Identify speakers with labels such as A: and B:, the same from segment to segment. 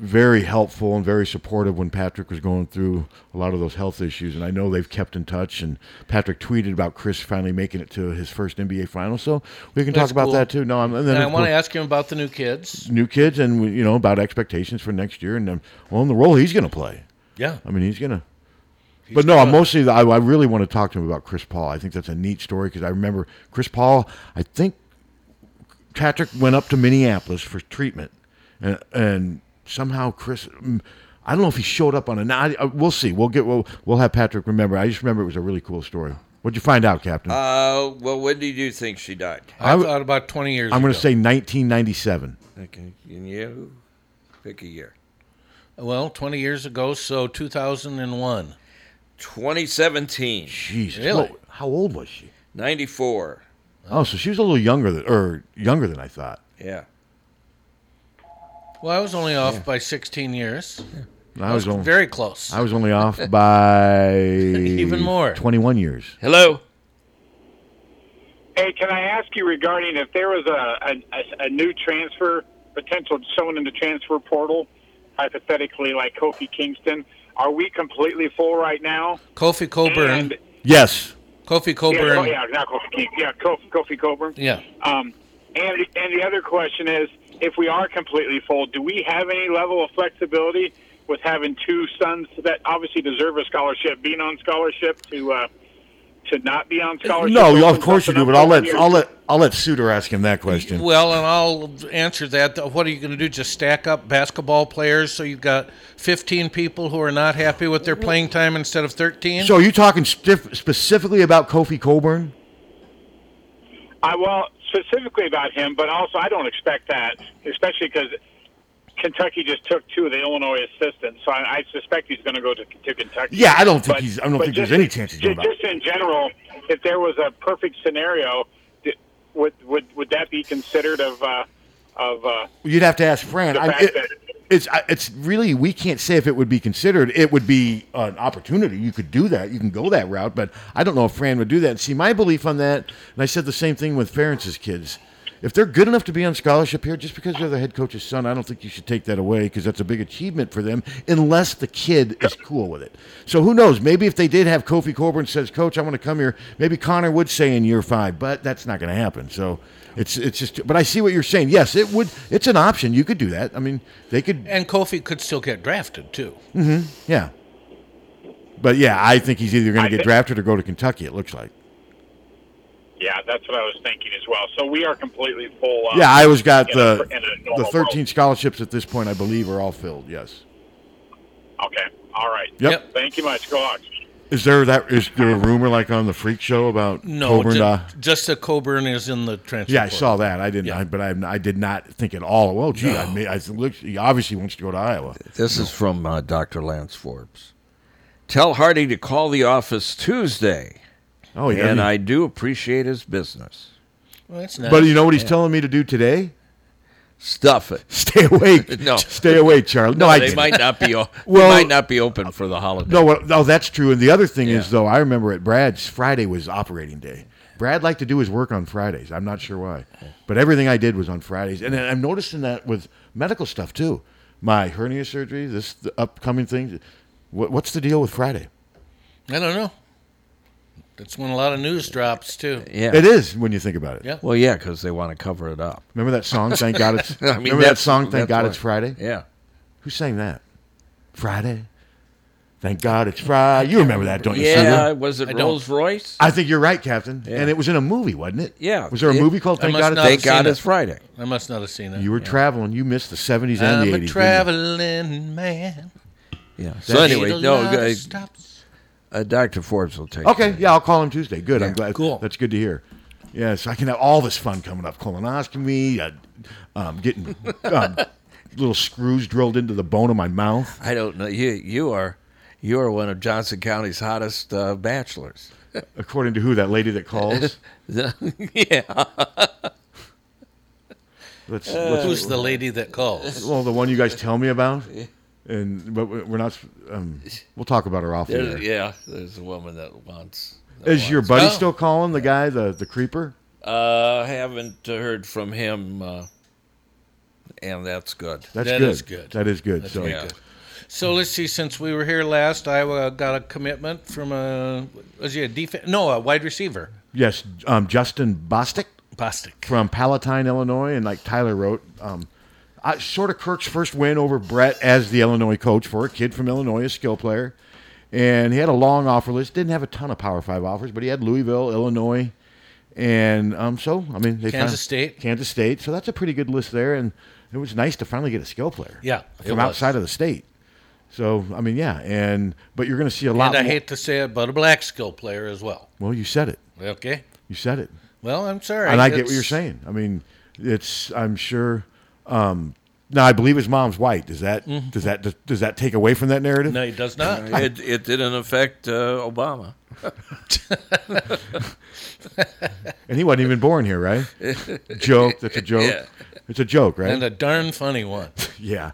A: very helpful and very supportive when Patrick was going through a lot of those health issues. And I know they've kept in touch. And Patrick tweeted about Chris finally making it to his first NBA final. So we can talk
B: That's
A: about
B: cool.
A: that too. No, I'm, and then
B: And I
A: of
B: want to
A: course,
B: ask him about the new kids.
A: new kids and we- you know about expectations for next year and um, well, and the role he's going to play.
B: Yeah.
A: I mean, he's gonna. but no, I'm mostly I, I really want to talk to him about Chris Paul. I think that's a neat story because I remember Chris Paul. I think Patrick went up to Minneapolis for treatment, and, and somehow Chris. mm, I don't know if he showed up on a night. We'll see. We'll get. We'll, we'll have Patrick remember. I just remember it was a really cool story. What'd you find out, Captain?
C: Uh, well, when did you think she died?
B: I,
A: I w-
B: thought about 20 years
A: I'm
B: ago.
A: going to say 1997.
C: Okay, can you pick a year?
B: Well, 20 years ago, so 2001.
C: 2017,
A: Jesus,
B: Really?
A: what- how old was she?
C: 94.
A: Oh, so she was a little younger than, or younger than I thought.
C: Yeah.
B: Well, I was only off by 16 years.
A: I was only
B: Very close.
A: I was only off by even
B: more.
A: 21 years.
C: Hello.
D: Hey, can I ask you regarding if there was a, a, a new transfer potential someone in the transfer portal, hypothetically like Kofi Kingston? Are we completely full right now?
B: Kofi Coburn.
D: And-
A: Yes.
B: Kofi
D: yeah, oh,
B: Coburn.
D: yeah, not Kofi, King- yeah, Kofi, Kofi Coburn.
B: Yeah.
D: Um, and and the other question is, if we are completely full, do we have any level of flexibility with having two sons that obviously deserve a scholarship, being on scholarship to uh, to not be on scholarship?
A: No,
D: Open
A: of course you do,
D: something
A: but
D: up
A: I'll
D: for
A: let
D: years.
A: I'll let I'll let Suter ask him that question.
B: Well, and I'll answer that. What are you going to do? Just stack up basketball players so you've got 15 people who are not happy with their playing time instead of 13?
A: So are you talking stif- specifically about Kofi Coburn?
D: I well specifically about him, but also I don't expect that, especially because Kentucky just took two of the Illinois assistants, so I, I suspect he's going to go to, to Kentucky.
A: Yeah, I don't think
D: But-
A: he's- I don't
D: but
A: think
D: just-
A: there's any chance he's
D: ju-
A: going
D: just,
A: back.
D: in general. If there was a perfect scenario, d- would would would that be considered of uh, of uh,
A: You'd have to ask Fran.
D: The
A: I,
D: fact
A: it,
D: that-
A: it's I- it's really we can't say if it would be considered. It would be an opportunity. You could do that. You can go that route, but I don't know if Fran would do that. See, my belief on that, and I said the same thing with Ferentz's kids. If they're good enough to be on scholarship here, just because they're the head coach's son, I don't think you should take that away because that's a big achievement for them, unless the kid is cool with it. So who knows? Maybe if they did have Kofi Coburn says, "Coach, I want to come here," maybe Connor would say in year five, but that's not going to happen. So it's it's just. But I see what you're saying. Yes, it would. It's an option. You could do that. I mean, they could mm-hmm,
B: and Kofi could still get drafted, too.
A: yeah. But yeah, I think he's either going
D: I
A: to get
D: think-
A: drafted or go to Kentucky. It looks like.
D: yeah? That's what I was thinking as well. So we are completely full. Uh,
A: Yeah, I always got
D: in a-
A: the
D: in a
A: the
D: normal
A: thirteen scholarships at this point. I believe are all filled. Yes.
D: World. Okay, all right.
A: Yep.
D: Thank you much. Go on.
A: Is there that? Is there a rumor like on the Freak Show about
B: No,
A: Coburn?
B: ju-
A: uh,
B: just, that Coburn is in the transfer.
A: yeah, I
B: portal.
A: saw that. I didn't,
B: Yeah.
A: I, but I, I did not think at all. Well, gee, I, may, I looked, he obviously wants to go to Iowa.
C: This is from uh, Dr. Lance Forbes. Tell Hardy to call the office Tuesday,
A: Oh, he doesn't.
C: and I do appreciate his business.
B: Well, that's nice.
A: but you know what he's telling me to do today?
C: Stuff it.
A: Stay awake.
C: No.
A: stay awake, Charlie. No, I
C: they
A: didn't.
C: might not be. O-
A: Well-
C: they might not be open for the holiday.
A: No, well, no, that's true. And the other thing is,
C: Yeah.
A: though, I remember at Brad's Friday was operating day. Brad liked to do his work on Fridays. I'm not sure why, but everything I did was on Fridays. And I'm noticing that with medical stuff too. My hernia surgery, this the upcoming thing. What, what's the deal with Friday?
B: I don't know. That's when a lot of news drops too.
C: Yeah.
A: It is when you think about it.
B: Yeah.
C: Well, yeah, because they want to cover it up.
A: Remember that song? Thank God it's. remember that
C: that's-
A: song? Thank
C: that's
A: God
C: why.
A: it's Friday.
C: Yeah.
A: Who sang that? Friday. Thank God it's Friday. You remember that, don't you? Sugar?
C: Yeah. Was it Rolls Royce?
A: I think you're right, Captain. And it was in a movie, wasn't it?
C: Yeah.
A: Was there a
C: It-
A: movie called
B: I
A: Thank
B: must
A: God It's
B: not
C: Thank
B: seen
C: God
B: it.
C: it's Friday.
B: I must not have seen it.
A: You were traveling. You missed the 70s and
B: I'm
A: the 80s.
B: a
A: didn't you?
B: traveling man.
C: Yeah. So anyway,
B: Need a
C: no,
B: lot of
C: uh,
B: stops.
C: uh, Dr. Forbes will take.
A: Okay, yeah, I'll call him Tuesday. Good, I'm
C: Yeah,
A: glad.
B: cool.
A: That's good to hear. Yeah, so I can have all this fun coming up: colonoscopy, uh, um, getting um, little screws drilled into the bone of my mouth.
C: I don't know. You you are you are one of Johnson County's hottest uh, bachelors.
A: According to who? That lady that calls.
C: yeah.
A: Let's, let's-
B: Uh, Who's the lady that calls?
A: well, the one you guys tell me about. And but we- we're not. Um, we'll talk about her off
C: There's,
A: there.
C: yeah. There's a woman that wants. that
A: Is your
C: wants-
A: buddy
B: Oh.
A: still calling the guy the the creeper?
C: Uh, haven't heard from him, uh, and that's good.
A: That's
B: That
A: good.
B: is good.
A: That is good. so
C: very good.
A: Hmm.
B: So let's see. Since we were here last, Iowa got a commitment from a was he a defense? No, a wide receiver.
A: yes, um, Justin Bostic.
B: Bostic.
A: from Palatine, Illinois, and like Tyler wrote, um, I, sort of Kirk's first win over Brett as the Illinois coach for a kid from Illinois, a skill player, and he had a long offer list. Didn't have a ton of Power Five offers, but he had Louisville, Illinois, and um, so I mean, they
B: Kansas
A: fin-
B: State.
A: Kansas State. So that's a pretty good list there, and it was nice to finally get a skill player.
B: Yeah, it
A: from
B: was.
A: outside of the state. So I mean, yeah, and but you're going to see a lot.
B: And I
A: more-
B: hate to say it, but a black skill player as well.
A: well, you said it.
B: Okay.
A: You said it.
B: Well, I'm sorry.
A: and I get what
B: It's-
A: you're saying. I mean, it's I'm sure. Um, now I believe his mom's white. Does that does that does, does that take away from that narrative?
B: Mm-hmm. No, he does not.
C: It, it didn't affect uh, Obama.
A: And he wasn't even born here, right? joke. That's a joke.
C: Yeah.
A: It's a joke, right?
B: And a darn funny one.
A: yeah.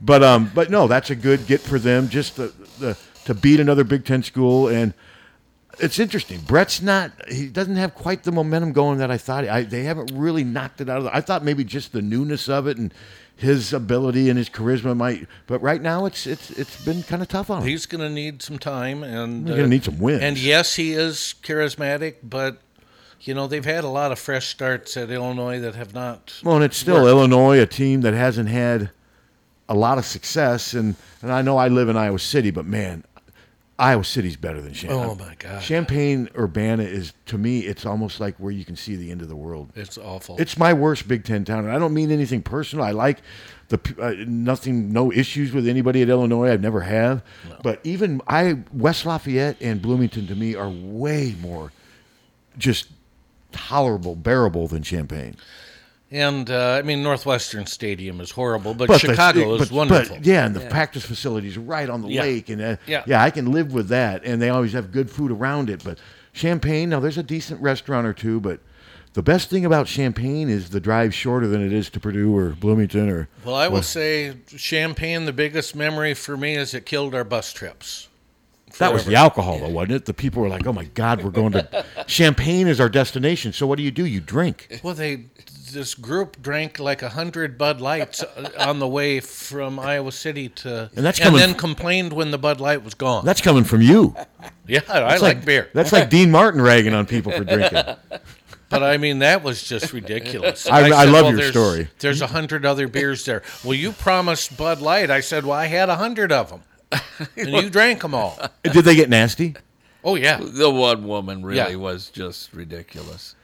A: But um, but no, that's a good get for them. Just the, the to beat another Big Ten school, and it's interesting. Brett's not. He doesn't have quite the momentum going that I thought. I, they haven't really knocked it out of. The, I thought maybe just the newness of it and his ability and his charisma might. But right now, it's it's it's been kind of tough on him.
B: He's going to need some time, and uh,
A: He's gonna need some wins.
B: And yes, he is charismatic, but you know they've had a lot of fresh starts at Illinois that have not.
A: Well, and it's still Illinois, a team that hasn't had a lot of success. And, and I know I live in Iowa City, but man, Iowa City's better than Champaign.
B: Oh, my God.
A: Champaign Urbana is to me, it's almost like where you can see the end of the world.
B: It's awful.
A: It's my worst Big Ten town, and I don't mean anything personal. I like the p- uh, nothing, no issues with anybody at Illinois. I've never have, but even I West Lafayette and Bloomington to me are way more just tolerable, bearable than Champaign.
B: and uh, I mean Northwestern Stadium is horrible, but,
A: the-
B: Chicago
A: but-
B: is wonderful.
A: But yeah, and the practice facilities right on the
B: Yeah.
A: lake, and uh, yeah.
B: Yeah.
A: I can live with that. And they always have good food around it. But Champagne, now there's a decent restaurant or two, but the best thing about Champagne is the drive shorter than it is to Purdue or Bloomington or.
B: Well, I will say Champagne. The biggest memory for me is it killed our bus trips.
A: That was the alcohol, though, wasn't it? The people were like, "Oh my God, we're going to Champagne is our destination." So what do you do? You drink.
B: Well, they this group drank like a hundred Bud Lights uh, on the way from Iowa City to,
A: And that's coming-
B: then complained when the Bud Light was gone.
A: That's coming from you.
B: yeah, I like, beer,
A: That's like Dean Martin ragging on people for drinking.
B: but I mean that was just ridiculous.
A: I- I love your
B: there's-
A: story."
B: There's a hundred other beers there. Well, you promised Bud Light. I said, well, I had a hundred of them, and you drank them all.
A: Did they get nasty?
B: Oh yeah,
C: The one woman really
B: Yeah.
C: was just ridiculous,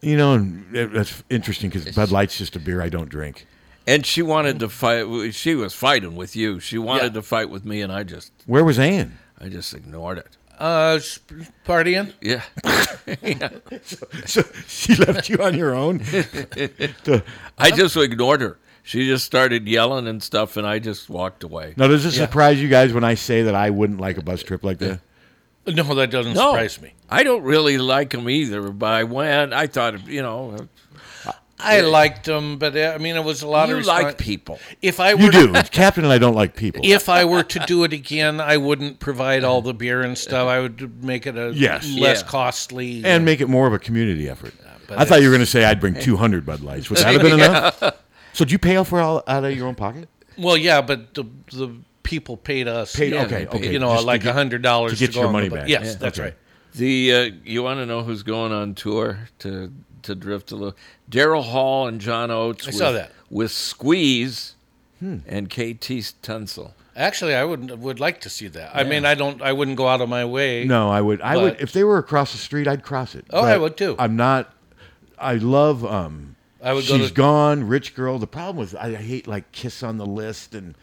A: You know, and it- that's interesting because Bud Light's just a beer I don't drink.
C: and she
B: Mm.
C: wanted to fight. She was fighting with you. She wanted to fight with me, and I just
A: Where was Ann?
C: I just ignored it.
B: Uh, s- partying.
C: Yeah.
A: So she left you on your own.
C: I just ignored her. She just started yelling and stuff, and I just walked away.
A: Now, does this surprise you guys when I say that I wouldn't like a bus trip like that?
B: No, that doesn't surprise me.
C: I don't really like them either, but I went. I thought, you know,
B: I liked them, but uh, I mean, it was a lot
C: you
B: of
C: like
B: respons-
C: people.
B: If I were
A: You
B: to-
A: do. Captain and I don't like people.
B: if I were to do it again, I wouldn't provide all the beer and stuff. I would make it a
A: Yes.
B: less
C: Yeah.
B: costly.
A: and make it more of a community effort. I thought you were going to say I'd bring 200 Bud Lights. Would that have been enough? So did you pay all for all out of your own pocket?
B: well, yeah, but the the people paid us.
A: Paid-
B: yeah,
A: okay, okay,
B: You know,
A: just to
B: like
A: get-
B: a hundred dollars
A: to get
B: go
A: your
B: on the
A: money
B: bu-
A: back.
B: Yes,
A: Yeah.
B: that's
A: Okay.
B: right.
C: The uh, you want to know who's going on tour to to drift a little? Daryl Hall and John Oates.
B: I
C: with,
B: saw that.
C: with Squeeze
A: Hmm.
C: and KT Tunsil.
B: Actually, I would would like to see that. I mean, I don't. I wouldn't go out of my way.
A: No, I would. I would
B: But-
A: if they were across the street, I'd cross it.
B: Oh, I
A: But
B: would too.
A: I'm not. I love. um
B: I would go
A: She's
B: to-
A: gone. Rich girl. The problem was I hate like Kiss on the List and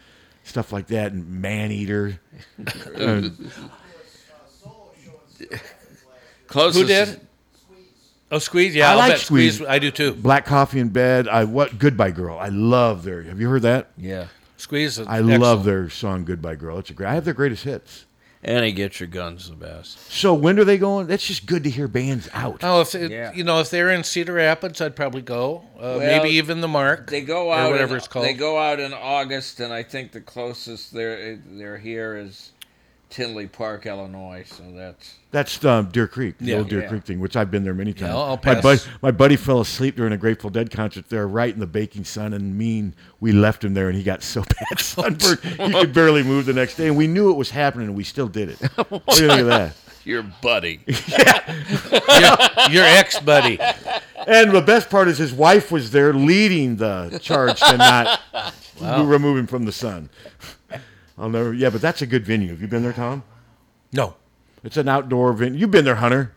A: stuff like that and Man Eater. Uh,
C: Closest.
B: Who did? Oh, squeeze. Yeah,
A: I
B: I'll
A: like
B: bet squeeze.
A: Squeeze.
B: I do too.
A: Black Coffee in Bed. I what? Goodbye Girl. I love their. Have you heard that?
C: Yeah.
B: Squeeze. Is
A: I love their song Goodbye Girl. It's a great. I have their greatest hits.
C: And I get your guns the best.
A: So when are they going? That's just good to hear bands out.
B: Oh, if it,
C: Yeah.
B: you know, if they're in Cedar Rapids, I'd probably go. Uh,
C: Well,
B: maybe even the Mark.
C: They go
B: or
C: out.
B: whatever
C: in,
B: it's called.
C: They go out in August, and I think the closest they're eh, they're here is Tinley Park, Illinois. So that's
A: That's um, Deer Creek, the
B: Yeah.
A: old Deer
C: Yeah.
A: Creek thing, which I've been there many times.
B: I'll- I'll
A: my, buddy,
B: pass.
A: my buddy fell asleep during a Grateful Dead concert there, right in the baking sun, and mean we left him there, and he got so
B: Oh,
A: bad sunburned he could barely move the next day. And we knew it was happening, and we still did it. What do you think of that?
C: your buddy.
B: your, your ex buddy.
A: And the best part is his wife was there leading the charge to not remove him from the sun. I'll never. Yeah, but that's a good venue. Have you been there, Tom?
B: No.
A: It's an outdoor venue. You've been there, Hunter.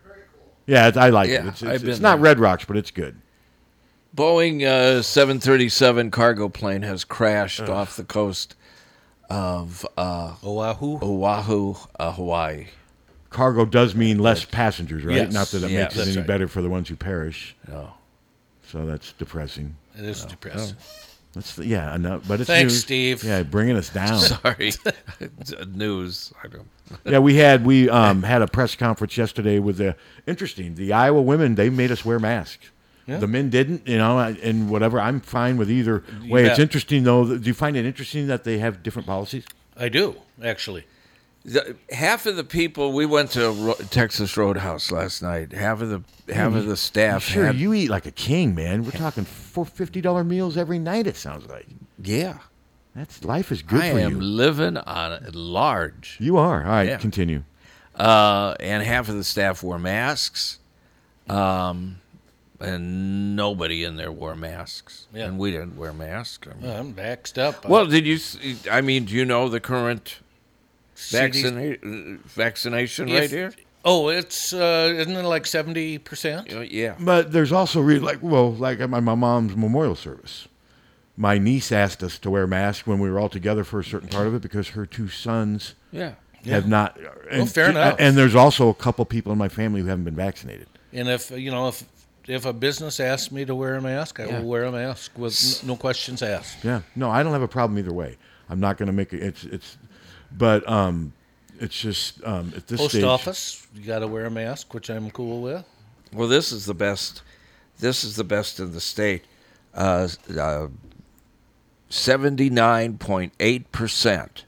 A: Yeah, it's- I like it.
C: Yeah,
A: It's,
C: I've
A: it's, it's
C: been
A: not
C: there.
A: Red Rocks, but it's good.
C: Boeing uh, 737 cargo plane has crashed off the coast of uh,
B: Oahu.
C: Oahu, uh, Hawaii.
A: cargo does mean less passengers, right?
B: Yes.
A: Not that it
C: Yeah,
A: makes it
C: that's
A: any
B: right.
A: better for the ones who perish.
C: No.
A: So that's depressing.
B: It is depressing.
C: oh.
A: That's the, yeah, enough. But it's
B: Thanks,
A: news.
B: Steve.
A: Yeah, bringing us down.
C: Sorry. Uh, News. I don't.
A: yeah, we had we um, had a press conference yesterday with the interesting. The Iowa women they made us wear masks. The men didn't, you know, and whatever. I'm fine with either way. It's
B: bet.
A: interesting though. that- Do you find it interesting that they have different policies?
B: I do actually.
C: The- half of the people we went to Ro- Texas Roadhouse last night. Half of the half of the staff.
A: Sure,
C: had-
A: Mm-hmm. you eat like a king, man. We're talking four fifty dollar meals every night. It sounds like
C: Yeah.
A: that's life is good
C: I
A: for
C: am
A: you.
C: living on it large,
A: You are all right.
C: Yeah.
A: Continue.
C: uh, and half of the staff wore masks, um, and nobody in there wore masks,
B: Yeah.
C: and we didn't wear masks. I mean-
B: I'm vaxxed up.
C: Well, did you? see- I mean, do you know the current
B: CD
C: vaccina- vaccination
B: If-
C: rate here?
B: Oh, it's uh, isn't it like seventy percent?
C: Uh, Yeah.
A: But there's also really like well, like at my, my mom's memorial service. My niece asked us to wear masks when we were all together for a certain part of it because her two sons
C: Yeah.
A: have not. And,
B: fair enough.
A: And there's also a couple people in my family who haven't been vaccinated.
B: And if you know if if a business asks me to wear a mask, I
C: Yeah.
B: will wear a mask with n- no questions asked.
A: Yeah, no, I don't have a problem either way. I'm not going to make it. It's it's, but um, it's just um at this
B: Post
A: stage.
B: office, you got to wear a mask, which I'm cool with.
C: Well, this is the best. This is the best in the state. Uh, Seventy-nine point eight percent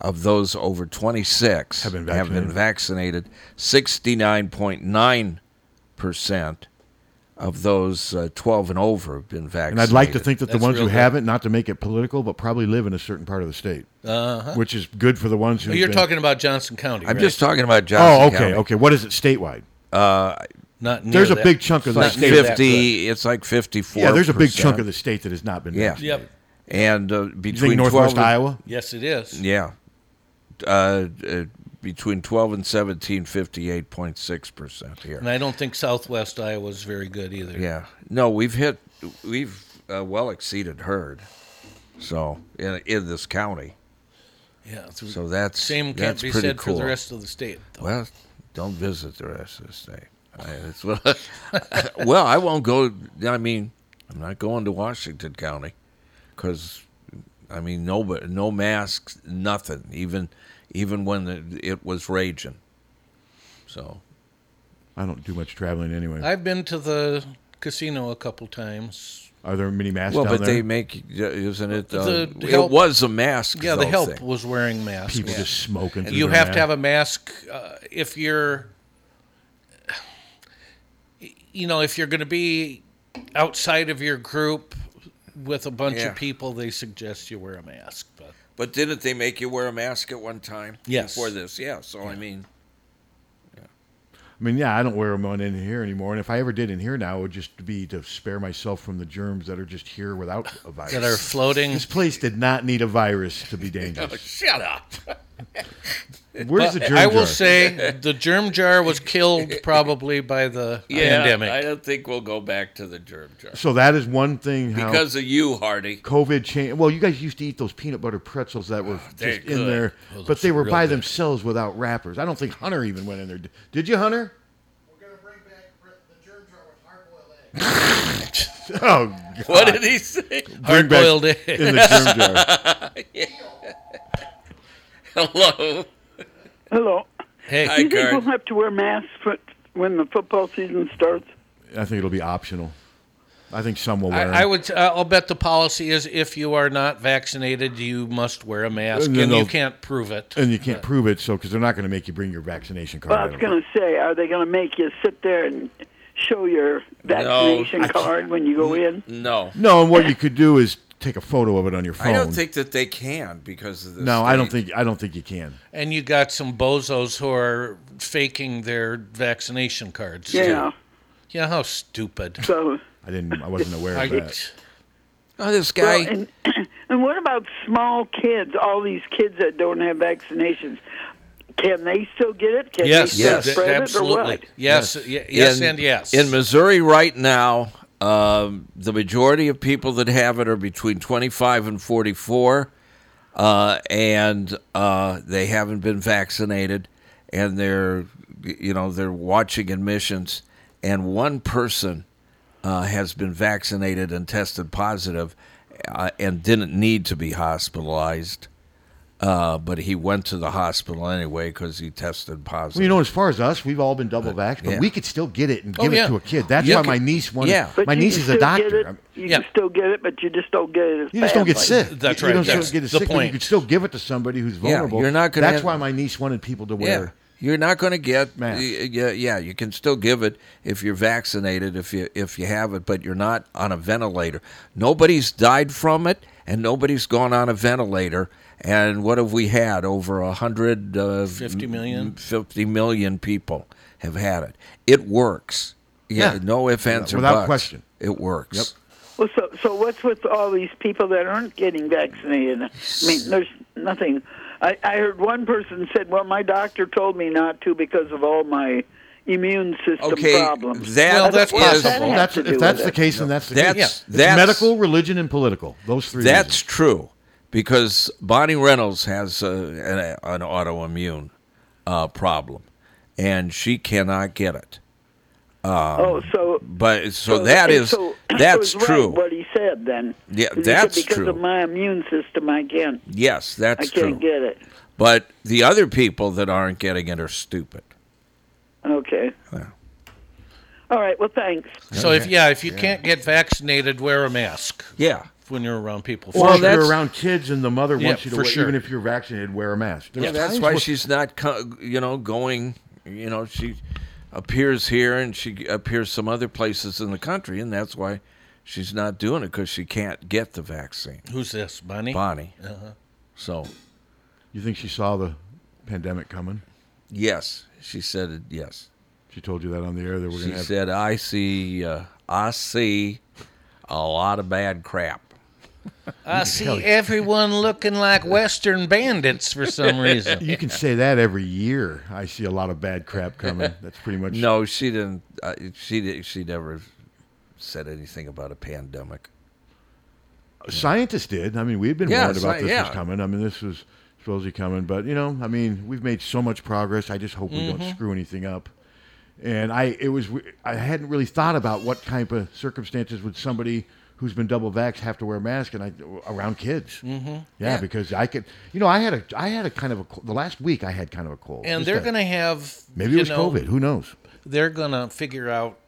C: of those over twenty-six
A: Have been
C: vaccinated. Sixty-nine point nine percent of those uh, twelve and over have been vaccinated.
A: And I'd like to think that the
B: That's
A: ones
B: real
A: who
B: good.
A: haven't, not to make it political, but probably live in a certain part of the state, uh-huh. which is good for the ones who.
B: But you're talking about Johnson County.
C: I'm
B: right?
C: just talking about Johnson
A: Oh, okay,
C: County.
A: okay. What is it statewide?
B: Uh, not. Near
A: There's a
B: that.
A: big chunk of the
B: Not
A: state uh,
B: near that good.
C: Fifty. It's like fifty-four.
A: Yeah, there's a big chunk of the state that has not been.
C: Yeah.
A: vaccinated.
B: Yep.
C: And uh,
A: You think
C: between
A: Northwest
C: 12 and-
A: Iowa?
B: Yes, it is.
C: Yeah. Uh, uh, between 12 and 17, 58.6% here.
B: And I don't think Southwest Iowa's very good either.
C: Yeah. No, we've hit, we've uh, well exceeded herd. So, in, in this county.
B: Yeah, so,
C: So that's
B: same can't
C: that's
B: be
C: pretty
B: said
C: cool.
B: for the rest of the state.
C: Well, don't visit the rest of the state. I, that's what- well, I won't go. I mean, I'm not going to Washington County because, I mean, no, no masks, nothing. Even, even when it, it was raging. So
A: I don't do much traveling anyway.
B: I've been to the casino a couple times.
A: Are there many masks
C: well,
A: down
C: but
A: there?
C: they make isn't it?
B: The-
C: Uh,
B: the
C: it
B: help-
C: was a mask.
B: Yeah, the
C: though,
B: help
C: thing.
B: was wearing masks.
A: People
B: Yeah.
A: just smoking. through
B: you
A: their
B: have to have
A: mask.
B: a mask uh, if you're you know if you're going to be outside of your group with a bunch
C: Yeah.
B: of people they suggest you wear a mask but
C: But didn't they make you wear a mask at one time?
B: Yes.
C: Before this, yeah. So I mean,
A: I mean, yeah, I don't wear them on in here anymore. And if I ever did in here now, it would just be to spare myself from the germs that are just here without a virus.
B: that are floating
A: this place did not need a virus to be dangerous.
B: shut up
A: Where's the germ
B: i will
A: jar?
B: say the germ jar was killed probably by the pandemic
C: I don't think we'll go back to the germ jar.
A: so that is one thing how
C: Because of you, Hardy.
A: COVID changed. Well, you guys used to eat those peanut butter pretzels that were
C: Oh, they're
A: just
C: good.
A: in there,
B: Those
A: but they
B: are
A: were
B: real
A: by
B: good.
A: themselves without wrappers. I don't think Hunter even went in there. Did you, Hunter?
E: We're gonna bring back the germ jar with hard-boiled eggs.
A: Oh,
C: What did he say?
A: bring back
B: hard-boiled egg.
A: in the germ jar.
C: Hello.
F: Hello.
B: hey
C: Hi,
F: You think we'll
C: Gard.
F: have to wear masks for, when the football season starts?
A: I think it'll be optional. I think some will
B: I,
A: wear. them.
B: I would. Uh, I'll bet the policy is if you are not vaccinated, you must wear a mask,
A: And
B: and,
A: then
B: you
A: they'll-
B: can't prove it.
A: and you can't prove it, so because they're not going to make you bring your vaccination card.
F: Well, I was
A: in.
F: going to say, are they going to make you sit there and show your vaccination
C: I can't-
F: card when you go in?
C: No.
A: no, and what you could do is take a photo of it on your phone.
C: I don't think that they can because of this.
A: No, I don't think. I don't think you can.
B: And you got some bozos who are faking their vaccination cards. too.
F: Yeah.
B: Yeah, how stupid.
F: So,
A: I didn't. I wasn't aware
B: I,
A: of that.
C: Oh, this
F: well,
C: guy.
F: and, and what about small kids? All these kids that don't have vaccinations, can they still get it? Can
B: yes,
F: they still
B: yes,
F: spread it or
B: absolutely.
F: what?
B: Yes, yes, yes
C: in,
B: and yes.
C: In Missouri right now, um, the majority of people that have it are between 25 and 44, uh, and uh, they haven't been vaccinated, and they're, you know, they're watching admissions, and one person uh, has been vaccinated and tested positive, uh, and didn't need to be hospitalized. Uh, but he went to the hospital anyway because he tested positive.
A: Well, you know, as far as us, we've all been double vaxxed, but
C: yeah.
A: we could still get it and
B: Oh,
A: give
B: yeah.
A: it to a kid. That's
C: You
A: why
C: could-
A: my niece wanted.
C: yeah.
F: But
A: My
F: you
A: niece
F: can
A: is a
F: still get
A: doctor.
F: it.
A: I'm-
F: You
B: Yeah.
F: can still get it, but you just don't get it as
A: You just don't get
F: badly.
A: sick.
B: That's
A: you
B: right.
A: Don't
B: That's
A: get as
B: the
A: sick, but You
B: point.
A: could still give it to somebody who's vulnerable.
C: you're not gonna
A: That's
C: have-
A: why my niece wanted people to wear.
C: Yeah. You're not going to get
A: Masks.
C: yeah yeah you can still give it if you're vaccinated if you if you have it but you're not on a ventilator. Nobody's died from it and nobody's gone on a ventilator and what have we had over a hundred uh,
B: 50 million?
C: 50 million people have had it. It works. Yeah,
A: Yeah.
C: no ifs ands or
A: Without
C: buts.
A: question.
C: It works.
A: Yep.
F: Well, so so what's with all these people that aren't getting vaccinated? I mean, there's nothing. I, I heard one person said, "Well, my doctor told me not to because of all my immune system
C: Okay,
F: problems."
C: that
B: Well, that's
C: is-
B: possible.
F: That has
A: That's,
F: to do
A: if that's
F: with
A: the
F: it.
A: case, then that's the
C: That's-
A: case. It's
C: that's-
A: medical, religion, and political. Those three.
C: That's
A: reasons.
C: true because Bonnie Reynolds has uh an, an autoimmune uh, problem, and she cannot get it. Um,
F: oh, so
C: But so,
F: so-
C: that
F: and
C: is
F: so I
C: that's
F: was right
C: true.
F: what he said then.
C: Yeah,
F: He said,
C: that's
F: because
C: true.
F: of my immune system, I can't.
C: yes,
F: I
C: that's true.
F: can't get it.
C: but the other people that aren't getting it are stupid.
F: Okay.
C: Yeah.
F: All right. Well, thanks.
B: so if yeah, if you can't get vaccinated, wear a mask
C: Yeah.
B: when you're around people.
A: Or
C: Well,
A: if you're
C: that's-
A: around kids and the mother wants you to
B: for
A: wear,
B: sure.
A: even if you're vaccinated, wear a mask. There's
C: Yeah, that's
A: times
C: why
A: where-
C: she's not, co- you know, going. You know, she appears here and she appears some other places in the country, and that's why she's not doing it because she can't get the vaccine.
B: Who's this, Bonnie? Uh-huh.
C: Bonnie. So,
A: You think she saw the pandemic coming?
C: yes, she said it, yes.
A: She told you that on the air that we're
C: She
A: gonna have.
C: said, "I see, uh, I see a lot of bad crap."
B: I see everyone looking like Western bandits for some reason.
A: you can say that every year. I see a lot of bad crap coming. That's pretty much.
C: No, she didn't. Uh, she did, she never said anything about a pandemic.
A: scientists did. I mean, we had been
C: Yeah,
A: warned about
C: sci-
A: this
C: yeah.
A: was coming. I mean, this was suppose he's coming. But you know, I mean, we've made so much progress. I just hope we don't
B: Mm-hmm.
G: Mhm.
A: screw anything up. And I, it was, I hadn't really thought about what type of circumstances would somebody who's been double vaxxed have to wear a mask and I around kids. Mm-hmm. Yeah,
B: Yeah.
A: because I could, you know, I had a, I had a kind of a, co- the last week I had kind of a cold.
B: And
A: Just
B: they're
A: a-
B: going to have
A: maybe
B: you
A: it was
B: know,
A: COVID. Who knows?
B: They're going to figure out,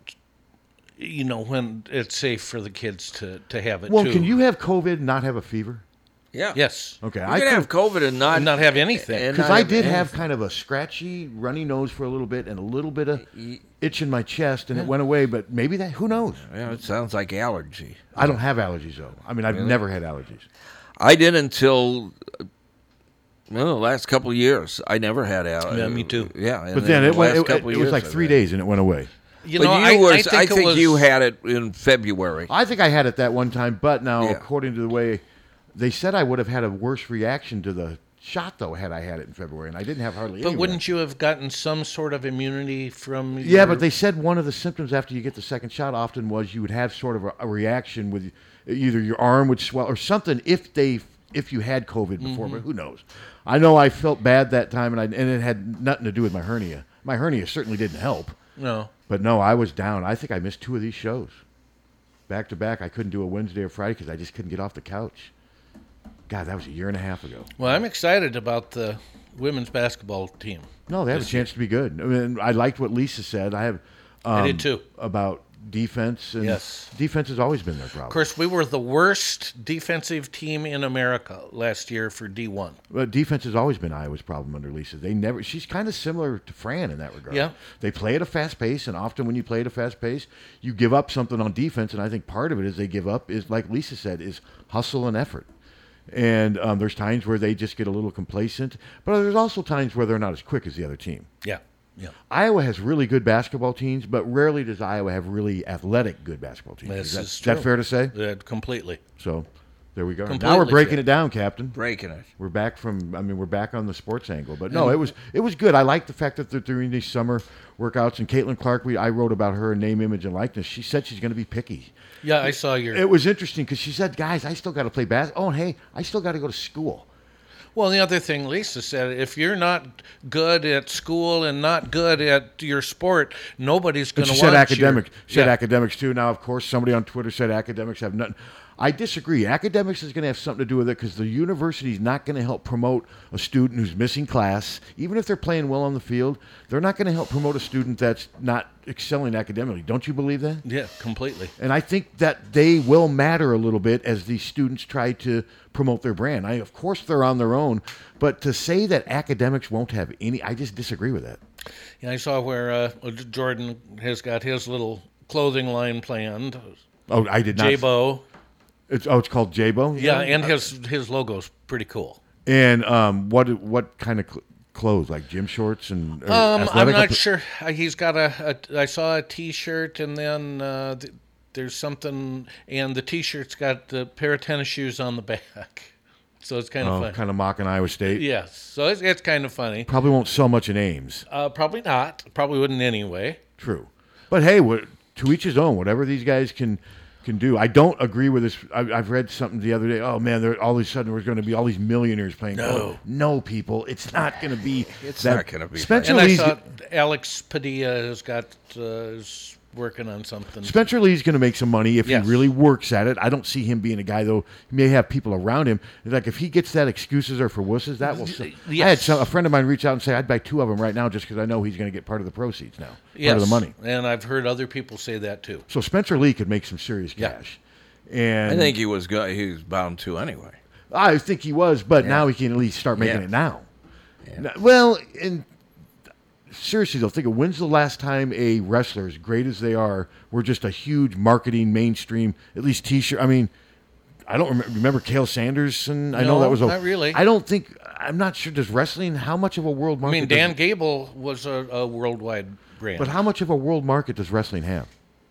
B: you know, when it's safe for the kids to to have it
A: Well,
B: too.
A: can you have COVID and not have a fever?
C: Yeah.
B: Yes.
A: Okay,
B: You
A: I
B: can
A: could-
B: have
C: COVID and not
B: not have anything.
A: Because I did have kind of a scratchy, runny nose for a little bit and a little bit of itch in my chest, and
C: Yeah.
A: it went away. But maybe that, who knows?
C: Yeah, it sounds like allergy.
A: I don't have allergies, though. I mean, I've
C: Really?
A: never had allergies.
C: I did until uh, well, the last couple of years. I never had allergy.
A: Yeah,
B: me too.
C: Yeah, and
A: but then it
C: the
A: went,
C: last
A: it, it
C: couple of
A: was
C: years
A: like
C: I
A: three days and it went away.
C: You But know, you I- were- I think I it think you was- had it in February.
A: I think I had it that one time, but now, according to the way they said, I would have had a worse reaction to the shot, though, had I had it in February, and I didn't have hardly
B: But
A: any.
B: wouldn't you have gotten some sort of immunity from?
A: Yeah,
B: your-
A: but they said one of the symptoms after you get the second shot often was you would have sort of a, a reaction with either your arm would swell or something if they if you had COVID before.
G: Mhm.
B: Mm-hmm.
A: But who knows? I know I felt bad that time, and I and it had nothing to do with my hernia. My hernia certainly didn't help.
B: No.
A: But no, I was down. I think I missed two of these shows, back to back. I couldn't do a Wednesday or Friday because I just couldn't get off the couch. God, that was a year and a half ago.
B: Well, I'm excited about the women's basketball team.
A: No, they have a
B: This-
A: chance to be good. I mean, I liked what Lisa said. I have. um,
B: I did too.
A: About defense and
B: Yes.
A: defense has always been their
B: Of
A: problem.
B: course, we were the worst defensive team in America last year for D1.
A: But defense has always been Iowa's problem under Lisa. They never. She's kind of similar to Fran in that regard.
B: Yeah.
A: They play at a fast pace, and often when you play at a fast pace, you give up something on defense. And I think part of it is they give up is like Lisa said is hustle and effort. And um, there's times where they just get a little complacent, but there's also times where they're not as quick as the other team.
B: Yeah. Yeah.
A: Iowa has really good basketball teams, but rarely does Iowa have really athletic good basketball teams.
B: This
A: is that,
B: is
A: is that
B: true.
A: fair to say?
B: Yeah, completely.
A: So there we go. now
B: Completely
A: we're breaking
B: fair.
A: it down, Captain.
C: Breaking it.
A: We're back from. I mean, we're back on the sports angle, but no,
C: And-
A: it was it was good. I like the fact that they're doing these summer workouts. And Caitlin Clark, we I wrote about her in name, image, and likeness. She said she's going to be picky.
B: Yeah, I saw your.
A: It was interesting because she said, "Guys, I still got to play bas. Oh, and hey, I still got to go to school."
B: Well, the other thing Lisa said, if you're not good at school and not good at your sport, nobody's
A: And
B: going to
A: she
B: want
A: said
B: you.
A: academic. She said
B: Yeah.
A: academics too. Now, of course, somebody on Twitter said academics have nothing. I disagree. Academics is going to have something to do with it because the university is not going to help promote a student who's missing class, even if they're playing well on the field. They're not going to help promote a student that's not excelling academically. Don't you believe that?
B: Yeah, completely.
A: And I think that they will matter a little bit as these students try to promote their brand. I, of course, they're on their own, but to say that academics won't have any, I just disagree with that.
B: Yeah, I saw where uh, Jordan has got his little clothing line planned.
A: Oh, I did not.
B: J-Bo.
A: It's oh, it's called Jabo.
B: Yeah, and his his logo's pretty cool.
A: And um, what what kind of cl- clothes? Like gym shorts and or
B: Um, I'm
A: Er, athletic
B: not
A: appa-
B: sure. Uh, He's got a, a. I saw a T-shirt, and then uh, th- there's something, and the T-shirt's got the pair of tennis shoes on the back, so it's kind of
A: oh,
B: funny.
A: kind of mocking Iowa State.
B: Yeah, so it's, it's kind of funny.
A: Probably won't sell much in Ames.
B: Uh, probably not. Probably wouldn't anyway.
A: True, but hey, what, to each his own. Whatever these guys can can do. I don't agree with this. I, I've read something the other day. Oh man, there, all of a sudden we're going to be all these millionaires playing.
B: No.
A: golf. no, people, it's not going to be.
C: It's
A: that-
C: not gonna be that.
A: Spencer
B: and I
A: Lee's,
B: saw Alex Padilla has got uh, is working on something.
A: Spencer Lee's going to make some money if
B: Yes.
A: he really works at it. I don't see him being a guy though. He may have people around him. Like if he gets that excuses are for wusses, that will. sell. I had
B: Yes.
A: some, a friend of mine reach out and say I'd buy two of them right now just because I know he's going to get part of the proceeds now,
B: Yes,
A: part of the money.
B: And I've heard other people say that too.
A: So Spencer Lee could make some serious
B: Yeah.
A: cash. And
C: I think he was go- he was bound to anyway.
A: I think he was, but
C: Yeah.
A: now he can at least start making
C: Yeah.
A: it now. Now- Well, and seriously though, think of when's the last time a wrestler, as great as they are, were just a huge marketing mainstream, at least T-shirt. I mean, I don't remember, remember Kale Sanderson. I know
B: No,
A: that was a,
B: not really.
A: I don't think I'm not sure. Does wrestling how much of a world
B: I
A: market?
B: mean,
A: does-
B: Dan Gable was a, a worldwide brand.
A: but how much of a world market does wrestling have?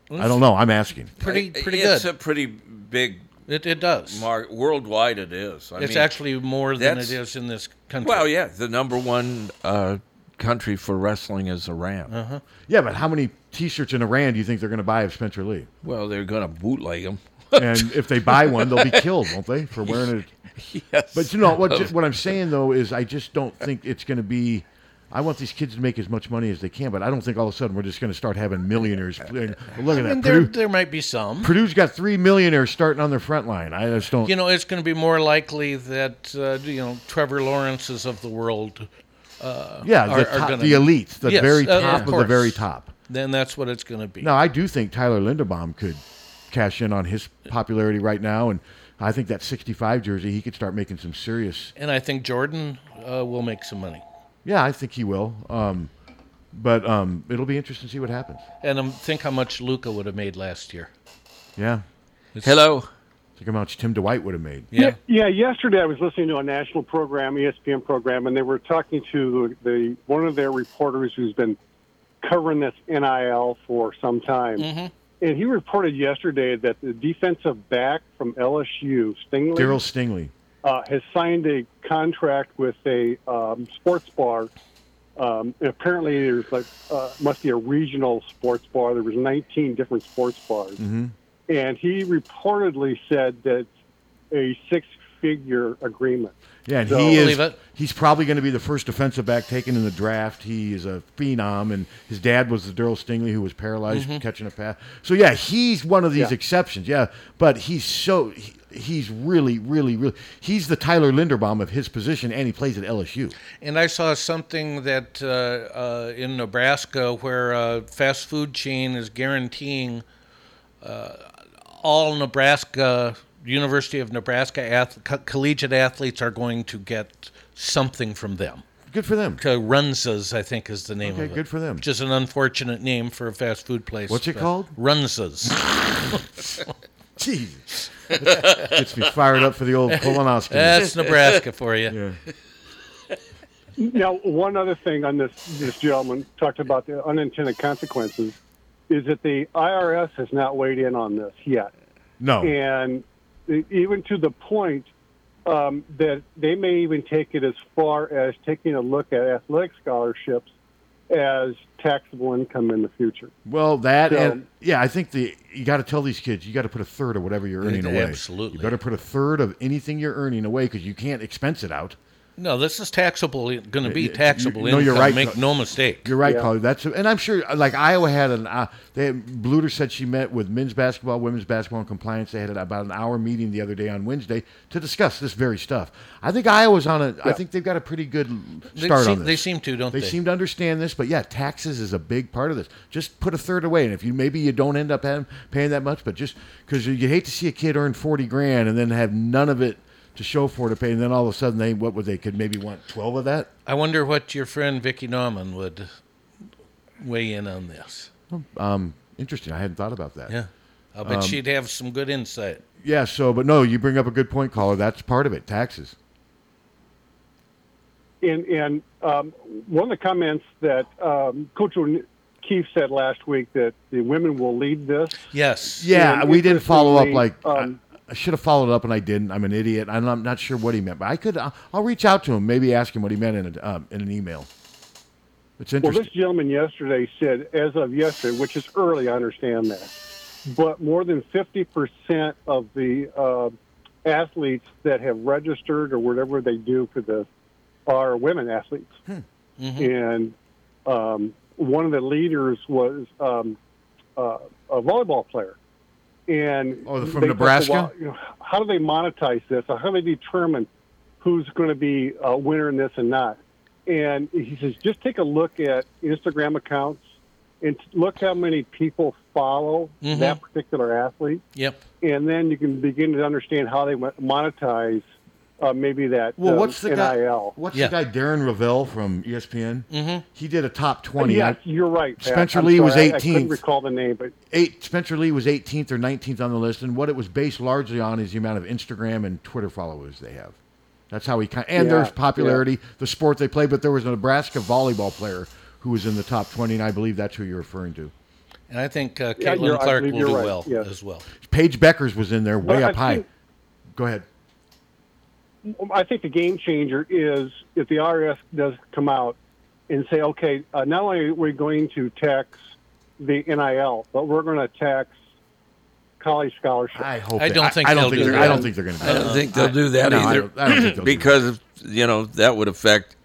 B: Well,
A: I don't know. I'm asking.
B: pretty
C: I-
B: pretty
C: it's
B: good.
C: a pretty big.
B: It, it does.
C: Mark, worldwide, it is. I
B: it's
C: mean,
B: actually more than it
C: that's-
B: is in this country.
C: Well, yeah, the number one uh, country for wrestling is Iran.
A: Uh-huh. Yeah, but how many T-shirts in Iran do you think they're going to buy of Spencer Lee?
C: Well, they're going to bootleg them.
A: and if they buy one, they'll be killed, won't they, for wearing it?
C: Yes.
A: But you know what? What I'm saying though is, I just don't think it's going to be. I want these kids to make as much money as they can, but I don't think all of a sudden we're just going to start having millionaires. Playing. Well, look at that.
B: And there,
A: Purdue,
B: there might be some.
A: Purdue's got three millionaires starting on their front line. I just don't.
B: You know, it's going to be more likely that uh, you know Trevor Lawrence's of the world. Uh,
A: yeah, the,
B: are,
A: top,
B: going
A: the elites, the very top of the very top.
B: Then that's what it's going to be.
A: No, I do think Tyler Linderbaum could cash in on his popularity right now, and I think that '65 jersey he could start making some serious.
B: And I think Jordan uh, will make some money.
A: Yeah, I think he will. Um, but um, it'll be interesting to see what happens.
B: And um, think how much Luca would have made last year.
A: Yeah,
C: Hello.
A: think how much Tim Dwight would have made.
B: Yeah.
G: Yeah, yesterday I was listening to a national program, E ESPN program, and they were talking to the one of their reporters who's been covering this NIL for some time. And he reported yesterday that the defensive back from LSU, Stingley,
A: Daryl Stingley.
G: uh, has signed a contract with a um, sports bar. Um, and apparently, there's like uh, must be a regional sports bar. There was 19 different sports bars,
A: Mm-hmm.
G: and he reportedly said that a six-figure agreement.
A: Yeah, and
G: So-
A: he
B: Believe
A: is.
B: it.
A: He's probably going to be the first defensive back taken in the draft. He is a phenom, and his dad was the Daryl Stingley who was paralyzed
B: Mm-hmm.
A: catching a pass. So yeah, he's one of these
G: Yeah.
A: exceptions. Yeah, but he's so he, he's really, really, really he's the Tyler Linderbaum of his position, and he plays at LSU.
B: And I saw something that uh, uh, in Nebraska where a fast food chain is guaranteeing uh, all Nebraska, University of Nebraska ath- co- collegiate athletes are going to get something from them.
A: Good for them.
B: To Runzas, I think, is the name
A: Okay,
B: of it.
A: good for them.
B: Which is an unfortunate name for a fast food place.
A: What's it
B: but
A: called?
B: Runzas.
A: Jesus, gets me fired up for the old colonoscopy.
B: That's Nebraska for you.
G: Now, one other thing on this, this gentleman talked about the unintended consequences is that the IRS has not weighed in on this yet.
A: no,
G: and e, even to the point um, that they may even take it as far as taking a look at athletic scholarships as taxable income in the future.
A: Well, that
G: So-
A: and yeah, I think the you got to tell these kids you got to put a third of whatever you're earning away.
B: Absolutely.
A: you better put a third of anything you're earning away because you can't expense it out.
B: No, this is taxable. Going to be
A: you-
B: taxable.
A: you- no, you're
B: income,
A: right.
B: Make no mistake.
A: You're right,
G: Yeah.
A: Carly. That's and I'm sure like Iowa had an uh, they had, Bluter said she met with men's basketball, women's basketball, and compliance. They had about an hour meeting the other day on Wednesday to discuss this very stuff. I think Iowa's on a. I think they've got a pretty good start
B: seem-
A: on this.
B: they seem to, don't they?
A: seem to understand this, but yeah, taxes is a big part of this. Just put a third away, and if you maybe you don't end up having, paying that much, but just because you, you hate to see a kid earn forty grand and then have none of it to show for it to pay, and then all of a sudden they what would they could maybe want twelve of that.
B: I wonder what your friend Vicky Nauman would weigh in on this.
A: Um, interesting. I hadn't thought about that.
B: Yeah. I
A: Um,
B: bet she'd have some good insight.
A: Yeah, so, but no, you bring up a good point, caller. That's part of it, taxes.
G: And, and um, one of the comments that um, Coach O'Keefe said last week that the women will lead this.
B: Yes.
A: Yeah,
G: And
A: we didn't follow up
G: interestingly,
A: like I-
G: um,
A: I should have followed up, and I didn't. I'm an idiot. I'm not, I'm not sure what he meant, but I could. I'll, I'll reach out to him, maybe ask him what he meant in a, um, in an email. It's
G: Well,
A: interesting.
G: this gentleman yesterday said, as of yesterday, which is early, I understand that, but more than 50% of the uh, athletes that have registered or whatever they do for this are women athletes.
A: Hmm.
G: Mm-hmm.
A: Mm-hmm.
G: And um, one of the leaders was um, uh, a volleyball player. And
A: Oh, from
G: they took a
A: Nebraska?
G: while- you know, how do they monetize this? Or how do they determine who's going to be a winner in this and not? And he says, just take a look at Instagram accounts and look how many people follow that particular athlete,
B: Mm-hmm. Yep.
G: and then you can begin to understand how they mo- monetize uh, maybe that.
A: well,
G: um,
A: what's the
G: nil?
A: guy? What's
B: Yeah.
A: the guy? Darren Ravel from ESPN. Mm-hmm. He did a top twenty.
G: Yes,
A: I-
G: you're right. Pat.
A: Spencer
G: I'm
A: Lee was
G: sorry, I- I couldn't
A: 18th.
G: recall the name, but
A: eight Spencer Lee was 18th or 19th on the list, and what it was based largely on is the amount of Instagram and Twitter followers they have. That's how he kind and
G: Yeah,
A: there's popularity, the sport they play. But there was a Nebraska volleyball player who was in the top 20, and I believe that's who you're referring to.
B: And I think uh,
G: Yeah,
B: Caitlin
G: you're- I
B: Clark
G: believe
B: will
G: you're
B: do
G: right.
B: well
G: Yes.
B: as well.
A: Paige Beckers was in there, way
G: But I
A: up high.
G: think-
A: Go ahead.
G: I think the game changer is if the IRS does come out and say, okay, uh, not only are we going to tax the NIL, but we're going to tax college scholarship.
A: I hope.
B: I
A: they-
B: don't think
A: I don't
B: they'll
A: think.
B: do
A: They're, I
B: that.
A: don't think they're going to.
C: I don't think they'll do that
A: no, I
C: either,
A: don't- I don't think they'll do
C: because you know that would affect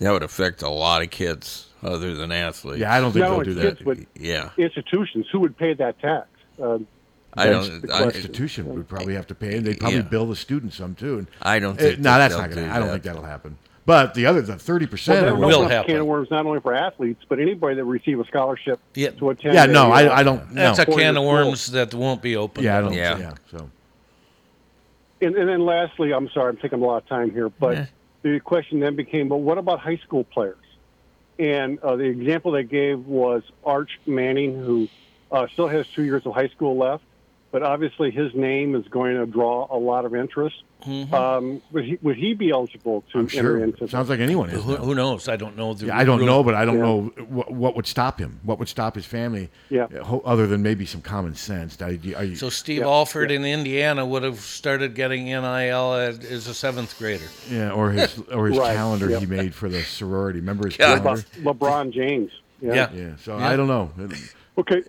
C: that would affect a lot of kids other than athletes.
A: Yeah, I don't think
G: No,
A: they'll do
G: it's
A: that.
G: just what-
C: yeah,
G: Institutions who would pay that tax? Um,
C: I
A: That's
C: don't.
A: the
C: I,
A: institution would probably have to pay, and they'd probably
C: Yeah.
A: bill the students some too. And
C: I don't
A: Eh,
C: think
A: no,
C: that
A: that's
C: they'll
A: not going
C: do
A: to. I don't
C: that.
A: think that'll happen. But the other, the thirty
G: well,
A: percent
G: that
B: will
G: opens up a
B: happen.
G: Can of worms not only for athletes, but anybody that receive a scholarship
B: Yeah.
G: to attend.
A: Yeah,
G: a,
A: no,
G: uh,
A: I, I don't. No.
B: That's a can of
G: Or-
B: worms that won't be open.
A: yeah, I don't.
C: Yeah.
A: Yeah. so
G: And, and then lastly, I'm sorry, I'm taking a lot of time here, but the question then became, but what about high school players? And uh, the example they gave was Arch Manning, who uh, still has two years of high school left, but obviously his name is going to draw a lot of interest. Um, would, he, would he be eligible to
A: I'm
G: enter
A: sure.
G: into?
A: Sounds like anyone is.
B: Who,
A: now.
B: who knows? I don't know. The
A: Yeah, I don't
B: real-
A: know, but I don't know what, what would stop him. What would stop his family?
G: Yeah.
A: uh, ho- Other than maybe some common sense. I, I,
B: So Steve Alford in Indiana would have started getting NIL as as a seventh grader.
A: yeah, or his or his
G: Right,
A: calendar
G: yeah.
A: he made for the sorority. Remember his
C: Yeah.
A: calendar?
G: Le- LeBron James. Yeah.
B: Yeah.
A: Yeah. So I don't know.
G: Okay.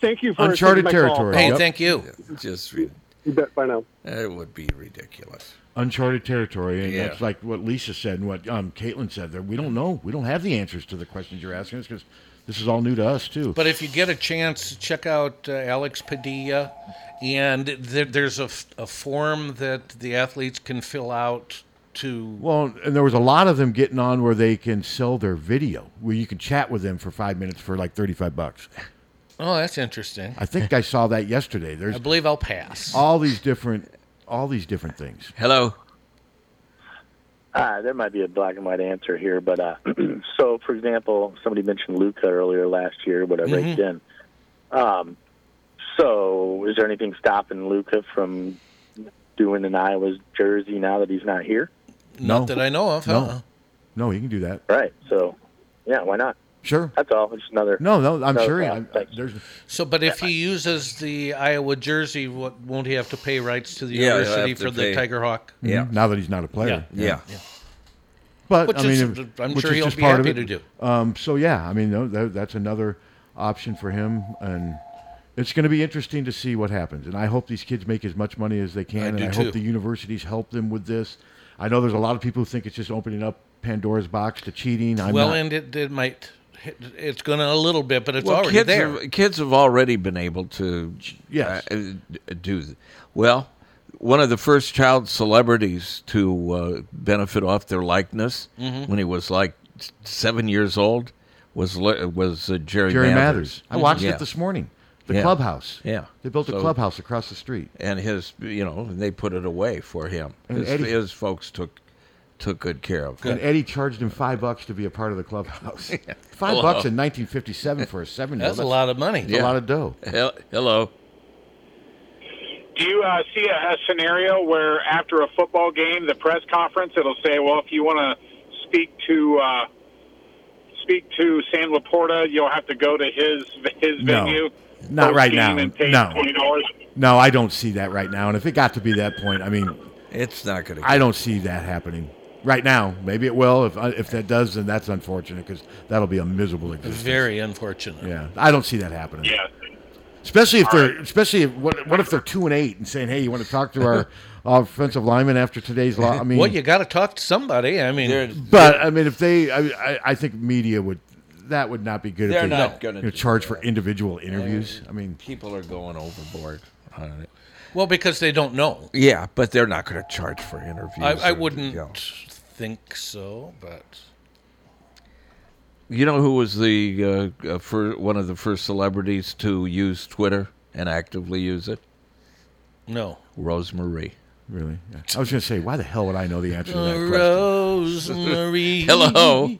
G: Thank you for taking
A: Uncharted
G: my call.
A: territory.
B: Hey,
A: Yep.
B: thank you.
C: just re-
G: You bet by now.
C: it would be ridiculous.
A: Uncharted territory, and
C: Yeah.
A: that's like what Lisa said and what um, Caitlin said. There, we don't know. We don't have the answers to the questions you're asking us because this is all new to us too.
B: But if you get a chance, check out uh, Alex Padilla, and there, there's a, f- a form that the athletes can fill out to.
A: Well, and there was a lot of them getting on where they can sell their video, where you can chat with them for five minutes for like thirty-five bucks.
B: Oh, that's interesting.
A: I think I saw that yesterday.
B: I
A: There's
B: believe I'll pass.
A: all these different, all these different things.
C: Hello.
H: Ah, there might be a black and white answer here, but uh, so for example, somebody mentioned Luca earlier last year, but I raked in. Um, so is there anything stopping Luca from doing an Iowa's jersey now that he's not here?
A: No.
B: Not that I know of.
A: No.
B: huh?
A: No, you can do that.
H: Right. So, yeah, why not?
A: Sure.
H: That's all. It's another.
A: No, no, I'm
H: No,
A: sure.
H: yeah,
A: I'm,
H: thanks.
A: there's
B: So, but if he uses the Iowa jersey, what, won't he have to pay rights to the
C: Yeah, he'll
B: university
C: have to
B: for
C: pay.
B: the Tiger Hawk?
C: Yeah.
A: now that he's not a player.
C: Yeah.
A: But
B: Which
A: I mean,
B: is-
A: if-
B: I'm
A: which
B: sure
A: is
B: he'll
A: just
B: be
A: part of
B: happy
A: it.
B: to
A: Um, so yeah, I mean, no, tha- that's another option for him, and it's going to be interesting to see what happens. And I hope these kids make as much money as they can,
B: I
A: and
B: do
A: I
B: too.
A: hope the universities help them with this. I know there's a lot of people who think it's just opening up Pandora's box to cheating. I'm
B: well,
A: not-
B: and it, it might. It's going to a little bit, but it's
C: Well,
B: already
C: kids
B: there.
C: Have, kids have already been able to
A: Yes.
C: uh, uh, do th- well. One of the first child celebrities to uh, benefit off their likeness
A: Mm-hmm.
C: when he was like s- seven years old was le- was uh, Jerry,
A: Jerry
C: Mathers. Mm-hmm.
A: Mathers. I watched
C: Yeah.
A: it this morning. The
C: Yeah.
A: clubhouse.
C: Yeah.
A: They built a
C: So-
A: clubhouse across the street.
C: and his you know they put it away for him.
A: And
C: His,
A: Eddie-
C: his folks took took good care of him.
A: And Eddie charged him five bucks to be a part of the clubhouse. Five
C: Hello.
A: bucks in 1957 for a seven-year-old.
B: That's a lot of money.
A: That's a lot of dough.
C: Hel- Hello.
I: Do you uh, see a, a scenario where after a football game, the press conference, it'll say, "Well, if you want to speak to uh, speak to Sam Laporta, you'll have to go to his his
A: No.
I: venue."
A: Not right
I: post-game
A: now.
I: And pay
A: No.
I: twenty dollars.
A: No, I don't see that right now. And if it got to be that point, I mean,
C: It's not going to.
A: I don't see that happening right now. Maybe it will. If uh, if that does, then that's unfortunate because that'll be a miserable existence.
B: Very unfortunate.
A: Yeah, I don't see that happening.
I: Yeah.
A: Especially if they're, especially if, what, what if they're two and eight and saying, "Hey, you want to talk to our offensive lineman after today's law?" I mean,
B: Well, you got to talk to somebody. I mean,
C: They're,
A: but I mean, if they, I, I, I think media would, that would not be good.
C: They're
A: if they,
C: not
A: you know,
C: gonna do
A: charge for individual interviews. I mean,
C: people are going overboard on it.
B: well, because they don't know.
C: Yeah, but they're not going to charge for interviews.
B: I, I
C: or-
B: wouldn't
C: yeah.
B: think so, but
C: You know who was the uh, uh, fir- one of the first celebrities to use Twitter and actively use it?
B: no.
C: Rosemarie.
A: really, Yeah. I was going to say, why the hell would I know the answer to that question?
B: Rosemary.
C: Hello.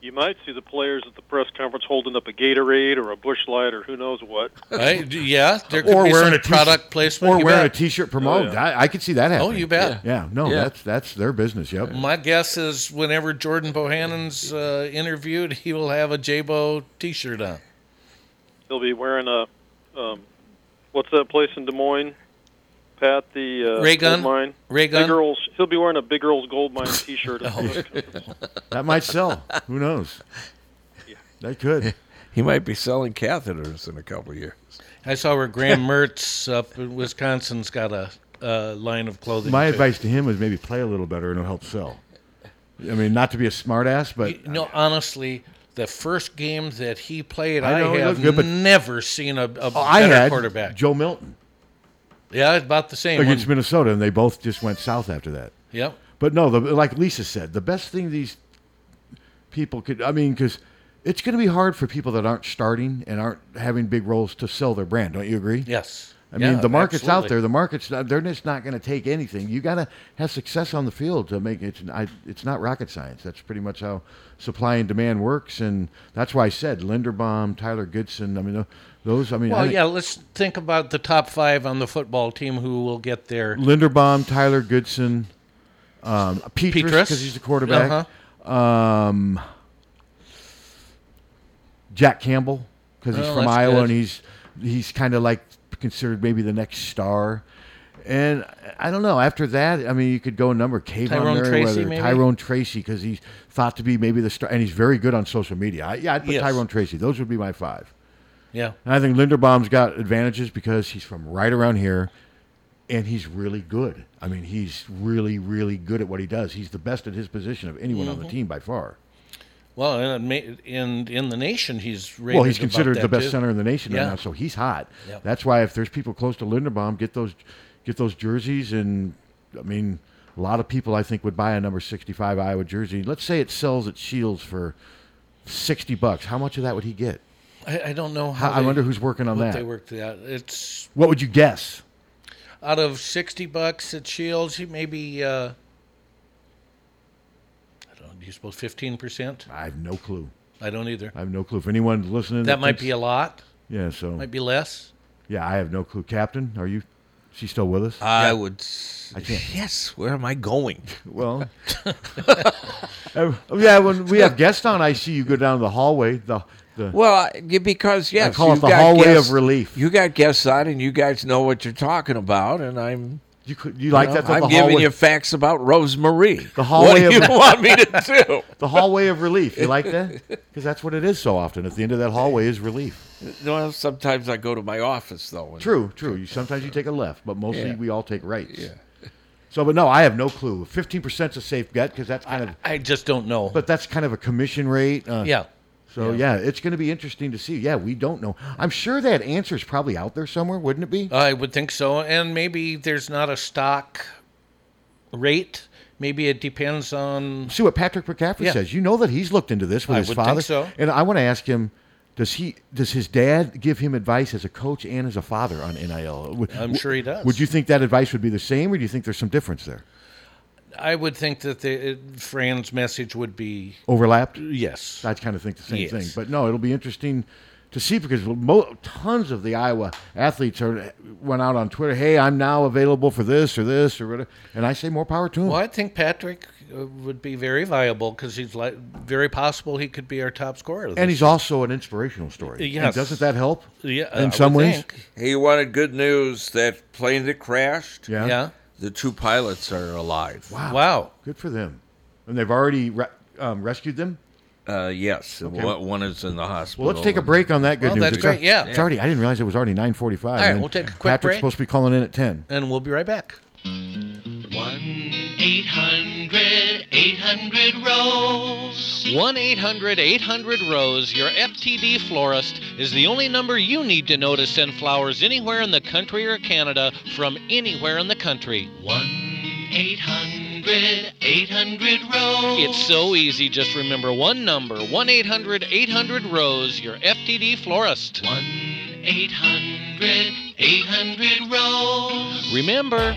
J: You might see the players at the press conference holding up a Gatorade or a Bush Light or who knows what.
B: I- yeah, there could
A: or
B: be
A: wearing
B: some
A: a t-
B: product placement.
A: or
B: you
A: wearing
B: bet.
A: a t-shirt promoted. I, I could see that
B: Oh,
A: happening.
B: you bet.
A: Yeah, no,
C: Yeah.
A: that's that's their business. Yep.
B: My guess is whenever Jordan Bohannon's uh, interviewed, he will have a J-Bo T-shirt on.
J: They'll be wearing a, um, what's that place in Des Moines? Pat the uh,
B: Ray gun?
J: gold mine.
B: Ray Oh. gun?
J: Big Earl's, he'll be wearing a Big Earl's Gold Mine T-shirt.
A: That might sell. Who knows? They could.
C: He might be selling catheters in a couple of years.
B: I saw where Graham Mertz up in Wisconsin's got a uh, line of clothing.
A: My
B: too.
A: advice to him is maybe play a little better and it'll help sell. I mean, not to be a smartass, but
B: No, honestly, the first game that he played, I,
A: I know, it
B: have
A: looked good, but- Oh,
B: never seen a, a better
A: I had
B: quarterback.
A: Joe Milton
B: Yeah, about the same.
A: against
B: wasn't it?
A: Minnesota, and they both just went south after that.
B: Yep.
A: But no, the, like Lisa said, the best thing these people could, I mean, because it's going to be hard for people that aren't starting and aren't having big roles to sell their brand. Don't you agree?
B: Yes.
A: I mean,
B: Yeah,
A: the market's out
B: absolutely.
A: there. The market's not, they're just not going to take anything. You got to have success on the field to make it. I, it's not rocket science. That's pretty much how supply and demand works, and that's why I said Linderbaum, Tyler Goodson. I mean, tho- those. I mean, I
B: Well,
A: think
B: yeah, let's think about the top five on the football team who will get there.
A: Linderbaum, Tyler Goodson, um, Petrus
B: Petrus? Uh-huh.
A: because he's the quarterback. Um, Jack Campbell because he's
B: Oh,
A: from
B: that's
A: Iowa
B: good.
A: and he's he's kind of like considered maybe the next star. And I don't know. After that, I mean, you could go a number. Kayvon
B: Tyrone Tracy,
A: Merriweather,
B: maybe?
A: Tyrone Tracy, because he's thought to be maybe the star, and he's very good on social media. I, yeah, I'd put
B: Yes.
A: Tyrone Tracy. Those would be my five.
B: Yeah.
A: And I think Linderbaum's got advantages because he's from right around here and he's really good. I mean, he's really, really good at what he does. He's the best at his position of anyone on the
B: Mhm.
A: team by far.
B: Well, and it ma- in in the nation, he's rated
A: well, he's
B: about
A: considered the
B: that,
A: best
B: too.
A: center in the nation
B: Yeah.
A: right now, so he's hot.
B: Yeah.
A: That's why if there's people close to Linderbaum, get those get those jerseys and I mean a lot of people I think would buy a number 65 Iowa jersey. Let's say it sells at Shields for 60 bucks. How much of that would he get?
B: I, I don't know
A: How-
B: how.
A: I
B: they-
A: wonder who's working on
B: what
A: that.
B: They worked that. It's
A: What would you guess?
B: out of sixty bucks at Shields, he maybe. Uh, I don't. Do you suppose fifteen percent?
A: I have no clue.
B: I don't either.
A: I have no clue. If anyone's listening,
B: That might
A: thinks-
B: be a lot.
A: Yeah, so
B: Might be less.
A: yeah, I have no clue. Captain, are you? Is she still with us?
C: I would. s-
A: I can't.
C: Yes. Where am I going?
A: Well, Uh, yeah. When we have guests on, I see you go down the hallway. The the
C: Well, I- yeah, because yes,
A: call it
C: you
A: the
C: got
A: hallway of
C: guests-
A: relief.
C: You got guests on, and you guys know what you're talking about, and I'm.
A: You could- you like
C: know,
A: that's what
C: I'm
A: the
C: giving
A: hallway-
C: you facts about Rosemarie.
A: The hallway
C: What do
A: of-
C: you want me to do?
A: the hallway of relief. You like that? Because that's what it is so often. At the end of that hallway is relief.
C: No, sometimes I go to my office though. and-
A: True, true. You sometimes you take a left, but mostly
C: Yeah.
A: we all take rights. Yeah. So, but no, I have no clue. Fifteen percent's a safe bet because that's kind of
B: I just don't know.
A: But that's kind of a commission rate. Uh,
B: Yeah.
A: So yeah. it's going to be interesting to see. Yeah, we don't know. I'm sure that answer's probably out there somewhere, wouldn't it be?
B: I would think so. And maybe there's not a stock rate. Maybe it depends on.
A: see what Patrick McCaffrey
B: Yeah.
A: says. You know that he's looked into this with
B: I
A: his
B: would think
A: father.
B: so.
A: And I want to ask him. Does he? Does his dad give him advice as a coach and as a father on NIL? Would-
B: I'm sure he does.
A: Would you think that advice would be the same, or do you think there's some difference there?
B: I would think that the, uh, Fran's message would be
A: Overlapped?
B: yes.
A: I kind of think the same
B: Yes.
A: thing. But no, it'll be interesting to see because mo- tons of the Iowa athletes are went out on Twitter. Hey, I'm now available for this or this or whatever, and I say more power to them.
B: Well, I think Patrick uh, would be very viable because he's like very possible he could be our top scorer.
A: And he's also an inspirational story.
B: Yes.
A: And doesn't that help?
B: Yeah, I
A: In
B: would
A: some ways.
B: think.
C: He wanted good news that plane that crashed.
A: Yeah.
B: Yeah.
C: The two pilots are alive.
A: Wow.
B: Wow.
A: Good for them. And they've already re- um, rescued them.
C: Uh, yes, and
A: Okay.
C: one one is in the hospital.
A: Well, let's take a break on that good
B: Well,
A: news.
B: that's
A: It's al-
B: great, yeah.
A: It's already. I didn't realize it was already 9:45. All
B: right, we'll take a quick
A: Patrick's
B: break.
A: supposed to be calling in at 10.
B: And we'll be right back.
K: 800 800 Rose.
L: 1 800 800 Rose, your FTD florist, is the only number you need to know to send flowers anywhere in the country or Canada from anywhere in the country.
K: 1 800 800 Rose.
L: It's so easy, just remember one number 1 800 800 Rose, your FTD florist.
K: 1 800 800 Rose.
L: Remember,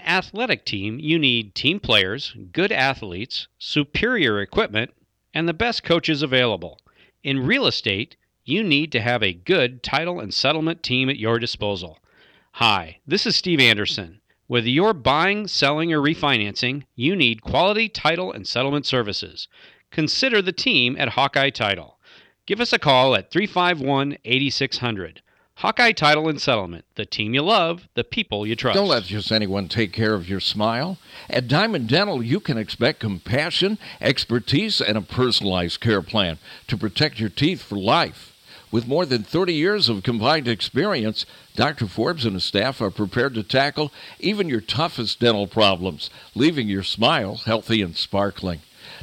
M: athletic team, you need team players, good athletes, superior equipment, and the best coaches available. In real estate, you need to have a good title and settlement team at your disposal. Hi, this is Steve Anderson. Whether you're buying, selling, or refinancing, you need quality title and settlement services. Consider the team at Hawkeye Title. Give us a call at 351 8600. Hawkeye Title and Settlement, the team you love, the people you trust.
C: Don't let just anyone take care of your smile. At Diamond Dental, you can expect compassion, expertise, and a personalized care plan to protect your teeth for life. With more than 30 years of combined experience, Dr. Forbes and his staff are prepared to tackle even your toughest dental problems, leaving your smile healthy and sparkling.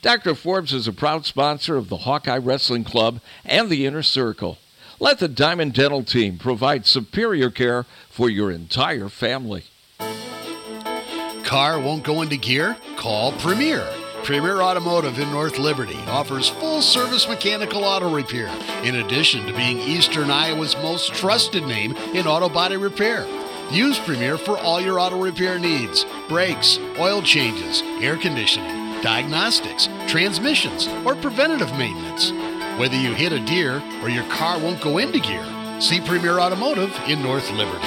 C: Dr. Forbes is a proud sponsor of the Hawkeye Wrestling Club and the Inner Circle. Let the Diamond Dental team provide superior care for your entire family.
N: Car won't go into gear? Call Premier. Premier Automotive in North Liberty offers full service mechanical auto repair, in addition to being Eastern Iowa's most trusted name in auto body repair. Use Premier for all your auto repair needs brakes, oil changes, air conditioning diagnostics, transmissions, or preventative maintenance. Whether you hit a deer or your car won't go into gear, see Premier Automotive in North Liberty.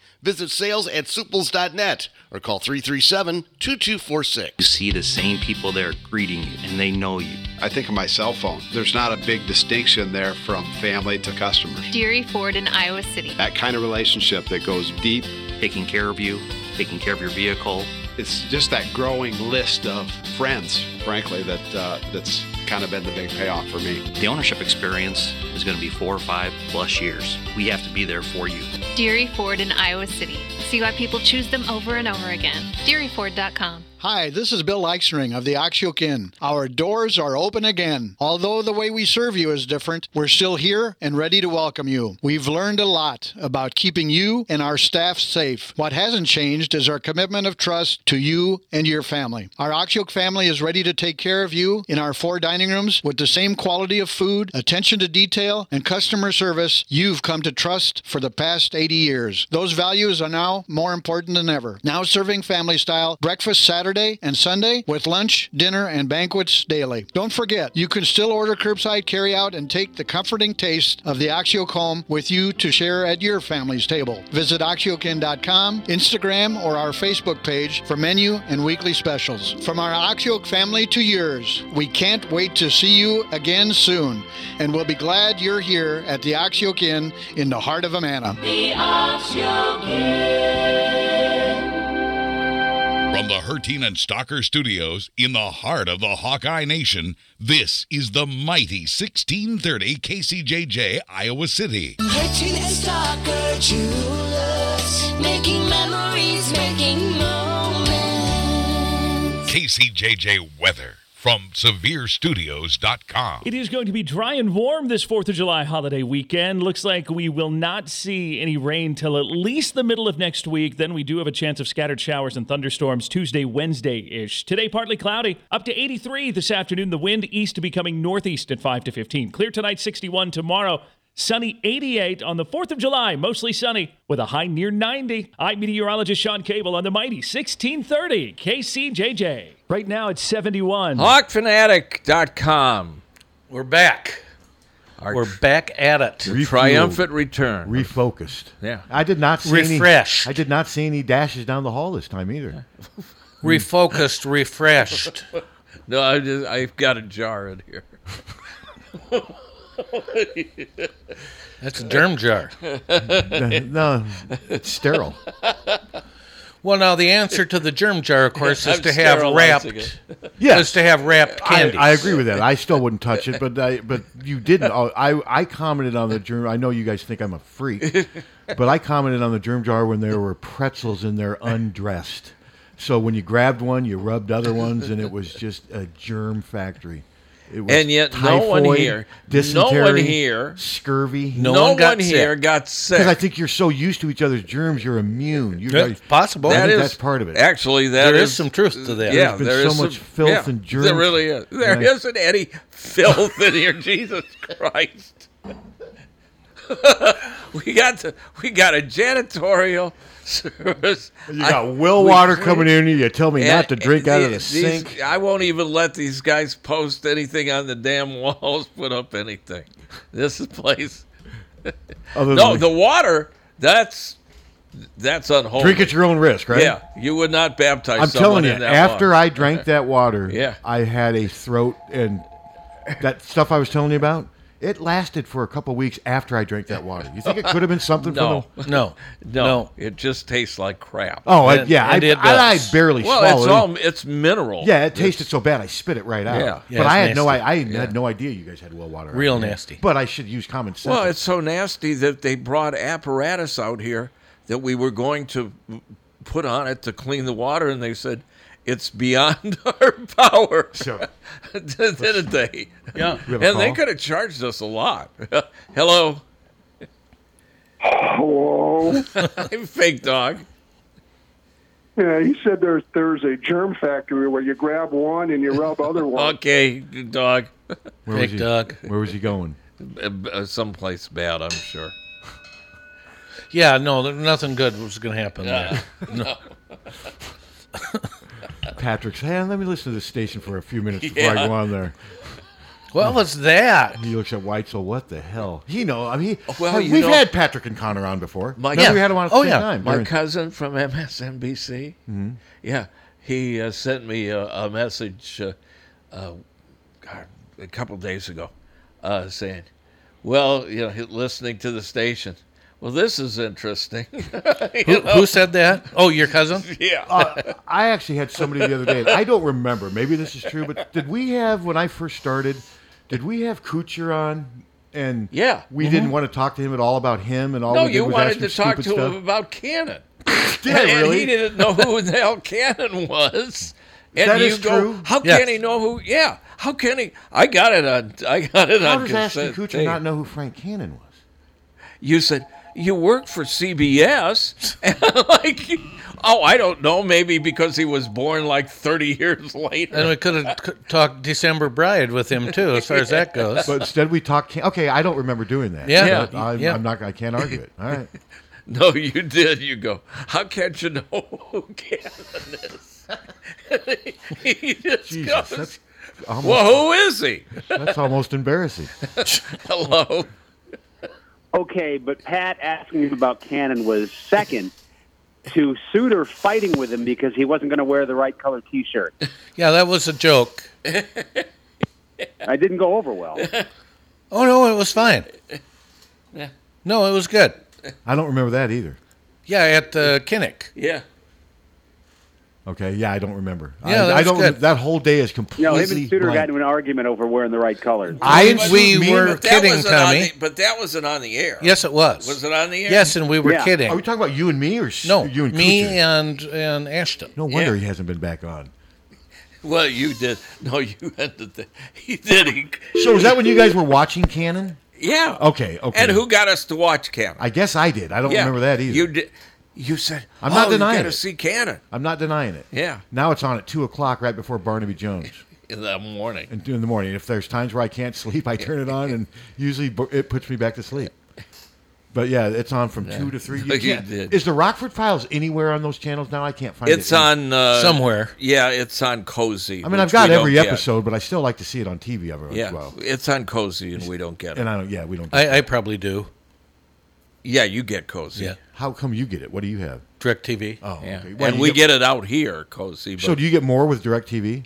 O: Visit sales at suples.net or call 337 2246.
P: You see the same people there greeting you and they know you.
Q: I think of my cell phone. There's not a big distinction there from family to customers.
R: Deary Ford in Iowa City.
Q: That kind of relationship that goes deep,
P: taking care of you, taking care of your vehicle.
Q: It's just that growing list of friends, frankly, that uh, that's kind of been the big payoff for me.
P: The ownership experience is going to be four or five plus years. We have to be there for you.
R: Deary Ford in Iowa City. See why people choose them over and over again. DearyFord.com.
N: Hi, this is Bill Eichsring of the Oxyoke Inn. Our doors are open again. Although the way we serve you is different, we're still here and ready to welcome you. We've learned a lot about keeping you and our staff safe. What hasn't changed is our commitment of trust to you and your family. Our Oxyoke family is ready to take care of you in our four dining rooms with the same quality of food, attention to detail, and customer service you've come to trust for the past 80 years. Those values are now more important than ever. Now serving family style breakfast Saturday. Saturday and Sunday with lunch, dinner, and banquets daily. Don't forget, you can still order curbside carryout and take the comforting taste of the Oxyoke home with you to share at your family's table. Visit oxyokin.com, Instagram, or our Facebook page for menu and weekly specials. From our Oxyoke family to yours, we can't wait to see you again soon, and we'll be glad you're here at the Oxyoke Inn in the heart of Amana.
K: The Oxyoke Inn.
S: From the Hertine and Stocker Studios in the heart of the Hawkeye Nation, this is the mighty 1630 KCJJ Iowa City.
K: Hitching and Stalker Jewelers. Making memories, making moments.
S: KCJJ weather from severestudios.com.
T: It is going to be dry and warm this 4th of July holiday weekend. Looks like we will not see any rain till at least the middle of next week. Then we do have a chance of scattered showers and thunderstorms Tuesday, Wednesday ish. Today, partly cloudy, up to 83 this afternoon. The wind east to becoming northeast at 5 to 15. Clear tonight, 61 tomorrow. Sunny 88 on the 4th of July, mostly sunny with a high near 90. I'm meteorologist Sean Cable on the mighty 1630 KCJJ. Right now it's 71.
C: Hawkfanatic.com.
B: We're back. We're back at it.
C: Triumphant return.
A: Refocused.
C: Yeah.
A: I did not see
B: Refreshed.
A: Any, I did not see any dashes down the hall this time either.
B: Refocused, refreshed.
C: Mm. no, I just I've got a jar in here.
B: That's a germ jar.
A: no, it's sterile.
B: Well, now the answer to the germ jar, of course, is
C: I'm
B: to have wrapped.
C: sterilizing
A: Yes.
B: Is to have wrapped
A: I-
B: candies.
A: I, agree with that. I still wouldn't touch it, but I, but you didn't. Oh, I I commented on the germ. I know you guys think I'm a freak, but I commented on the germ jar when there were pretzels in there undressed. So when you grabbed one, you rubbed other ones, and it was just a germ factory. It was
C: And yet no one
A: typhoid,
C: here- no one
A: dysentery,
C: here-
A: scurvy.
C: No No one got one here sick. got sick.
A: because I think you're so used to each other's germs, you're immune. You
C: That's
A: guys-
C: possible.
A: I
C: That
A: think
C: is-
A: that's part of it.
C: actually, that
A: there is
C: is- some truth to that. yeah,
A: There's been
C: there
A: so
C: is
A: much
C: some-
A: filth
C: yeah,
A: and germs.
C: There really is. There
A: And I-
C: not any filth in here. Jesus Christ. we got to, we got a janitorial service.
A: You got
C: I-
A: well
C: we-
A: water coming in you. You tell me not to
C: And-
A: drink out of the
C: these-
A: sink.
C: I won't even let these guys post anything on the damn walls, put up anything. This is place.
A: Other
C: no,
A: than-
C: the water. That's that's unholy.
A: Drink at your own risk, right?
C: Oh Yeah, you would not baptize.
A: I'm
C: someone
A: telling you,
C: in that
A: after
C: water.
A: I drank that water,
C: Yeah.
A: I had a throat and that stuff I was telling you about. It lasted for a couple weeks after I drank that water. You think it could have been something?
C: No,
A: From the,
C: no, no, It just tastes like crap.
A: Oh, I- And- yeah, I- and it I- I does. barely
C: well,
A: swallowed
C: it's
A: it.
C: all it's mineral.
A: Yeah, it tasted so bad I spit it right out.
C: Yeah. Yeah,
A: but
C: it's
A: I had no, I,
C: nasty.
A: I had,
C: Yeah.
A: no idea you guys had well water. out
C: Real
A: there.
C: nasty.
A: But I should use common sense.
C: Well, it's so nasty that they brought apparatus out here that we were going to put on it to clean the water, and they said it's beyond our power.
A: Sure.
C: Didn't they?
B: Yeah.
C: And
B: We have a
C: they
B: call?
C: could have charged us a lot. Hello.
U: Hello.
C: I'm fake dog.
U: Yeah, he said there's there's a germ factory where you grab one and you rub other one.
C: Okay, dog.
A: Where was he- Where was he going?
C: Uh, someplace bad, I'm sure.
B: Yeah, no, there- nothing good was going to happen
C: Yeah.
B: there. No.
A: Patrick's. Hey, let me listen to this station for a few minutes before
B: Yeah.
A: I go on there.
B: What was that?
A: He looks at Weitzel. What the hell? He know. I mean,
C: Oh, Well,
A: hey,
C: you
A: we've
C: know-
A: had Patrick and Connor on before.
C: My-
A: Remember we had him on at the
B: Oh,
A: same time.
C: My
A: during-
C: cousin from MSNBC.
A: Mhm.
C: Mm-hmm. Yeah, he uh, sent me a, a message uh, uh, God, a couple days ago uh, saying, well, you know, he- listening to the station. Well, this is interesting.
B: Who, who said that? Oh, your cousin?
C: Yeah.
A: Uh, I actually had somebody the other day. and I don't remember. Maybe this is true, but did we have when I first started? Did we have Kuchar on? And
C: yeah,
A: we
B: Mm-hmm.
C: Mhm.
A: didn't want to talk to him at all about him, and all
C: no,
A: we did
C: you
A: was
C: wanted
A: ask him
C: to talk to
A: stupid stuff.
C: him about Cannon.
A: Did I
C: and, and
A: really?
C: he didn't know who the hell Cannon was. And
A: That
C: you
A: is
C: go,
A: true.
C: how
A: Yes.
C: can he know who? Yeah, how can he? I got it on. I got it
A: How
C: on.
A: does Ashton
C: cassette
A: Kuchar
C: tape.
A: not know who Frank Cannon was?
C: you said you work for CBS, and like, oh, I don't know, maybe because he was born like thirty years later.
B: And we could have c- talked December Bride with him, too, as far as that goes.
A: But instead, we talked. Can- okay, I don't remember doing that.
B: Yeah.
A: but I'm,
B: Yeah.
A: I'm not. I can't argue it. All right.
C: no, you did. You go. How can't you know who Cannon is? he just
A: Jesus,
C: goes,
A: that's almost-
C: well, who is he?
A: That's almost embarrassing.
C: Hello.
V: Okay, but Pat asking him about Cannon was second to Suter fighting with him because he wasn't going to wear the right color T-shirt.
B: Yeah, that was a joke.
V: I didn't go over well.
B: Oh, no, it was fine.
C: Yeah.
B: No, it was good.
A: I don't remember that either.
B: Yeah, at the Kinnick.
C: Yeah.
A: Okay. Yeah, I don't remember.
V: Yeah,
A: I,
V: that
A: I
V: was
A: don't.
V: good.
A: That whole day is completely.
V: No, him and Suter
A: blank.
V: got into an argument over wearing the right colors.
B: I- we were
C: but that
B: kidding,
C: wasn't on
B: Tommy.
C: the- but that wasn't on the air.
B: Yes, it was.
C: Was it on the air?
B: Yes, and we were kidding.
A: Are we talking about you and me or s-
B: no?
A: you and
B: me
A: Kuchar?
B: and and Ashton.
A: No wonder he hasn't been back on.
C: Well, you did. No, you ended the. He did. He,
A: So is that when you guys were watching Cannon?
C: Yeah.
A: Okay. Okay.
C: And who got us to watch Cannon?
A: I guess I did. I don't
C: Yeah,
A: remember that either.
C: You did. You said
A: I'm not
C: "Oh,
A: denying
C: You got
A: it."
C: to see Cannon
A: I'm not denying it.
C: Yeah.
A: Now it's on at two o'clock, right before Barnaby Jones.
C: in the morning.
A: And in the morning, if there's times where I can't sleep, I turn it on, and usually bu- it puts me back to sleep. But yeah, it's on from
C: Yeah.
A: two to three.
C: You
A: can't-
C: did.
A: Is the Rockford Files anywhere on those channels now? I can't find it.
C: It's on uh,
A: somewhere.
C: Yeah, it's on Cozy.
A: I mean, I've
C: which
A: got
C: we don't
A: every
C: get.
A: episode, but I still like to see it on TV every
C: Yeah,
A: as well.
C: it's on Cozy, and we don't get it.
A: And I don't. Yeah, we don't.
B: I, I probably do.
C: Yeah, you get Cozy.
A: Yeah. How come you get it? What do you have?
B: Direct TV.
A: Oh,
C: Yeah.
A: okay. Well,
C: and
A: you
C: we
A: get-
C: get, it out here, Cozy. But
A: So do you get more with DirecTV?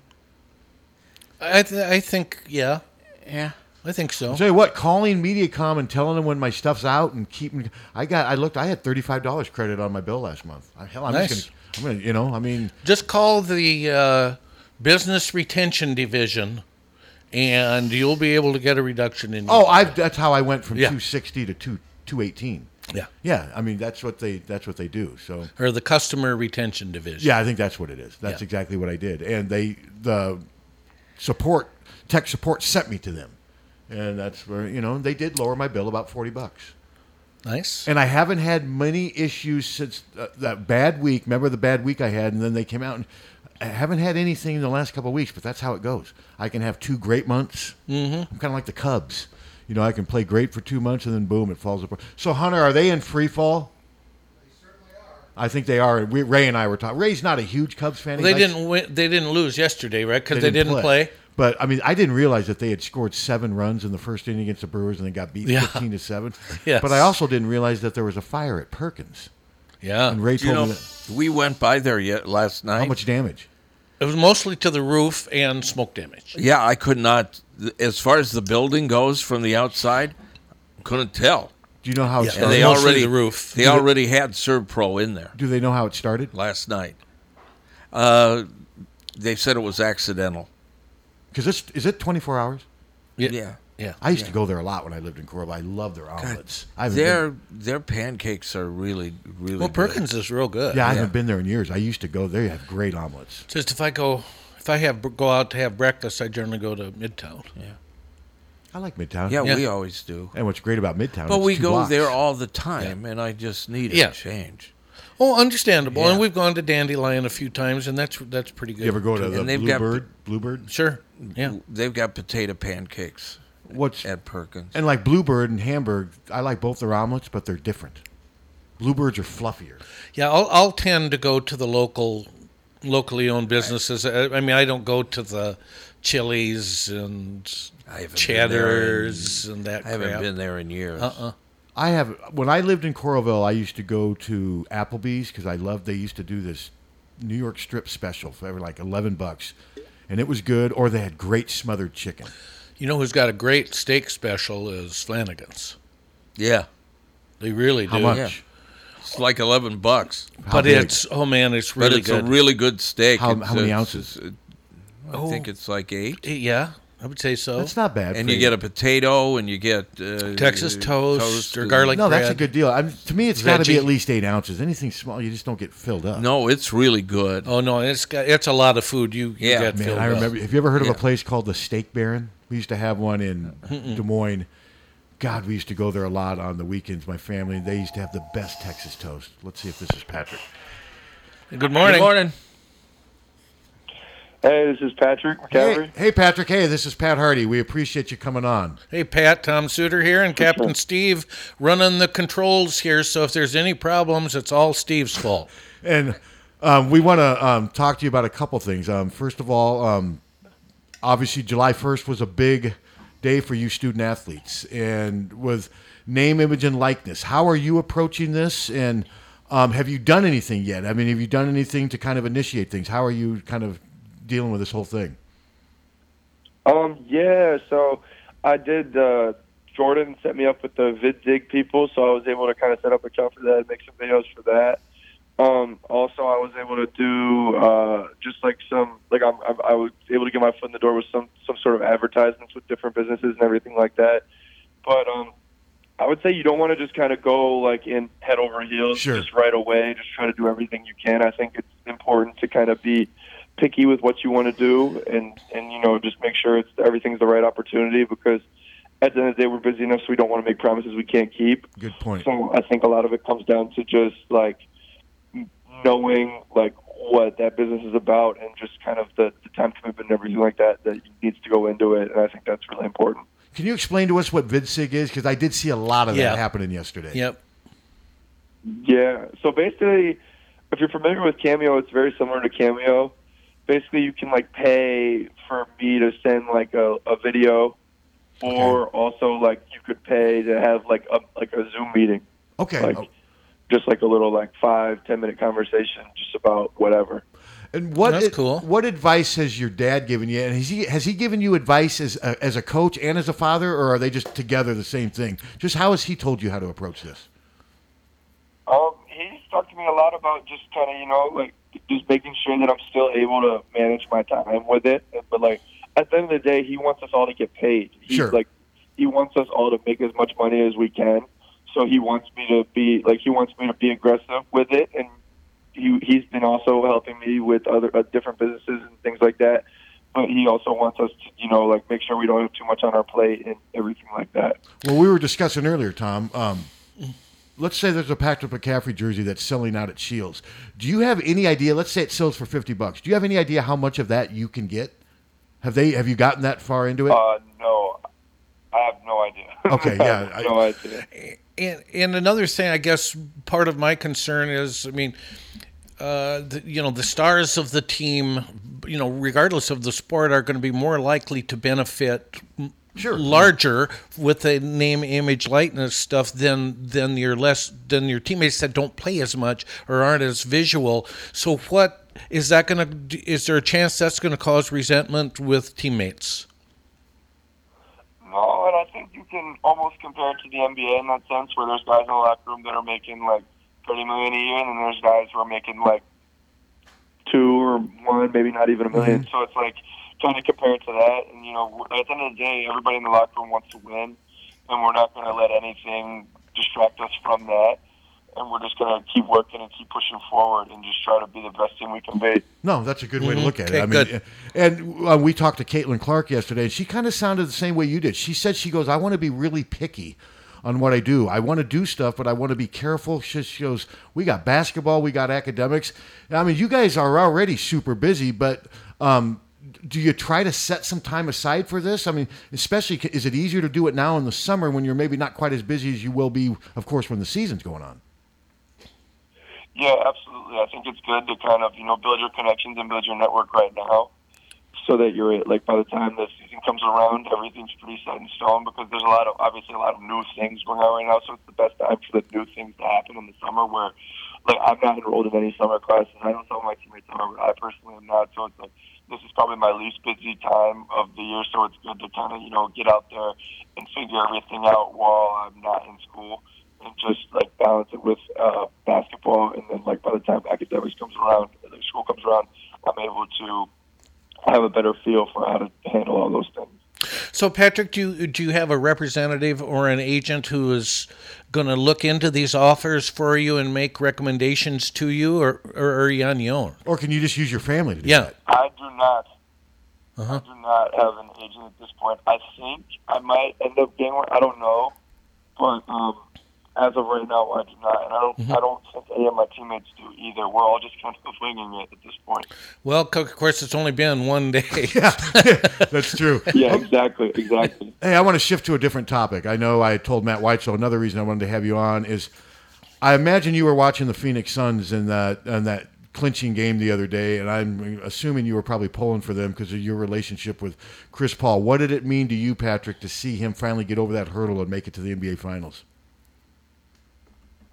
B: I th- I think yeah.
C: Yeah.
B: I think so.
A: I'll tell you what, calling MediaCom and telling them when my stuff's out and keeping. I got. I looked. I had thirty five dollars credit on my bill last month. I- Hell, I'm
B: Nice.
A: just gonna. I'm gonna. You know. I mean.
B: Just call the uh, business retention division, and you'll be able to get a reduction in.
A: Oh, I. That's how I went from
B: Mm. Yeah.
A: two sixty to two two eighteen.
B: Yeah.
A: Yeah. I mean, that's what they. That's what they do. So.
B: or the customer retention division.
A: Yeah, I think that's what it is. That's
B: Yeah.
A: exactly what I did. And they the support tech support sent me to them. And that's where, you know, they did lower my bill about 40 bucks.
B: Nice.
A: And I haven't had many issues since uh, that bad week. Remember the bad week I had and then they came out and I haven't had anything in the last couple of weeks, but that's how it goes. I can have two great months. Mm-hmm. I'm kind of like the Cubs. You know, I can play great for two months and then boom, it falls apart. So, Hunter, are they in free fall? I think they are. We, Ray and I were talking. Ray's not a huge Cubs fan.
B: Well,
A: He
B: they
A: likes-
B: didn't win, they didn't lose yesterday, right? Because they, didn't play.
A: But I mean, I didn't realize that they had scored seven runs in the first inning against the Brewers and they got beat
B: Yeah.
A: fifteen to seven.
B: Yes.
A: But I also didn't realize that there was a fire at Perkins.
B: Yeah.
A: And Ray
C: you
A: told
C: know,
A: me that.
C: we went by there yet last night. How
A: much damage?
B: It was mostly to the roof and smoke damage.
C: Yeah, I could not. As far as the building goes from the outside, couldn't tell.
A: Do you know how it
C: And
A: started?
C: they
A: Mostly
C: already
A: the roof.
C: They
A: Do they-
C: already had Servpro in there
A: Do they know how it started?
C: last night. Uh, they said it was accidental.
A: Because it's is it twenty four hours?
B: Yeah.
C: Yeah. Yeah.
A: I used to go there a lot when I lived in Corvo. I love their omelets. I haven't
C: their their pancakes are really really.
B: Well,
C: good.
B: Perkins is real good.
A: been, yeah, I haven't been there in years. I used to go there. They have great omelets.
B: Just if I go, if I have go out to have breakfast, I generally go to Midtown.
C: Yeah.
A: I like Midtown.
C: Yeah, Yeah. we always do.
A: And what's great about Midtown?
C: But
A: it's
C: we
A: two
C: go
A: blocks.
C: there all the time, and I just need a
B: Yeah.
C: change.
B: Oh, understandable. And we've gone to Dandelion a few times, and that's that's pretty good.
A: You ever go to
B: too.
A: the Bluebird? Bluebird?
B: Sure. Yeah.
C: They've got potato pancakes.
A: What's
C: at Perkins?
A: And like Bluebird and Hamburg, I like both their omelets, but they're different. Bluebirds are fluffier.
B: Yeah, I'll, I'll tend to go to the local, locally owned businesses. I, I mean, I don't go to the Chili's and Cheddar's and that.
C: I haven't
B: crap.
C: been there in years.
B: Uh-uh.
A: I have when I lived in Coralville, I used to go to Applebee's because I loved. They used to do this New York strip special for like eleven bucks, and it was good. Or they had great smothered chicken.
B: You know who's got a great steak special is Flanagan's.
C: Yeah.
B: They really do.
C: How much? It's like eleven bucks.
B: How But big? it's- oh, man, it's
C: but
B: really
C: it's
B: good.
C: a really good steak.
A: How-
C: It's-
A: how many
C: it's-
A: ounces?
C: it's- I
B: Oh.
C: think it's like eight.
B: Yeah, I would say so.
A: That's not bad
C: And
A: for
C: you
A: you.
C: get a potato, and you get uh,
B: Texas
C: uh,
B: toast or
C: and-
B: garlic
A: no, that's a good deal. I mean, to me, it's got to be
B: Veggie.
A: at least eight ounces. Anything small, you just don't get filled up.
C: No, it's really good.
B: Oh no, it's got, it's a lot of food. You, you get
A: man,
B: filled
A: I
B: up.
A: remember. Have you ever heard of a place called the Steak Baron? We used to have one in Des Moines. God, we used to go there a lot on the weekends. My family they used to have the best Texas toast. Let's see if this is Patrick.
B: Good morning.
C: morning.
E: Hey, this is Patrick
A: Hey,
E: McCavery.
A: hey, Patrick. Hey, this is Pat Hardy. We appreciate you coming on.
B: Hey Pat, Tom Suter here, and Captain Steve running the controls here. So if there's any problems, it's all Steve's fault.
A: And um, we want to um, talk to you about a couple things. Um, first of all, um, obviously, July 1st was a big day for you student athletes. And with name, image, and likeness, how are you approaching this? And um, have you done anything yet? I mean, have you done anything to kind of initiate things? How are you kind of dealing with this whole thing?
E: Um, yeah, so I did. Uh, Jordan set me up with the VidZig people, so I was able to kind of set up an account for that and make some videos for that. Um, also, I was able to do uh, just like some like I'm, I'm I was able to get my foot in the door with some some sort of advertisements with different businesses and everything like that. But um, I would say you don't want to just kind of go like in head over heels
A: Sure.
E: just right away. Just try to do everything you can. I think it's important to kind of be picky with what you want to do and and you know just make sure it's everything's the right opportunity because at the end of the day we're busy enough so we don't want to make promises we can't keep.
A: Good point.
E: So I think a lot of it comes down to just like knowing like what that business is about and just kind of the, the time commitment and everything like that that needs to go into it. And I think that's really important.
A: Can you explain to us what VidSig is? Because I did see a lot of
E: Yeah.
A: that happening yesterday.
E: Yep. Yeah. So basically, if you're familiar with Cameo, it's very similar to Cameo. Basically, you can like pay for me to send like a, a video, or also like you could pay to have like a like a Zoom meeting.
A: Okay.
E: Like, just like a little like five ten minute conversation just about whatever.
A: And what
E: That's
A: i- What advice has your dad given you? And has he has he given you advice as a, as a coach and as a father, or are they just together the same thing? Just how has he told you how to approach this?
E: Um, he's talked to me a lot about just kind of, you know, like just making sure that I'm still able to manage my time with it. But like at the end of the day, he wants us all to get paid. He's
A: Sure.
E: like, he wants us all to make as much money as we can. So he wants me to be like he wants me to be aggressive with it, and he he's been also helping me with other uh, different businesses and things like that. But he also wants us to, you know, like make sure we don't have too much on our plate and everything like that.
A: Well, we were discussing earlier, Tom. Um, let's say there's a Patrick McCaffrey jersey that's selling out at Shields. Do you have any idea? Let's say it sells for fifty bucks. Do you have any idea how much of that you can get? Have they have you gotten that far into it?
E: Uh, no, I have no idea.
A: Okay,
E: I
A: yeah,
E: have
A: I- Eh
E: no idea.
B: and and another thing, I guess part of my concern is, I mean, uh, the, you know, the stars of the team, you know, regardless of the sport, are going to be more likely to benefit m- larger with the name, image, likeness stuff than than your less than your teammates that don't play as much or aren't as visual. So what? Is that going to? Is there a chance that's going to cause resentment with teammates?
E: No, and I think you can almost compare it to the NBA in that sense, where there's guys in the locker room that are making like thirty million a year, and then there's guys who are making like two or one, maybe not even a
I: Mm-hmm.
E: 1000000
A: Mm-hmm.
E: So it's like trying to compare it to that. And you know, at the end of the day, everybody in the locker room wants to win, and we're not going to let anything distract us from that. And we're just going to keep working and keep pushing forward, and just try to be the best team we can be.
A: No, that's a good way to
E: Mhm.
A: look at
E: Okay,
A: it. I mean, eh,
E: good.
A: and uh, we talked to Caitlin Clark yesterday, and she kind of sounded the same way you did. She said she goes, "I want to be really picky on what I do. I want to do stuff, but I want to be careful." She she goes, "We got basketball, we got academics. I mean, you guys are already super busy, but." Um, do you try to set some time aside for this? I mean, especially is it easier to do it now in the summer when you're maybe not quite as busy as you will be, of course, when the season's going on?
E: Yeah, absolutely. I think it's good to kind of you know build your connections and build your network right now, so that you're like by the time the season comes around, everything's pretty set in stone because there's a lot of obviously a lot of new things going on right now. So it's the best time for the new things to happen in the summer. Where like I'm not enrolled in any summer classes. I don't know if my teammates are, but I personally am not. So it's like this is probably my least busy time of the year. So it's good to kind of you know get out there and figure everything out while I'm not in school and just like balance it with uh, basketball. And then like by the time academics comes around, like school comes around, I'm able to have a better feel for how to handle all those things.
B: So, Patrick, do you, do you have a representative or an agent who is going to look into these offers for you and make recommendations to you, or, or are you on your own?
A: Or can you just use your family to do
B: Yeah.
E: I do not.
B: Uh-huh.
E: I do not have an agent at this point. I think I might end up getting one. I don't know, but um, as of right now, I do not, and I don't. I don't think any of my teammates do either. We're all just kind of winging it at this point.
B: Well, co- of course, it's only been one day.
A: that's true.
E: Yeah, exactly, exactly.
A: Hey, I want to shift to a different topic. I know I told Matt White, so another reason I wanted to have you on is I imagine you were watching the Phoenix Suns in that in that clinching game the other day, and I'm assuming you were probably pulling for them because of your relationship with Chris Paul. What did it mean to you, Patrick, to see him finally get over that hurdle and make it to the NBA Finals?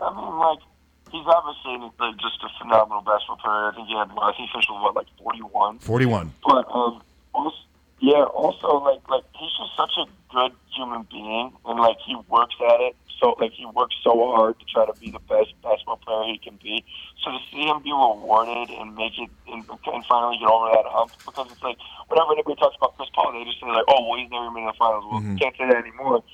E: I mean, like, he's obviously like, just a phenomenal basketball player. I think he had, I think he finished with, what, like 41?
A: 41.
E: But, um, also, yeah, also, like, like he's just such a good human being, and, like, he works at it so like he works so hard to try to be the best basketball player he can be. So to see him be rewarded and make it and, and finally get over that hump, because it's like whenever anybody talks about Chris Paul, they just say like, oh, well, he's never been in the finals. Well,
K: Mhm.
E: can't say that anymore.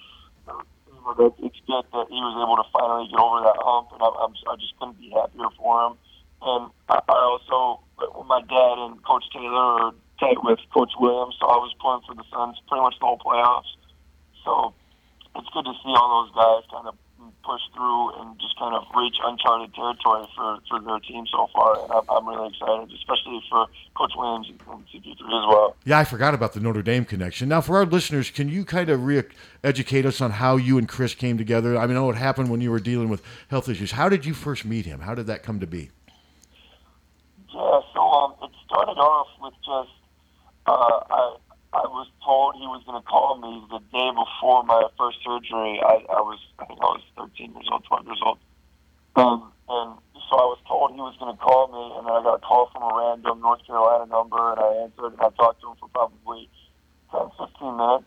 E: You know, that it's good that he was able to finally get over that hump, and I, I'm I just couldn't be happier for him. And I, I also, when my dad and Coach Taylor are tight with Coach Williams, so I was pulling for the Suns pretty much the whole playoffs. So it's good to see all those guys kind of push through and just kind of reach uncharted territory for, for their team so far. And I'm, I'm really excited, especially for Coach Williams and CP3 as well.
A: Yeah, I forgot about the Notre Dame connection. Now, for our listeners, can you kind of re-educate us on how you and Chris came together? I mean, I know it happened when you were dealing with health issues. How did you first meet him? How did that come to be?
E: Yeah, so um, it started off with just uh, I I was told he was going to call me the day before my first surgery. I, I was I think I was 13 years old, 12 years old, um, and so I was told he was going to call me, and then I got a call from a random North Carolina number, and I answered, and I talked to him for probably 10, 15 minutes,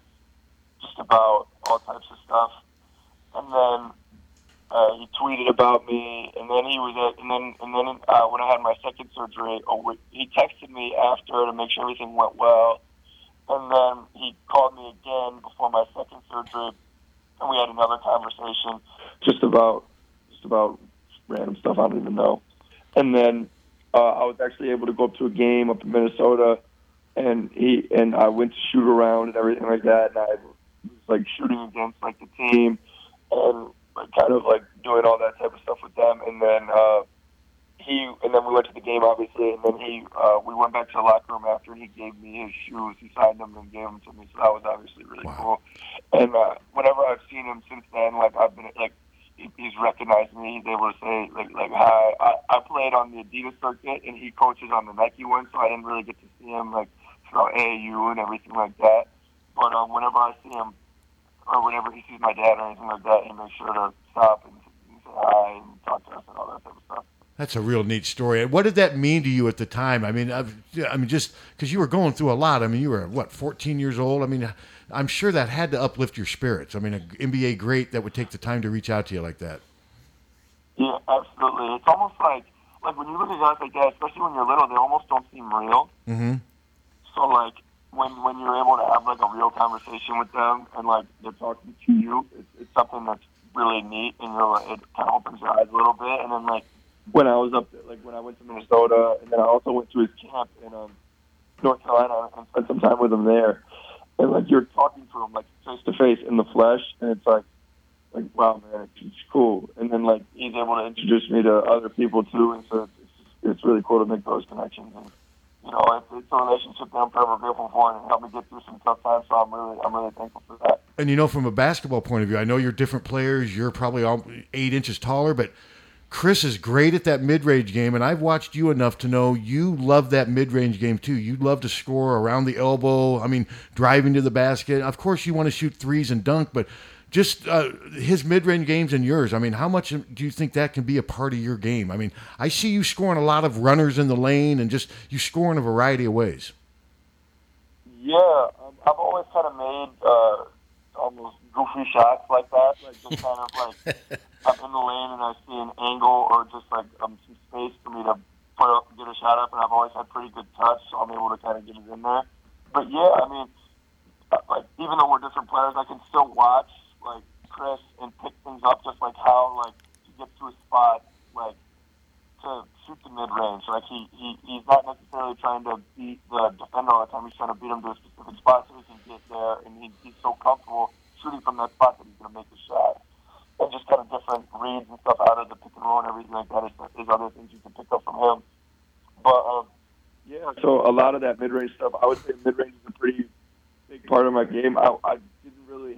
E: just about all types of stuff, and then uh, he tweeted about me, and then he was at, and then and then uh, when I had my second surgery, a week, he texted me after to make sure everything went well, and then he called me again before my second surgery, and we had another conversation just about just about random stuff I don't even know, and then uh, I was actually able to go up to a game up in Minnesota, and he and I went to shoot around and everything like that, and I was like shooting against like the team, and like, kind of like doing all that type of stuff with them. And then uh, he and then we went to the game, obviously. And then he uh, we went back to the locker room after he gave me his shoes. He signed them and gave them to me, so that was obviously really cool. And uh, whenever I've seen him since then, like I've been like he- he's recognized me. He's able to say like like hi. I, I played on the Adidas circuit, and he coaches on the Nike one, so I didn't really get to see him like throughout AAU and everything like that. But um, whenever I see him, or whenever he sees my dad or anything like that, he makes sure to stop and, and say hi and talk to us and all that type of stuff.
A: That's a real neat story. And What did that mean to you at the time? I mean, I've, yeah, I mean, just because you were going through a lot. I mean, you were what, 14 years old? I mean, I'm sure that had to uplift your spirits. I mean, an NBA great that would take the time to reach out to you like that.
E: Yeah, absolutely. It's almost like like when you look at guys like that, especially when you're little, they almost don't seem real.
A: Mm-hmm.
E: So like when when you're able to have like a real conversation with them and like they're talking to you, it's, it's something that's really neat, and you're like, it kind of opens your eyes a little bit. And then like when I was up like when I went to Minnesota, and then I also went to his camp in um, North Carolina and spent some time with him there, and like you're talking to him like face to face in the flesh, and it's like like wow man, it's, it's cool. And then like he's able to introduce me to other people too, and so it's it's really cool to make those connections. And, you know, it's, it's a relationship that I'm forever grateful for, and it helped me get through some tough times. So I'm really I'm really thankful for that.
A: And you know, from a basketball point of view, I know you're different players. You're probably all eight inches taller, but Chris is great at that mid-range game, and I've watched you enough to know you love that mid-range game too. You love to score around the elbow. I mean, driving to the basket. Of course, you want to shoot threes and dunk, but just uh, his mid-range games and yours. I mean, how much do you think that can be a part of your game? I mean, I see you scoring a lot of runners in the lane, and just you score in a variety of ways.
E: Yeah, um, I've always kind of made uh, almost goofy shots like that, like just kind of like I'm in the lane and I see an angle or just like um, some space for me to put up, get a shot up, and I've always had pretty good touch, so I'm able to kind of get it in there. But yeah, I mean, uh, like even though we're different players, I can still watch like Chris and pick things up, just like how like to get to a spot, like to shoot the mid range. Like he, he he's not necessarily trying to beat the defender all the time. He's trying to beat him to a specific spot so he can get there, and he, he's so comfortable shooting from that spot that he's going to make the shot. And just kind of different reads and stuff out of the pick and roll and everything like that is, is other things you can pick up from him. But um, yeah, so uh, a lot of that mid range stuff, I would say mid range is a pretty big part of my game. I, I didn't really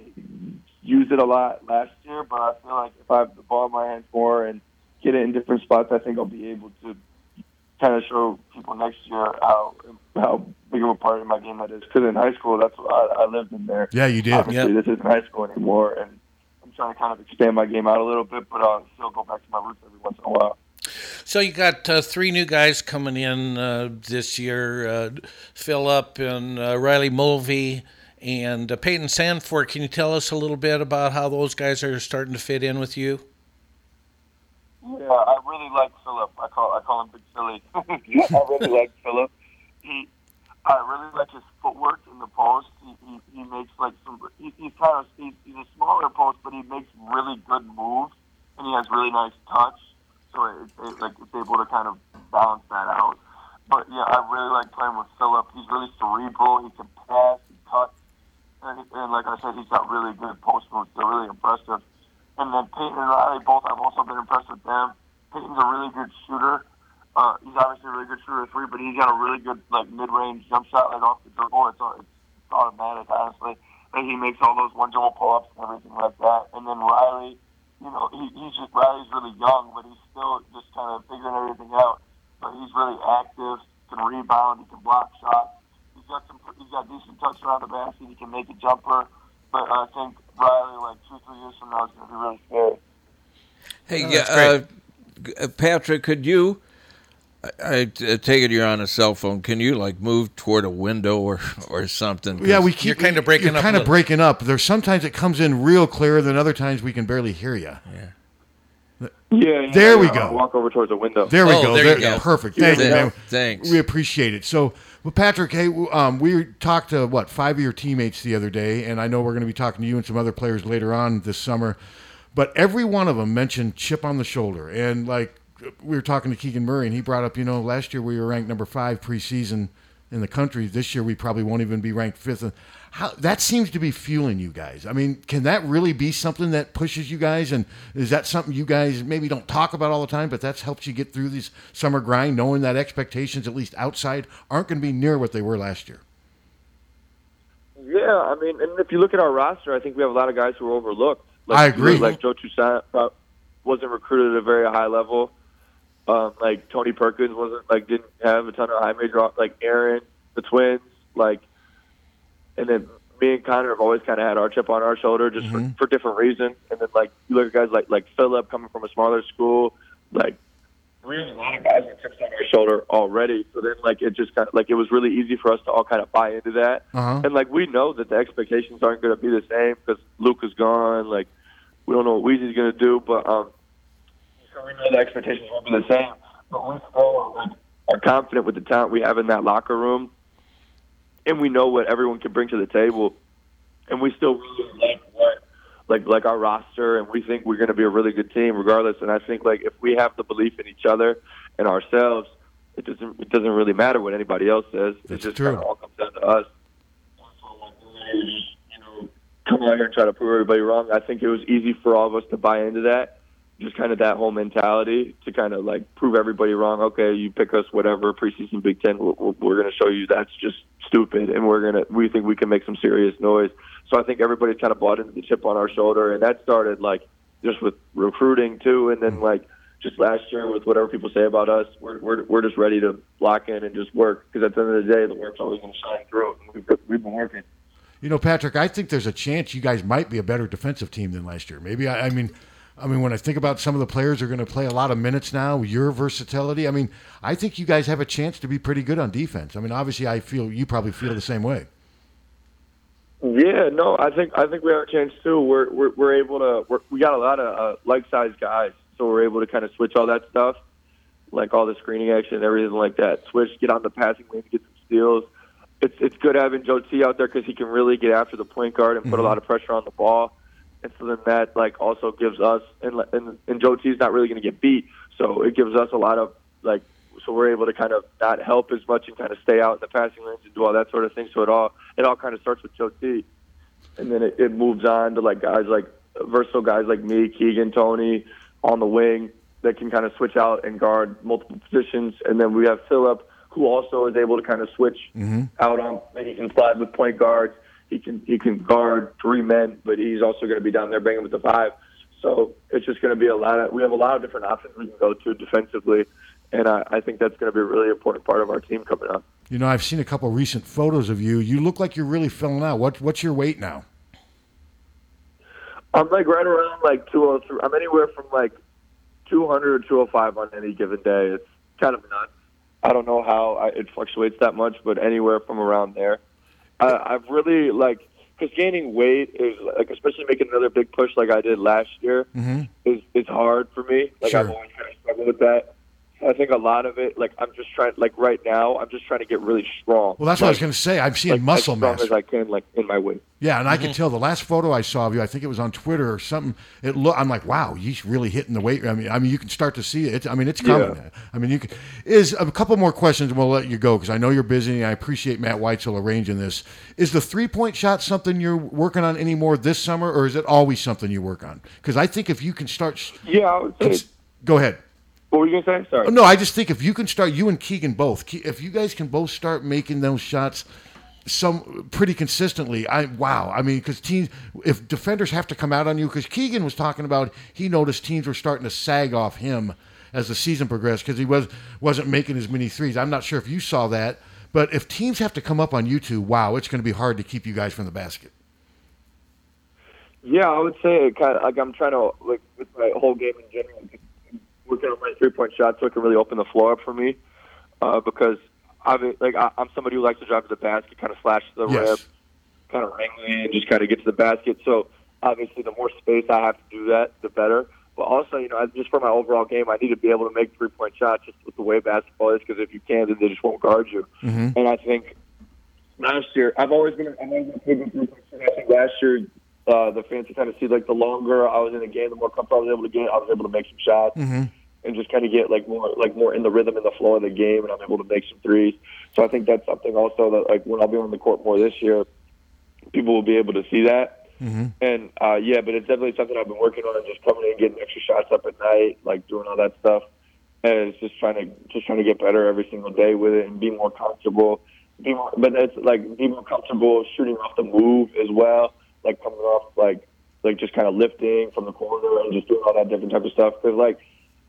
E: use it a lot last year, but I feel like if I have the ball in my hands more and get it in different spots, I think I'll be able to kind of show people next year how how big of a part of my game that is. Because in high school, that's what I, I lived in there.
A: Yeah, you did.
E: Obviously,
A: Yeah.
E: this isn't high school anymore, and I'm trying to kind of expand my game out a little bit, but I'll still go back to my roots every once in a while.
B: So you got uh, three new guys coming in uh, this year: uh, Phillip and uh, Riley Mulvey And uh, Peyton Sanford, can you tell us a little bit about how those guys are starting to fit in with you?
E: Yeah, I really like Philip. I call I call him Big Philly. I really like Philip. He, I really like his footwork in the post. He, he, he makes like some. He, he's kind of he's, he's a smaller post, but he makes really good moves and he has really nice touch. So it, it like it's able to kind of balance that out. But yeah, I really like playing with Philip. He's really cerebral. He can pass, he cuts, and, he- and like I said, he's got really good post moves. They're really impressive. And then Peyton and Riley both. I've also been impressed with them. Peyton's a really good shooter. Uh, he's obviously a really good shooter at three, but he's got a really good like mid-range jump shot, like off the dribble. It's, au- it's automatic, honestly. Like he makes all those one-dribble pull-ups and everything like that. And then Riley, you know, he, he's just Riley's really young, but he's still just kind of figuring everything out. But he's really active, can rebound, he can block shots. He's got some, he's got decent touch around the basket. He can make a jumper. But I think Riley, like two, three years from now, is going to be really scary.
C: Hey,
E: Oh,
C: yeah,
E: that's
C: uh, g- uh, Patrick, could you? I, I t- uh, take it you're on a cell phone. Can you like move toward a window or or something? 'Cause
A: Yeah, we keep You're kind of breaking up. There's sometimes it comes in real clear, then other times we can barely hear you. Yeah.
E: Yeah, yeah,
A: There we
E: yeah,
A: go.
E: I'll Walk over towards the window.
A: Oh, There we go. Perfect. Thank you, man.
C: Thanks.
A: We appreciate it. So, well, Patrick, hey, w- um, we talked to what five of your teammates the other day, and I know we're going to be talking to you and some other players later on this summer. But every one of them mentioned chip on the shoulder, and like we were talking to Keegan Murray, and he brought up, you know, last year we were ranked number five preseason in the country. This year we probably won't even be ranked fifth. And How that seems to be fueling you guys. I mean, can that really be something that pushes you guys? And is that something you guys maybe don't talk about all the time, but that's helps you get through these summer grind, knowing that expectations, at least outside, aren't going to be near what they were last year.
I: Yeah, I mean, and if you look at our roster, I think we have a lot of guys who are overlooked.
A: I agree.
I: Like Joe Toussaint pro- wasn't recruited at a very high level. Um, like Tony Perkins wasn't like didn't have a ton of high major. op- Like Aaron, the twins, like, and then me and Connor have always kind of had our chip on our shoulder just for, for different reasons. And then like you look at guys like like Philip coming from a smaller school, like we have a lot of guys with chips on our shoulder already. So then like it just kind of like it was really easy for us to all kind of buy into that.
A: Uh-huh.
I: And like we know that the expectations aren't going to be the same because Luke is gone. Like we don't know what Weezy's going to do, but um, so we know the expectations won't be the same. But we still like, are confident with the talent we have in that locker room, and we know what everyone can bring to the table, and we still really like what like like our roster, and we think we're going to be a really good team regardless. And I think like if we have the belief in each other and ourselves, it doesn't it doesn't really matter what anybody else says. It just
A: true.
I: kinda all comes down to us. come out here and try to prove everybody wrong. I think it was easy for all of us to buy into that, just kind of that whole mentality to kind of like prove everybody wrong. Okay, you pick us, whatever preseason Big Ten, we're, we're going to show you that's just stupid, and we're going to we think we can make some serious noise. So I think everybody's kind of bought into the chip on our shoulder, and that started like just with recruiting too, and then like just last year with whatever people say about us, we're we're, we're just ready to lock in and just work because at the end of the day, the work's always going to shine through. And We've, we've been working.
A: You know, Patrick, I think there's a chance you guys might be a better defensive team than last year. Maybe I, I mean, I mean, when I think about some of the players who are going to play a lot of minutes now, your versatility. I mean, I think you guys have a chance to be pretty good on defense. I mean, obviously, I feel you probably feel the same way.
I: Yeah, no, I think I think we have a chance too. We're we're, we're able to we're, we got a lot of uh, like-sized guys, so we're able to kind of switch all that stuff, like all the screening action and everything like that. Switch, get on the passing lanes, get some steals. It's it's good having Joe T out there because he can really get after the point guard and put a lot of pressure on the ball, and so then that like also gives us and and, and Joe T's not really going to get beat, so it gives us a lot of like so we're able to kind of not help as much and kind of stay out in the passing lanes and do all that sort of thing. So it all it all kind of starts with Joe T, and then it, it moves on to like guys like versatile guys like me, Keegan, Tony on the wing that can kind of switch out and guard multiple positions, and then we have Philip who also is able to kind of switch
A: Mm-hmm.
I: out on and he can slide with point guards. He can he can guard three men, but he's also going to be down there banging with the five. So it's just going to be a lot of we have a lot of different options we can go to defensively, and I, I think that's going to be a really important part of our team coming up.
A: You know, I've seen a couple recent photos of you. You look like you're really filling out. What what's your weight now?
I: I'm like right around like 203. I'm anywhere from like 200 or 205 on any given day. It's kind of nuts. I don't know how I, it fluctuates that much, but anywhere from around there. I, I've really like because gaining weight is like, especially making another big push like I did last year,
A: Mm-hmm.
I: is is hard for me. Like I've always kind of struggled with that. I think a lot of it, like I'm just trying, like right now, I'm just trying to get really strong.
A: Well, that's what I was
I: Like,
A: going to say. I'm seeing
I: like,
A: muscle
I: as strong
A: mass.
I: as I can, like in my weight.
A: Yeah, and I
I: Mm-hmm.
A: could tell the last photo I saw of you. I think it was on Twitter or something. It look. I'm like, wow, you really hitting the weight. I mean, I mean, you can start to see it. I mean, it's coming.
F: Yeah.
A: I mean, you can. Is a couple more questions, and we'll let you go because I know you're busy. and I appreciate Matt Weitzel arranging this. Is the three point shot something you're working on anymore this summer, or is it always something you work on? Because I think if you can start. s-
I: Yeah, I would say.
A: cons- Go ahead.
I: What were you gonna say? Sorry.
A: No, I just think if you can start, you and Keegan both, Ke- if you guys can both start making those shots some pretty consistently, I wow. I mean, because teams, if defenders have to come out on you, because Keegan was talking about he noticed teams were starting to sag off him as the season progressed because he was wasn't making as many threes. I'm not sure if you saw that, but if teams have to come up on you two, wow, it's going to be hard to keep you guys from the basket.
I: Yeah, I would say it kind of like I'm trying to like with my whole game in general, just working on my three point shot so it can really open the floor up for me. Uh, because I like I, I'm somebody who likes to drive to the basket, kind of slash to the
G: Yes.
I: rim, kind of wrangle in, just kind of get to the basket. So obviously, the more space I have to do that, the better. But also, you know, I- just for my overall game, I need to be able to make three point shots just with the way basketball is. Because if you can, then they just won't guard you.
D: Mm-hmm.
A: Mm-hmm.
K: Mhm.
I: And I think last year, I've always been, I've always been a pretty good three point shooter. I think last year, uh, the fans kind of see like the longer I was in the game, the more comfortable I was able to get. I was able to make some shots
A: Mm-hmm.
I: and just kind of get like more like more in the rhythm and the flow of the game, and I'm able to make some threes. So I think that's something also that like when I'll be on the court more this year, people will be able to see that.
A: Mm-hmm.
I: And uh, yeah, but it's definitely something I've been working on, just coming in, getting extra shots up at night, like doing all that stuff. And it's just trying to just trying to get better every single day with it and be more comfortable. Be more, but that's like be more comfortable shooting off the move as well, like coming off like like just kind of lifting from the corner and just doing all that different type of stuff. Because like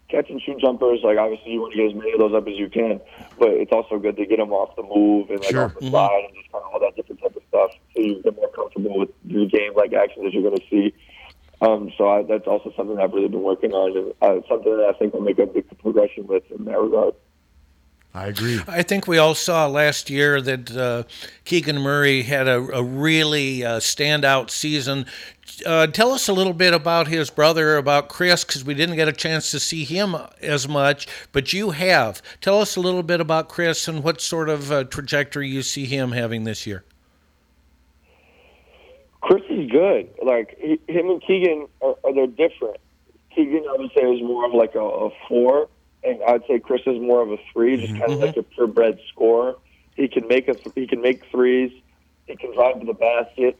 I: catch and shoot jumpers, like obviously you want to get as many of those up as you can, but it's also good to get them off the move and like
A: Sure.
I: off the slide and just kind of all that different type of stuff, so you get more comfortable with the game like actions that you're going to see. Um, so I, that's also something I've really been working on, and uh, something that I think will make a big progression with in that regard.
A: I agree.
B: Mm. I think we all saw last year that uh, Keegan Murray had a, a really uh, standout season. Uh, tell us a little bit about his brother, about Chris, because we didn't get a chance to see him uh, as much, but you have. Tell us a little bit about Chris and what sort of uh, trajectory you see him having this year.
I: Chris is good. Like he, him and Keegan are, are they're different. Keegan, I would say, is more of like a, a four, and I'd say Chris is more of a three, just kind of like a purebred scorer. He can make a he can make threes. He can drive to the basket.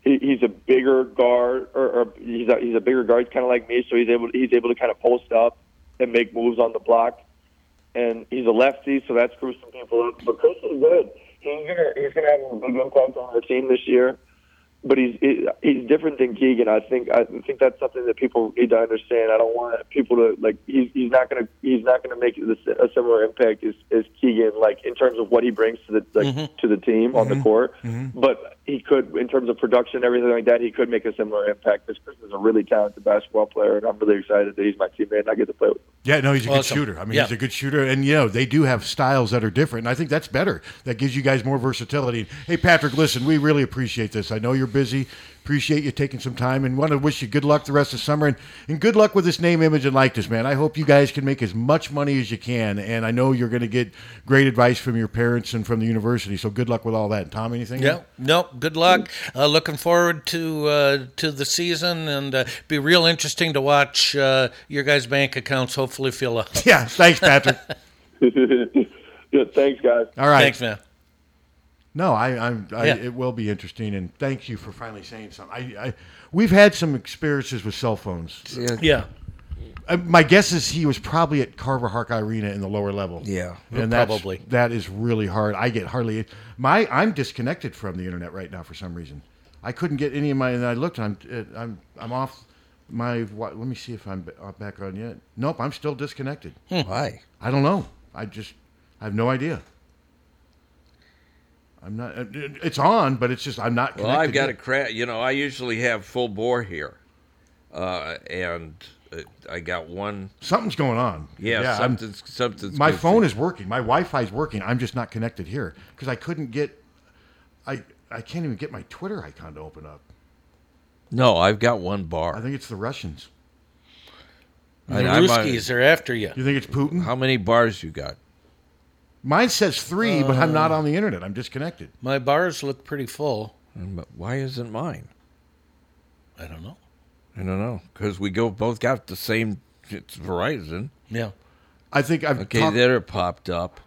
I: He, he's a bigger guard, or, or he's a, he's a bigger guard, kind of like me. So he's able he's able to kind of post up and make moves on the block. And he's a lefty, so that screws some people up. But Chris is good. He's gonna he's gonna have a big impact on our team this year but he's he- he's different than Keegan. I think I think that's something that people need to understand. I don't want people to like he's he's not gonna he's not gonna make the s- a similar impact as, as Keegan like in terms of what he brings to the like to the team on the court. But he could in terms of production everything like that. He could make a similar impact. This person is a really talented basketball player, and I'm really excited that he's my teammate and I get to play with. him.
A: Yeah, no, he's a
I: Awesome.
A: good shooter. I mean,
I: Yeah.
A: he's a good shooter, and you know they do have styles that are different, and I think that's better. That gives you guys more versatility. Hey, Patrick, listen, we really appreciate this. I know you're busy. Appreciate you taking some time, and want to wish you good luck the rest of summer, and, and good luck with this name, image, and likeness, man. I hope you guys can make as much money as you can, and I know you're going to get great advice from your parents and from the university. So good luck with all that. Tom, anything?
B: Yeah. Nope. Good luck. Uh, looking forward to uh, to the season, and uh, be real interesting to watch uh, your guys' bank accounts. Hopefully, fill up.
A: Yeah. Thanks, Patrick.
I: yeah, thanks, guys.
A: All right.
B: Thanks, man.
A: No, I, I'm. I,
B: Yeah.
A: It will be interesting, and thank you for finally saying something. I, I we've had some experiences with cell phones.
C: Yeah.
B: Yeah.
A: Uh, my guess is he was probably at Carver Hark Arena in the lower level.
C: Yeah.
A: and that's,
C: Probably.
A: that is really hard. I get hardly my. I'm disconnected from the internet right now for some reason. I couldn't get any of my. And I looked. And I'm. it- I'm. I'm off. My. wa- Let me see if I'm b- uh, back on yet. Nope. I'm still disconnected.
C: Hmm. Why?
A: I don't know. I just. I have no idea. I'm not. uh, it- It's on, but it's just I'm not.
C: Well,
A: Connected
C: I've got
A: yet.
C: a cra You know, I usually have full bore here, uh, and uh, I got one.
A: Something's going on.
C: Yeah,
A: I'm-
C: something's something's.
A: my
C: goofy.
A: phone is working. My Wi-Fi is working. I'm just not connected here because I couldn't get. I I can't even get my Twitter icon to open up.
C: No, I've got one bar.
A: I think it's the Russians.
C: The And I'm, uh, Ruskies
B: are after you.
A: You think it's Putin?
C: How many bars you got?
A: Mine says three, but I'm not on the internet. I'm disconnected.
B: My bars look pretty full.
A: Mm,
C: But why isn't mine?
B: I don't know.
C: I don't know because we go both got the same. It's Verizon.
B: Yeah.
A: I think I've
C: okay.
A: talked-
C: there it popped up.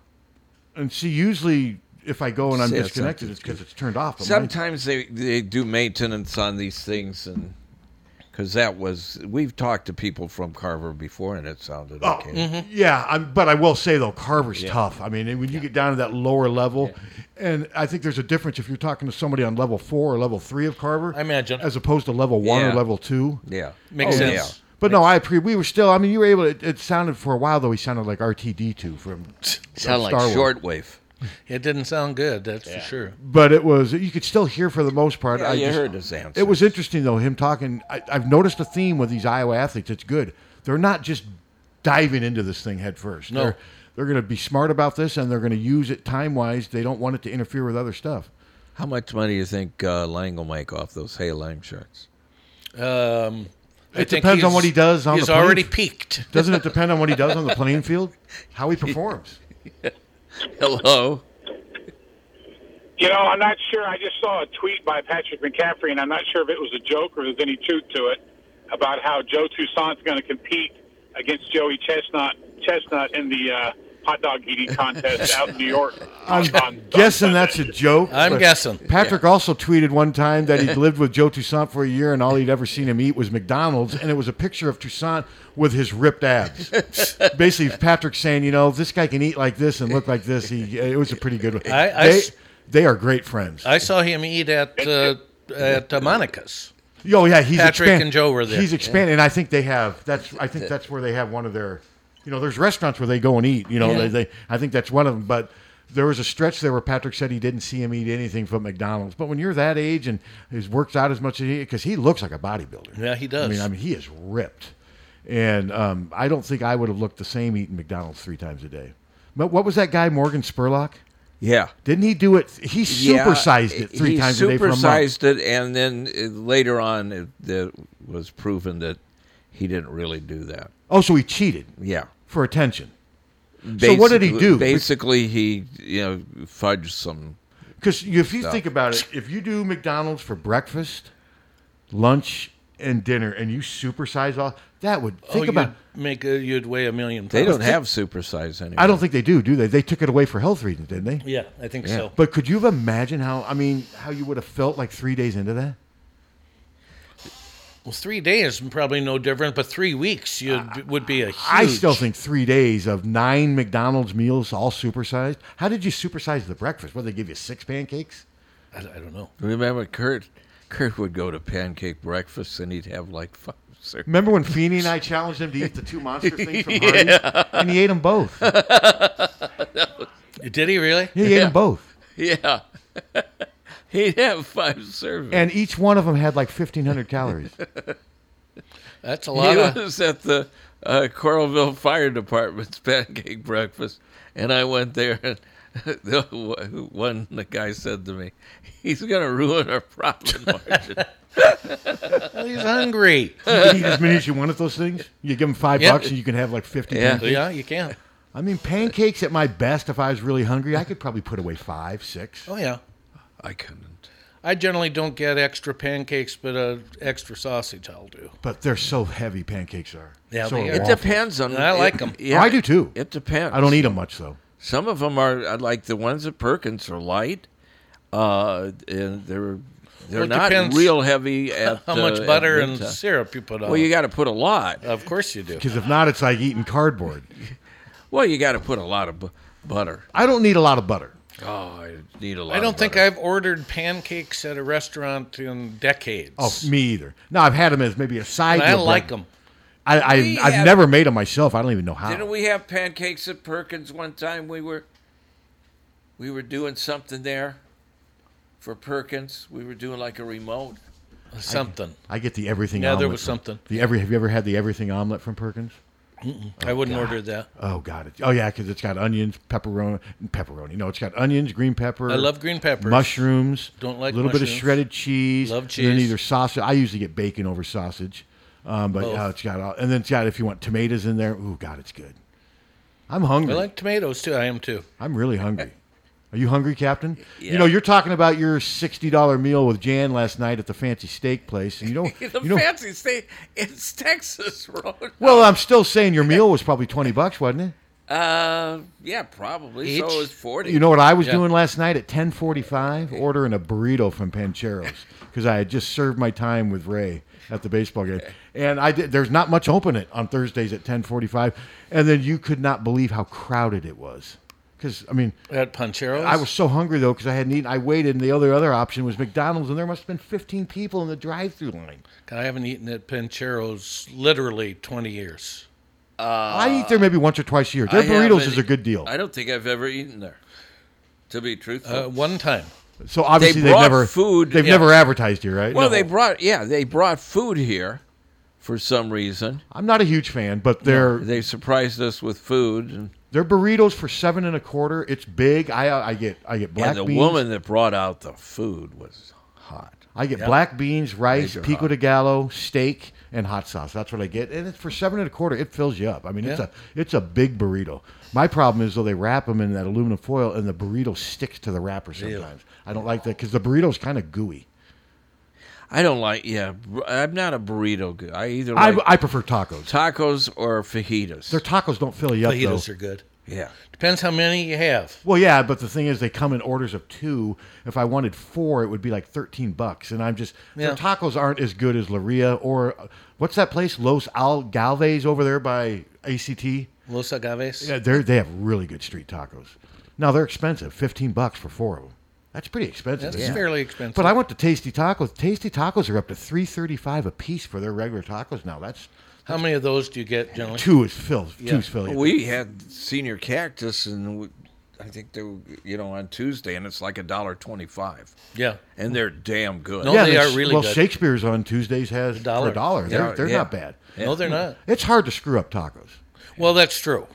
A: And see, usually if I go Oh, and I'm
C: Says
A: disconnected, it's because it's turned off. but mine-
C: Sometimes they, they do maintenance on these things, and because that was we've talked to people from Carver before, and it sounded
A: Oh,
C: okay.
A: yeah. I'm, but I will say though, Carver's
C: Yeah.
A: tough. I mean, and when you get down to that lower level, and I think there's a difference if you're talking to somebody on level four or level three of Carver. I
B: imagine
A: as opposed to level one
C: Yeah.
A: or level two. Oh,
C: Yeah. Makes
A: yeah.
C: sense.
A: But no, I appreciate. We were still. I mean, you were able. It, it sounded for a while though. He sounded like RTD2 from
C: Sound like
A: Star Wars.
C: shortwave.
B: It didn't sound good, that's for sure.
A: But it was you could still hear for the most part.
B: Yeah, you
A: just-
B: heard his answers.
A: It was interesting though him talking. I, I've noticed a theme with these Iowa athletes. It's good. They're not just diving into this thing head first.
B: No.
A: They're, they're going to be smart about this and they're going to use it time wise. They don't want it to interfere with other stuff.
C: How much money do you think uh, Lang will make off those Hey Lang shirts?
B: Um, I
A: It
B: think
A: depends on
B: he's-
A: what he does on
B: he's
A: the plane.
B: already peaked.
A: Doesn't it depend on what he does on the playing field? How he performs.
C: Hello.
F: You know, I'm not sure. I just saw a tweet by Patrick McCaffrey, and I'm not sure if it was a joke or there's any truth to it about how Joe Toussaint's going to compete against Joey Chestnut Chestnut in the uh, hot dog eating contest out in New York.
A: I'm guessing that's a joke.
F: I'm
A: but
F: guessing.
A: Patrick also tweeted one time that he'd lived with Joe Toussaint for a year and all he'd ever seen him eat was McDonald's, and it was a picture of Toussaint with his ripped abs. Basically, Patrick saying, you know, this guy can eat like this and look like this. He, it was a pretty good one.
B: I- I
A: they,
B: s-
A: they are great friends.
B: I saw him eat at uh, at uh, Monica's.
A: Oh yeah, he's
B: Patrick
A: expand-
B: and Joe were there.
A: He's expanding, and I think they have. That's I think that's where they have one of their. You know, there's restaurants where they go and eat. You know,
B: Yeah.
A: they, they I think that's one of them. But there was a stretch there where Patrick said he didn't see him eat anything from McDonald's. But when you're that age and he's worked out as much as he, because he looks like a bodybuilder.
B: Yeah, he does.
A: I mean, I mean, he is ripped, and um, I don't think I would have looked the same eating McDonald's three times a day. But what was that guy Morgan Spurlock?
C: Yeah.
A: Didn't he do it? He supersized it three
C: he
A: times a day for a month.
C: supersized it, and then uh, later on, it, it was proven that he didn't really do that.
A: Oh, so he cheated.
C: Yeah.
A: For attention. so what did he
C: Basically-
A: do?
C: Basically, he you know fudged some.
A: Because if you
C: stuff.
A: think about it, if you do McDonald's for breakfast, lunch, and dinner, and you supersize all, that would
B: oh,
A: think about.
B: you'd make a, you'd weigh a million.
C: they
B: pounds.
C: don't have supersize anymore.
A: I don't think they do, do they? They took it away for health reasons, didn't they?
B: Yeah, I think Yeah. so.
A: But could you have imagined how? I mean, how you would have felt like three days into that?
B: Well, three days probably no different, but three weeks you would be a huge.
A: I still think three days of nine McDonald's meals, all supersized. How did you supersize the breakfast? What did they give you six pancakes?
B: I, I don't know.
C: Remember, Kurt? Kurt would go to pancake breakfasts, and he'd have like five. Six.
A: Remember when Feeney and I challenged him to eat the two monster things from Hardee's,
C: Yeah.
A: and he ate them both.
B: Did he really?
A: He ate 'em both.
C: Yeah. He'd have five servings.
A: And each one of them had like 1,500 calories.
B: That's a
C: He
B: lot of-
C: was at the uh, Coralville Fire Department's pancake breakfast, and I went there, and the one- one the guy said to me, "He's going to ruin our profit margin."
B: He's hungry.
A: You can eat as many as you want of those things. You give them five
B: Yeah.
A: bucks and you can have like 50
C: Yeah.
A: pancakes.
B: Yeah, you can.
A: I mean, pancakes at my best, if I was really hungry, I could probably put away five, six.
B: Oh yeah.
C: I couldn't.
B: I generally don't get extra pancakes, but uh, extra sausage I'll do.
A: But they're so heavy, pancakes are.
B: Yeah,
A: so
B: they
A: are
B: are. It
A: waffles.
C: depends on.
B: I like 'em.
A: Oh, I do too.
C: It depends.
A: I don't eat them much, though.
C: Some of them are I like the ones at Perkins are light, uh, and they're they're
B: Well, it
C: not
B: depends
C: real heavy. At
B: how
C: uh,
B: much
C: at
B: butter and
C: midtime.
B: syrup you put on
C: Well, you got
B: them.
C: to put a lot.
B: Of course you do.
A: Because if not, it's like eating cardboard.
C: Well, you got to put a lot of bu- butter.
A: I don't need a lot of butter.
C: Oh, I need a lot.
B: I
C: of
B: don't think
C: butter.
B: I've ordered pancakes at a restaurant in decades.
A: Oh, me either. No, I've had them as maybe a side.
B: And I
A: to a
B: like
A: breakfast.
B: 'em.
A: I, I,
C: We
A: I've
C: have-
A: never made them myself. I don't even know how.
C: Didn't we have pancakes at Perkins one time? We were we were doing something there for Perkins. We were doing like a remote.
B: Uh, Something.
A: I get the everything.
B: Yeah, there
A: omelet
B: was
A: from-
B: something.
A: The every. Have you ever had the everything omelet from Perkins?
B: Mm-mm. I wouldn't
A: God.
B: order that.
A: Oh God! It, oh yeah, because it's got onions, pepperoni, pepperoni. No, it's got onions, green pepper.
B: I love green peppers.
A: Mushrooms.
B: Don't like
A: a little bit of
B: mushrooms.
A: shredded cheese.
B: Love
A: And then
B: cheese.
A: either sausage. I usually get bacon over sausage, um, but
B: Both.
A: uh, it's got all, and then it's got if you want tomatoes in there. Oh God, it's good. I'm hungry.
B: I like tomatoes too. I am too.
A: I'm really hungry. Are you hungry, Captain? You
B: Yeah.
A: know, you're talking about your sixty dollar meal with Jan last night at the fancy steak place, and you don't.
G: The
A: you know,
G: fancy state. It's Texas Road.
A: well, I'm still saying your meal was probably twenty bucks, wasn't it?
C: Uh, yeah, probably. So it was forty.
A: You know what I was doing last night at 10:45? Ordering a burrito from Pancheros because I had just served my time with Ray at the baseball game, and I did. There's not much open it on Thursdays at 10:45, and then you could not believe how crowded it was. Because I mean,
B: At Pancheros?
A: I was so hungry though because I hadn't eaten. I waited, and the other other option was McDonald's, and there must have been 15 people in the drive-through line.
B: I haven't eaten at Pancheros literally 20 years.
C: Uh,
A: I eat there maybe once or twice a year. Their
C: I
A: burritos
C: haven't-
A: is a good deal.
C: I don't think I've ever eaten there, to be truthful.
B: Uh, one time.
A: So obviously
C: they
A: have
C: brought
A: never
C: food.
A: They've
C: yeah.
A: never advertised here, right?
C: Well, they brought yeah, they brought food here for some reason.
A: I'm not a huge fan, but they're
C: they surprised us with food. And,
A: Their burritos for seven and a quarter. It's big. I I get I get black
C: and the
A: beans.
C: woman that brought out the food was hot.
A: I get
C: Yeah.
A: black beans, rice,
C: Major
A: pico de gallo, steak, and hot sauce. That's what I get, and it's for seven and a quarter. It fills you up. I mean, it's
C: Yeah.
A: a it's a big burrito. My problem is though they wrap them in that aluminum foil, and the burrito sticks to the wrapper
C: Ew.
A: sometimes. I don't like that because the burrito's kind of gooey.
C: I don't like yeah. bur- I'm not a burrito guy. I either
A: I-
C: like
A: I prefer tacos.
C: tacos or fajitas.
A: Their tacos don't fill you up.
C: Fajitas
A: though.
C: are good. Yeah.
B: Depends how many you have.
A: Well, yeah, but the thing is, they come in orders of two. If I wanted four, it would be like thirteen bucks, and I'm just
B: Yeah.
A: their tacos aren't as good as Laria or uh, what's that place, Los Al Galvez over there by ACT.
B: Los Agaves.
A: Yeah, they they have really good street tacos. Now they're expensive, fifteen bucks for four of them. That's pretty expensive.
B: That's
A: isn't it?
B: fairly expensive.
A: But I went to Tasty Tacos. Tasty Tacos are up to three thirty five a piece for their regular tacos now. That's
B: How many of those do you get generally?
A: Two is filled.
B: Yeah.
A: Two's filled.
C: We had senior cactus, and we, I think they were, you know, on Tuesday, and it's like a dollar twenty-five.
B: Yeah.
C: and they're damn good.
A: yeah, and it's- well, Shakespeare's on Tuesdays has for a dollar.
C: dollar.
A: They're,
C: Yeah,
A: they're
C: yeah.
A: not bad.
C: No, they're not.
A: It's hard to screw up tacos.
B: Well, that's true.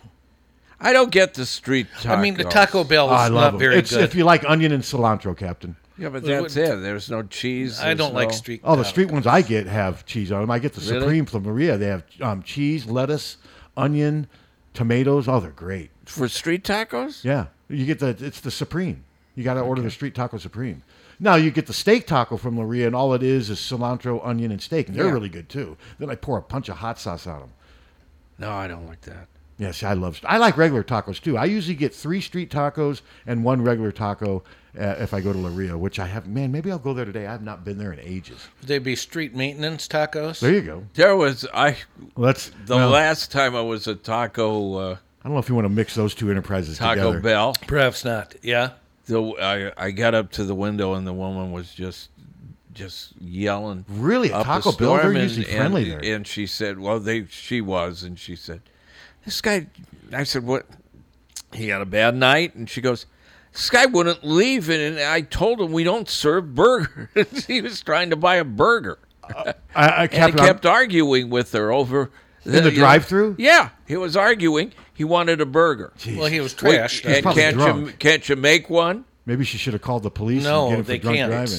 C: I don't get the street. Tacos.
B: I mean, the Taco Bell
A: Oh, I
B: is
A: love
B: not
A: them.
B: very
A: It's-
B: good.
A: If you like onion and cilantro, Captain.
C: Yeah, but that's it. There's no cheese.
B: I don't
C: there's
B: like
C: no-
B: street.
A: Oh, the street ones I get have cheese on them. I get the
C: uh, Really?
A: Supreme from Maria. They have um, cheese, lettuce, onion, tomatoes. Oh, they're great.
C: for street tacos.
A: Yeah, you get the it's the Supreme. You got to order the street taco Supreme. Now you get the steak taco from Laria, and all it is is cilantro, onion, and steak, and they're
C: Yeah.
A: really good too. Then I pour a punch of hot sauce on them.
C: No, I don't like that.
A: Yes, I love. I like regular tacos too. I usually get three street tacos and one regular taco uh, if I go to Laria, which I have. Man, maybe I'll go there today. I've not been there in ages.
B: Would they be street maintenance tacos?
A: There you go.
C: There was I.
A: Let's
C: The
A: well,
C: last time I was at Taco uh,
A: I don't know if you want to mix those two enterprises
C: Taco
A: together.
C: Bell,
B: perhaps not. Yeah.
C: So I I got up to the window and the woman was just just yelling.
A: Really? At
C: up a
A: Taco Bell, they're
C: storm,
A: usually
C: and,
A: friendly
C: and, And she said, "Well, they she was," and she said, "This guy." I said, "What?" He had a bad night, and she goes. This guy wouldn't leave, and and I told him we don't serve burgers. he was trying to buy a burger.
A: Uh, I- I-
C: and
A: Captain,
C: he
A: I'm-
C: kept arguing with her over
A: In the
C: you know-
A: drive-thru?
C: Yeah, he was arguing. He wanted a burger.
B: Well, he was
C: Wait,
B: trashed.
A: He's
C: and
A: probably
C: can't you
A: drunk.
C: can't you make one?
A: Maybe she should have called the police.
C: No,
A: and get him for
C: they
A: drunk
C: can't.
A: driving.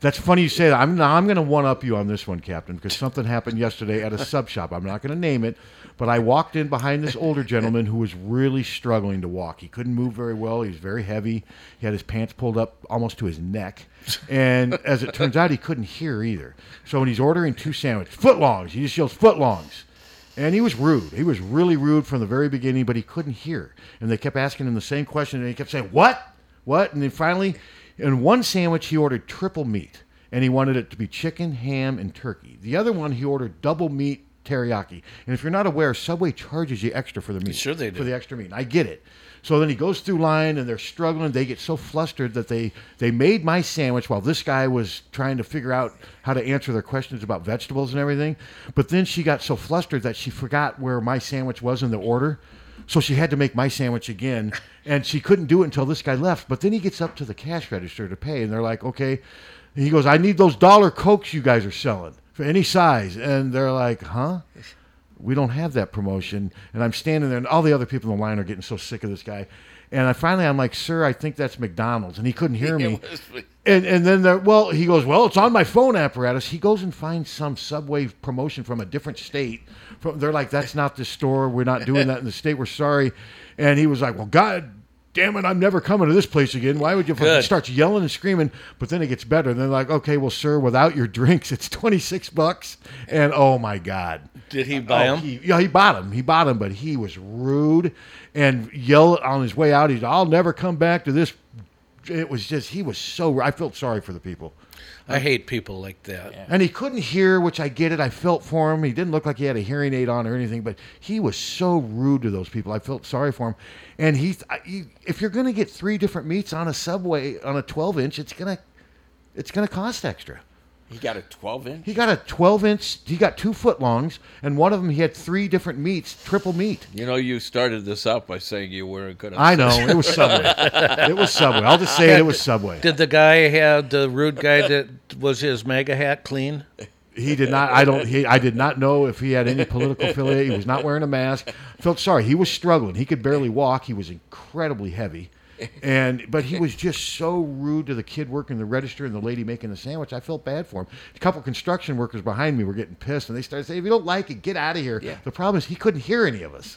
A: That's funny you say that. I'm now I'm going to one up you on this one, Captain, because something happened yesterday at a sub shop. I'm not going to name it, but I walked in behind this older gentleman who was really struggling to walk. He couldn't move very well. He was very heavy. He had his pants pulled up almost to his neck, and as it turns out, he couldn't hear either. So when he's ordering two sandwiches, footlongs, he just yells footlongs. And he was rude. He was really rude from the very beginning, but he couldn't hear. And they kept asking him the same question, and he kept saying, What? What? And then finally, in one sandwich, he ordered triple meat, and he wanted it to be chicken, ham, and turkey. The other one, he ordered double meat teriyaki. And if you're not aware, Subway charges you extra for the meat. Sure, they do. For the extra meat. I get it. So then he goes through line and they're struggling. They get so flustered that they, they made my sandwich while this guy was trying to figure out how to answer their questions about vegetables and everything. But then she got so flustered that she forgot where my sandwich was in the order. So she had to make my sandwich again, and she couldn't do it until this guy left. But then he gets up to the cash register to pay, and they're like, okay. And he goes, I need those dollar cokes you guys are selling for any size. And they're like, huh? we don't have that promotion. And I'm standing there, and all the other people in the line are getting so sick of this guy. And I finally, I'm like, sir, I think that's McDonald's. And he couldn't hear me. and, and then, the, well, he goes, well, it's on my phone apparatus. He goes and finds some Subway promotion from a different state. From, they're like, that's not the store. We're not doing that in the state. We're sorry. And he was like, well, God damn it, I'm never coming to this place again. Why would you? fucking-
B: Good.
A: starts yelling and screaming, but then it gets better. And they're like, okay, well, sir, without your drinks, it's 26 bucks. And oh my God.
B: Did he buy
A: Oh,
B: 'em?
A: he- yeah, he bought him. He bought him, but he was rude and yelled on his way out. He's, I'll never come back to this. It was just, he was so, I felt sorry for the people.
B: I hate people like that.
A: And he couldn't hear, which I get it. I felt for him. He didn't look like he had a hearing aid on or anything, but he was so rude to those people. I felt sorry for him. And he, I- he if you're going to get three different meats on a subway on a 12 inch, it's gonna, it's gonna cost extra.
C: He got a 12 inch.
A: He got a 12 inch. He got two foot longs, and one of them he had three different meats, triple meat.
C: You know, you started this out by saying you weren't going to.
A: I know it was Subway. it was Subway. I'll just say it, it was Subway.
B: Did the guy have the rude guy that was his mega hat clean?
A: He did not. I don't. He, I did not know if he had any political affiliate. He was not wearing a mask. Felt sorry. He was struggling. He could barely walk. He was incredibly heavy, and but he was just so rude to the kid working the register and the lady making the sandwich. I felt bad for him. A couple construction workers behind me were getting pissed, and they started saying, "If you don't like it, get out of here." The problem is he couldn't hear any of us.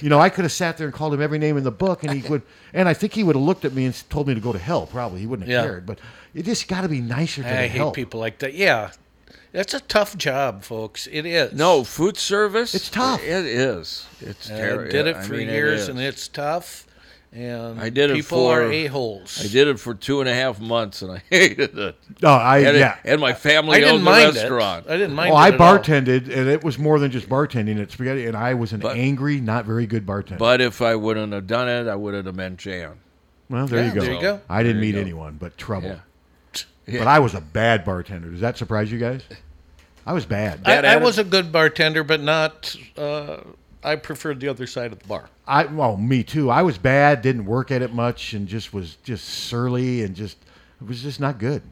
A: you know, I could have sat there and called him every name in the book, and he would. And I think he would have looked at me and told me to go to hell. Probably he wouldn't have
B: Yeah.
A: cared. But you just got to be nicer to the
B: I hate
A: help.
B: people like that. Yeah, that's a tough job, folks. It is.
C: No, food service. It's
A: tough.
C: It is. It's
B: I
C: terrible.
B: Uh, did it for years, and it's tough. And
C: I did it
B: people
C: for
B: are a holes.
C: I did it for two and a half months, and I hated it.
A: No, I-
C: and
A: yeah.
C: and my family
B: I didn't
C: owned
B: mind
C: the
B: it.
C: restaurant.
B: I didn't mind
A: Well, I
B: it at all.
A: bartended, and it was more than just bartending at spaghetti. And I was an angry, not very good bartender.
C: But if I wouldn't have done it, I wouldn't have met Jan.
A: well, there you go. I didn't
C: There you
A: meet
C: go.
A: anyone, but trouble.
C: Yeah.
A: But I was a bad bartender. Does that surprise you guys? I was bad.
B: I, I was a good bartender, but not. Uh, I preferred the other side of the bar.
A: I well, me too. I was bad. Didn't work at it much, and just was just surly, and just it was just not good.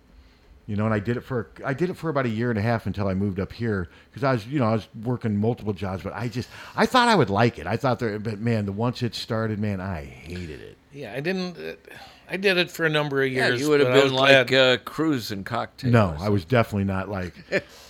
A: You know, and I did it for I did it for about a year and a half until I moved up here because I was you know I was working multiple jobs, but I just I thought I would like it. I thought there, but man, the once it started, man, I hated it.
B: Yeah, I didn't. uh, I did it for a number of
C: Yeah,
B: years.
C: you would have
B: but I
C: been
B: was
C: like
B: glad-
C: uh, Cruz and Cocktail.
A: No, I was definitely not like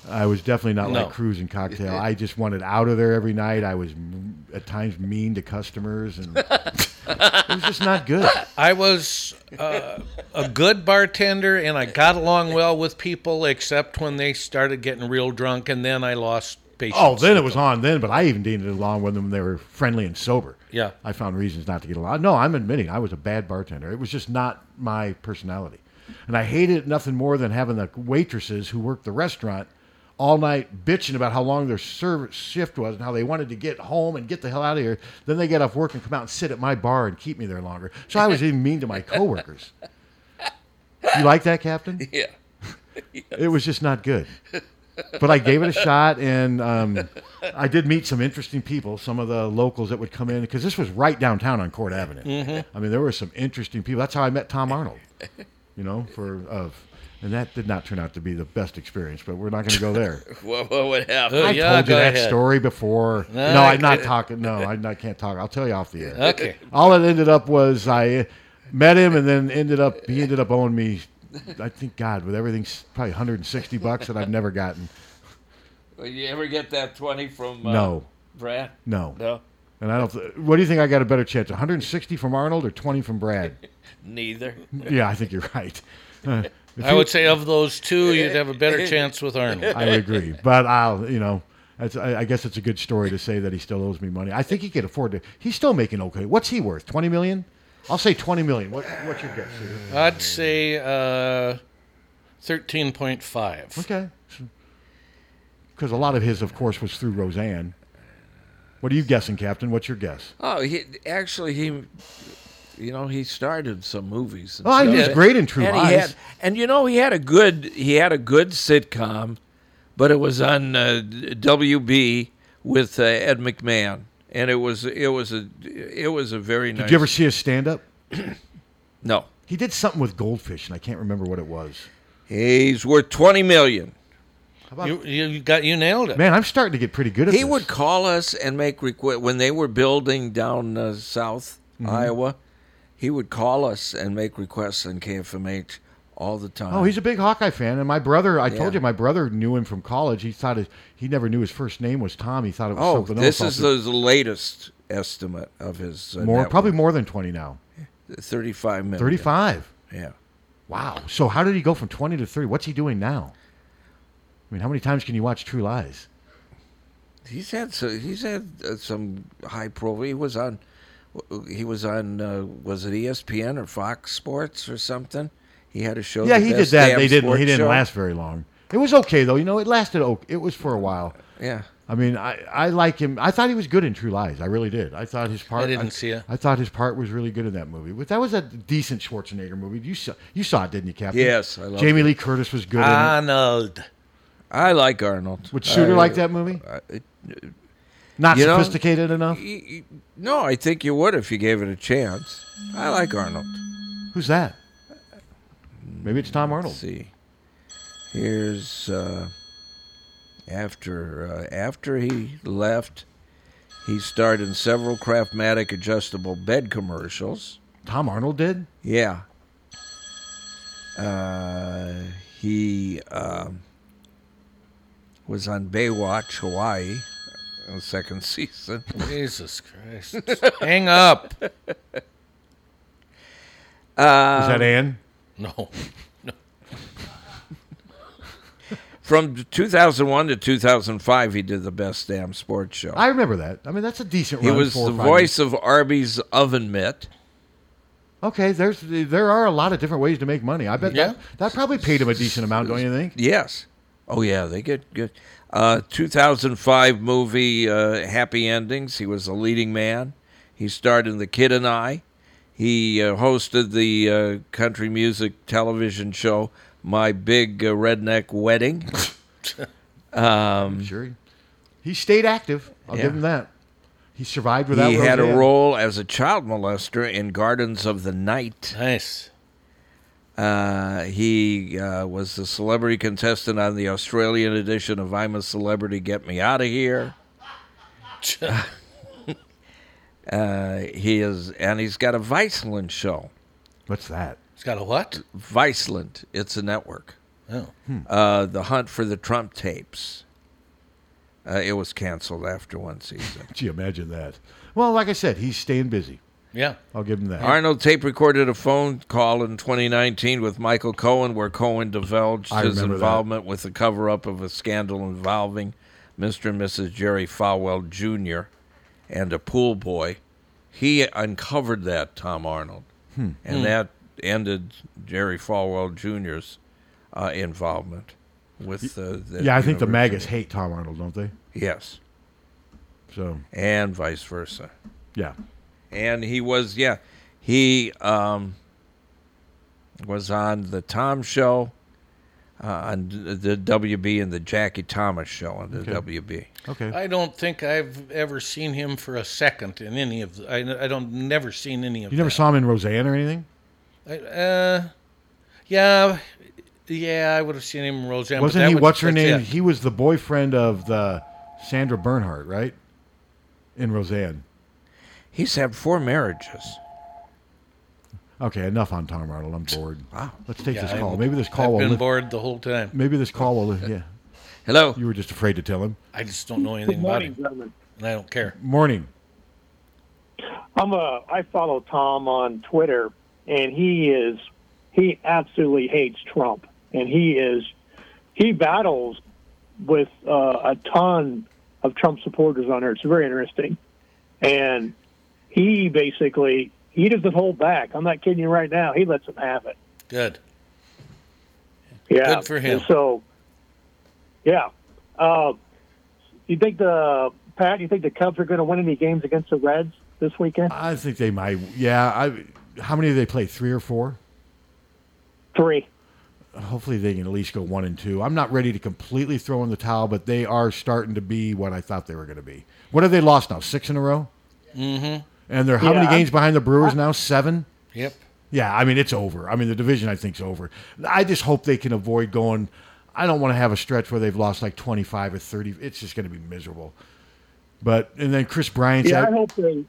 A: I was definitely not
C: No.
A: like cruising cocktail. I just wanted out of there every night. I was m- at times mean to customers and it was just not good.
B: I was uh, a good bartender, and I got along well with people, except when they started getting real drunk, and then I lost patience.
A: Oh, then it was on then, but I even didn't get along with them when they were friendly and sober.
B: Yeah.
A: I found reasons not to get along. No, I'm admitting I was a bad bartender. It was just not my personality. And I hated nothing more than having the waitresses who worked the restaurant all night bitching about how long their service shift was and how they wanted to get home and get the hell out of here. Then they get off work and come out and sit at my bar and keep me there longer. So I was even mean to my coworkers. You like that, Captain?
C: Yeah.
A: It was just not good. But I gave it a shot, and um, I did meet some interesting people, some of the locals that would come in, because this was right downtown on Court Avenue.
B: Mhm.
A: I mean, there were some interesting people. That's how I met Tom Arnold, you know, for of. and that did not turn out to be the best experience, but we're not going to go there.
C: what, what would happen?
A: I told you that story before.
C: No,
A: No,
C: I
A: I'm not
C: could-
A: talking. No, I'm not, I can't talk. I'll tell you off the air.
C: Okay.
A: All it ended up was I met him, and then ended up he ended up owing me, I think God, with everything s- probably 160 bucks that I've never gotten.
C: Well, you ever get that twenty from? Uh,
A: No.
C: Brad.
A: No.
C: No.
A: And I don't. Th- what do you think? I got a better chance: 160 from Arnold or 20 from Brad?
C: Neither.
A: yeah, I think you're right. Uh, if
B: I
A: you-
B: would say of those two, you'd have a better chance with Arnold.
A: I agree, but I'll, you know, that's, I, I guess it's a good story to say that he still owes me money. I think he could afford to. He's still making okay. What's he worth? Twenty million? I'll say twenty million. What, what's your guess? Peter?
B: I'd say uh, thirteen point five.
A: Okay. Because a lot of his, of course, was through Roseanne. What are you guessing, Captain? What's your guess?
C: Oh, he actually he, you know, he started some movies. and
A: Oh, I
C: stuff.
A: was great in True
C: and He
A: Lies.
C: had, and you know, he had a good he had a good sitcom, but it was on uh, WB with uh, Ed McMahon, and it was it was a it was a very nice.
A: Did you ever see his stand-up?
C: No.
A: He did something with goldfish, and I can't remember what it was.
C: He's worth twenty million.
B: You, you got you nailed it.
A: Man, I'm starting to get pretty good at
C: he
A: this.
C: would call us and make request when they were building down uh, south
A: Mhm.
C: Iowa. He would call us and make requests on KFMH all the time.
A: Oh, he's a big Hawkeye fan, and my brother. I told
C: Yeah.
A: you, my brother knew him from college. He thought it, he never knew his first name was Tom. He thought it was
C: oh,
A: something
C: this
A: else.
C: is the, the latest estimate of his uh,
A: more,
C: net
A: probably more than twenty now.
C: worth, thirty-five million.
A: Thirty-five.
C: Yeah.
A: Wow. So how did he go from twenty to thirty? What's he doing now? I mean, how many times can you watch True Lies?
C: He's had so he's had uh, some high profile. He was on, he was on uh, was it ESPN or Fox Sports or something? He had a show.
A: yeah,
C: the
A: he did
C: Best
A: that.
C: Damn
A: They didn't.
C: Sports
A: He didn't
C: Show.
A: last very long. It was okay though. You know, it lasted. o- It was for a while.
C: Yeah.
A: I mean, I, I like him. I thought he was good in True Lies. I really did. I thought his part.
B: I didn't see it.
A: I thought his part was really good in that movie. But that was a decent Schwarzenegger movie. You saw, you saw it, didn't you, Captain?
C: Yes, I loved
A: Jamie
C: it. Ah,
A: Lee Curtis was good. in it.
B: Arnold.
C: I like Arnold.
A: Would Shooter
C: I-
A: like that movie?
C: I- it-
A: Not
C: you know,
A: sophisticated enough.
C: no, I think you would if you gave it a chance. I like Arnold.
A: Who's that? Maybe it's Tom Arnold.
C: Let's see, here's uh, after uh, after he left, he starred in several Craftmatic adjustable bed commercials.
A: Tom Arnold did.
C: Yeah. Uh, he um, was on Baywatch Hawaii in the second season.
B: Jesus Christ. Hang up. Is
C: that
A: Ann?
B: No.
C: From 2001 to 2005, he did the Best Damn Sports Show.
A: I remember that. I mean, that's a decent.
C: Oh. He
A: run,
C: was
A: four
C: the
A: or five
C: voice of Arby's Oven Mitt.
A: Okay, there's there are a lot of different ways to make money. I bet that, that probably paid him a decent amount, don't you think?
C: Yes. Oh, yeah, they get good. Uh, 2005 movie uh, Happy Endings. He was the leading man. He starred in The Kid and I. He uh, hosted the uh, country music television show My Big uh, Redneck Wedding. um,
A: sure. He stayed active. I'll
C: Yeah.
A: give him that. He survived without.
C: He had a
A: Roseanne.
C: role as a child molester in Gardens of the Night.
B: Nice.
C: Uh, he uh, was the celebrity contestant on the Australian edition of I'm a Celebrity, Get Me Out of Here. uh, he is, and he's got a Viceland show.
A: What's that?
B: He's got a what?
C: Viceland. It's a network.
B: Oh.
A: Hmm.
C: Uh, the Hunt for the Trump Tapes. Uh, it was canceled after one season.
A: Gee, imagine that. Well, like I said, he's staying busy.
B: Yeah.
A: I'll give him that.
C: Arnold tape recorded a phone call in 2019 with Michael Cohen, where Cohen divulged
A: I
C: his
A: remember that.
C: involvement with the cover up of a scandal involving Mr. and Mrs. Jerry Falwell Jr. and a pool boy. He uncovered that, Tom Arnold.
A: Hmm.
C: And
A: Hmm.
C: that ended Jerry Falwell Jr.'s uh, involvement with uh, the.
A: yeah, I think the
C: University.
A: maggots hate Tom Arnold, don't they?
C: Yes.
A: So.
C: And vice versa.
A: Yeah.
C: And he was, yeah, he um, was on the Tom Show, uh, on the WB, and the Jackie Thomas Show on the
B: Okay.
C: WB.
A: Okay.
B: I don't think I've ever seen him for a second in any of the. I, I don't never seen any of
A: You never
B: that.
A: saw him in Roseanne or anything?
B: I, uh, yeah, yeah, I would have seen him in Roseanne. but
A: Wasn't
B: that
A: he?
B: was-
A: what's her
B: that's
A: name?
B: it.
A: He was the boyfriend of the Sandra Bernhardt, right? In Roseanne.
C: He's had four marriages.
A: Okay, enough on Tom Arnold. I'm bored.
C: Wow.
A: Let's take
B: Yeah,
A: this
B: I'm-
A: call. Maybe this call
B: I've
A: will.
B: been
A: lift-
B: bored the whole time.
A: Maybe this call will. Yeah.
C: Hello.
A: You were just afraid to tell him.
B: I just don't know anything about him, and I don't care.
A: Morning.
H: I'm a I follow Tom on Twitter, and he is he absolutely hates Trump, and he is he battles with uh, a ton of Trump supporters on there. It's very interesting, and he basically he doesn't hold back. I'm not kidding you right now. He lets them have it.
B: Good.
H: Yeah.
B: Good for him.
H: And so, yeah. Uh, you think the Pat? You think the Cubs are going to win any games against the Reds this weekend?
A: I think they might. Yeah. I. How many do they play? Three or four?
H: Three.
A: Hopefully they can at least go one and two. I'm not ready to completely throw in the towel, but they are starting to be what I thought they were going to be. What have they lost now? Six in a row.
B: Mm-hmm.
A: And they're how many
H: Yeah.
A: games behind the Brewers now? Seven.
B: Yep.
A: Yeah, I mean it's over. I mean the division I think's over. I just hope they can avoid going. I don't want to have a stretch where they've lost like 25 or 30. It's just going to be miserable. But and then Chris Bryant's
H: yeah,
A: out.
H: I hope they.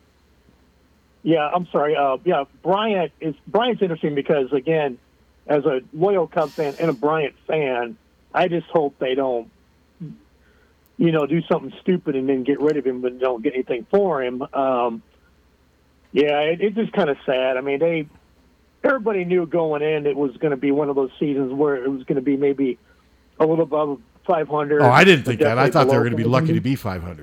H: Yeah, I'm sorry. Uh, yeah, Bryant is Bryant's interesting because again, as a loyal Cub fan and a Bryant fan, I just hope they don't, you know, do something stupid and then get rid of him, but don't get anything for him. Um, yeah, it, it's just kind of sad. I mean, they everybody knew going in it was going to be one of those seasons where it was going to be maybe a little above 500.
A: Oh, I didn't think
H: but
A: that. I
H: definitely
A: thought they
H: below
A: were going to be lucky
H: 500.
A: to be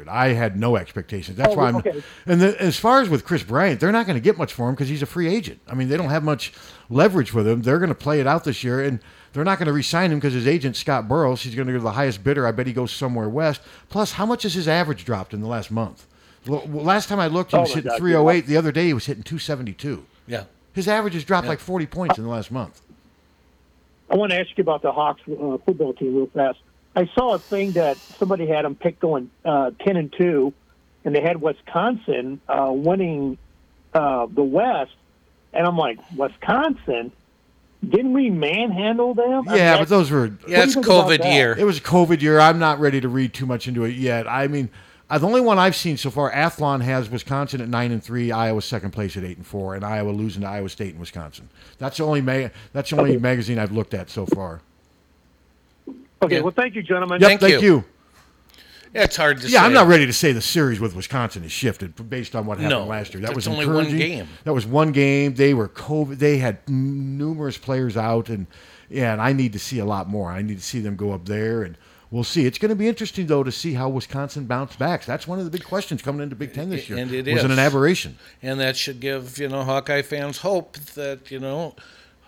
A: 500. I had no expectations. That's
H: Oh,
A: why I'm.
H: okay.
A: And the, as far as with Chris Bryant, they're not going to get much for him because he's a free agent. I mean, they don't have much leverage with him. They're going to play it out this year, and they're not going to re-sign him because his agent Scott Burrows. He's going to go to the highest bidder. I bet he goes somewhere west. Plus, how much has his average dropped in the last month? L- Last time I looked, he
H: Oh,
A: was
H: my
A: hitting
H: God.
A: 308. The other day, he was hitting 272.
B: Yeah.
A: His average has dropped
H: Yeah.
A: like 40 points in the last month.
H: I want to ask you about the Hawks uh, football team real fast. I saw a thing that somebody had them picked going uh, ten and two, and they had Wisconsin uh, winning uh, the West, and I'm like, Wisconsin, didn't we manhandle them? I mean,
A: Yeah,
H: that-
A: but those were
H: what do you think about that?
A: It was COVID year. I'm not ready to read too much into it yet. I mean, uh, the only one I've seen so far, Athlon has Wisconsin at nine and three, Iowa second place at eight and four, and Iowa losing to Iowa State and Wisconsin. That's the only ma- that's the only
H: Okay.
A: magazine I've looked at so far.
H: Okay, well, thank you, gentlemen.
A: Yep, thank you.
B: Yeah, it's hard to
A: yeah, I'm
B: say.
A: not ready to say the series with Wisconsin is shifted based on what happened
B: No,
A: last year. That
B: that's
A: was
B: only one
A: encouraging.
B: game.
A: That was one game. They were COVID. They had n- numerous players out, and yeah, and I need to see a lot more. I need to see them go up there, and we'll see. It's going to be interesting though to see how Wisconsin bounced back. That's one of the big questions coming into Big Ten this year.
B: And it
A: was it
B: is.
A: an aberration?
B: And that should give, you know, Hawkeye fans hope that, you know,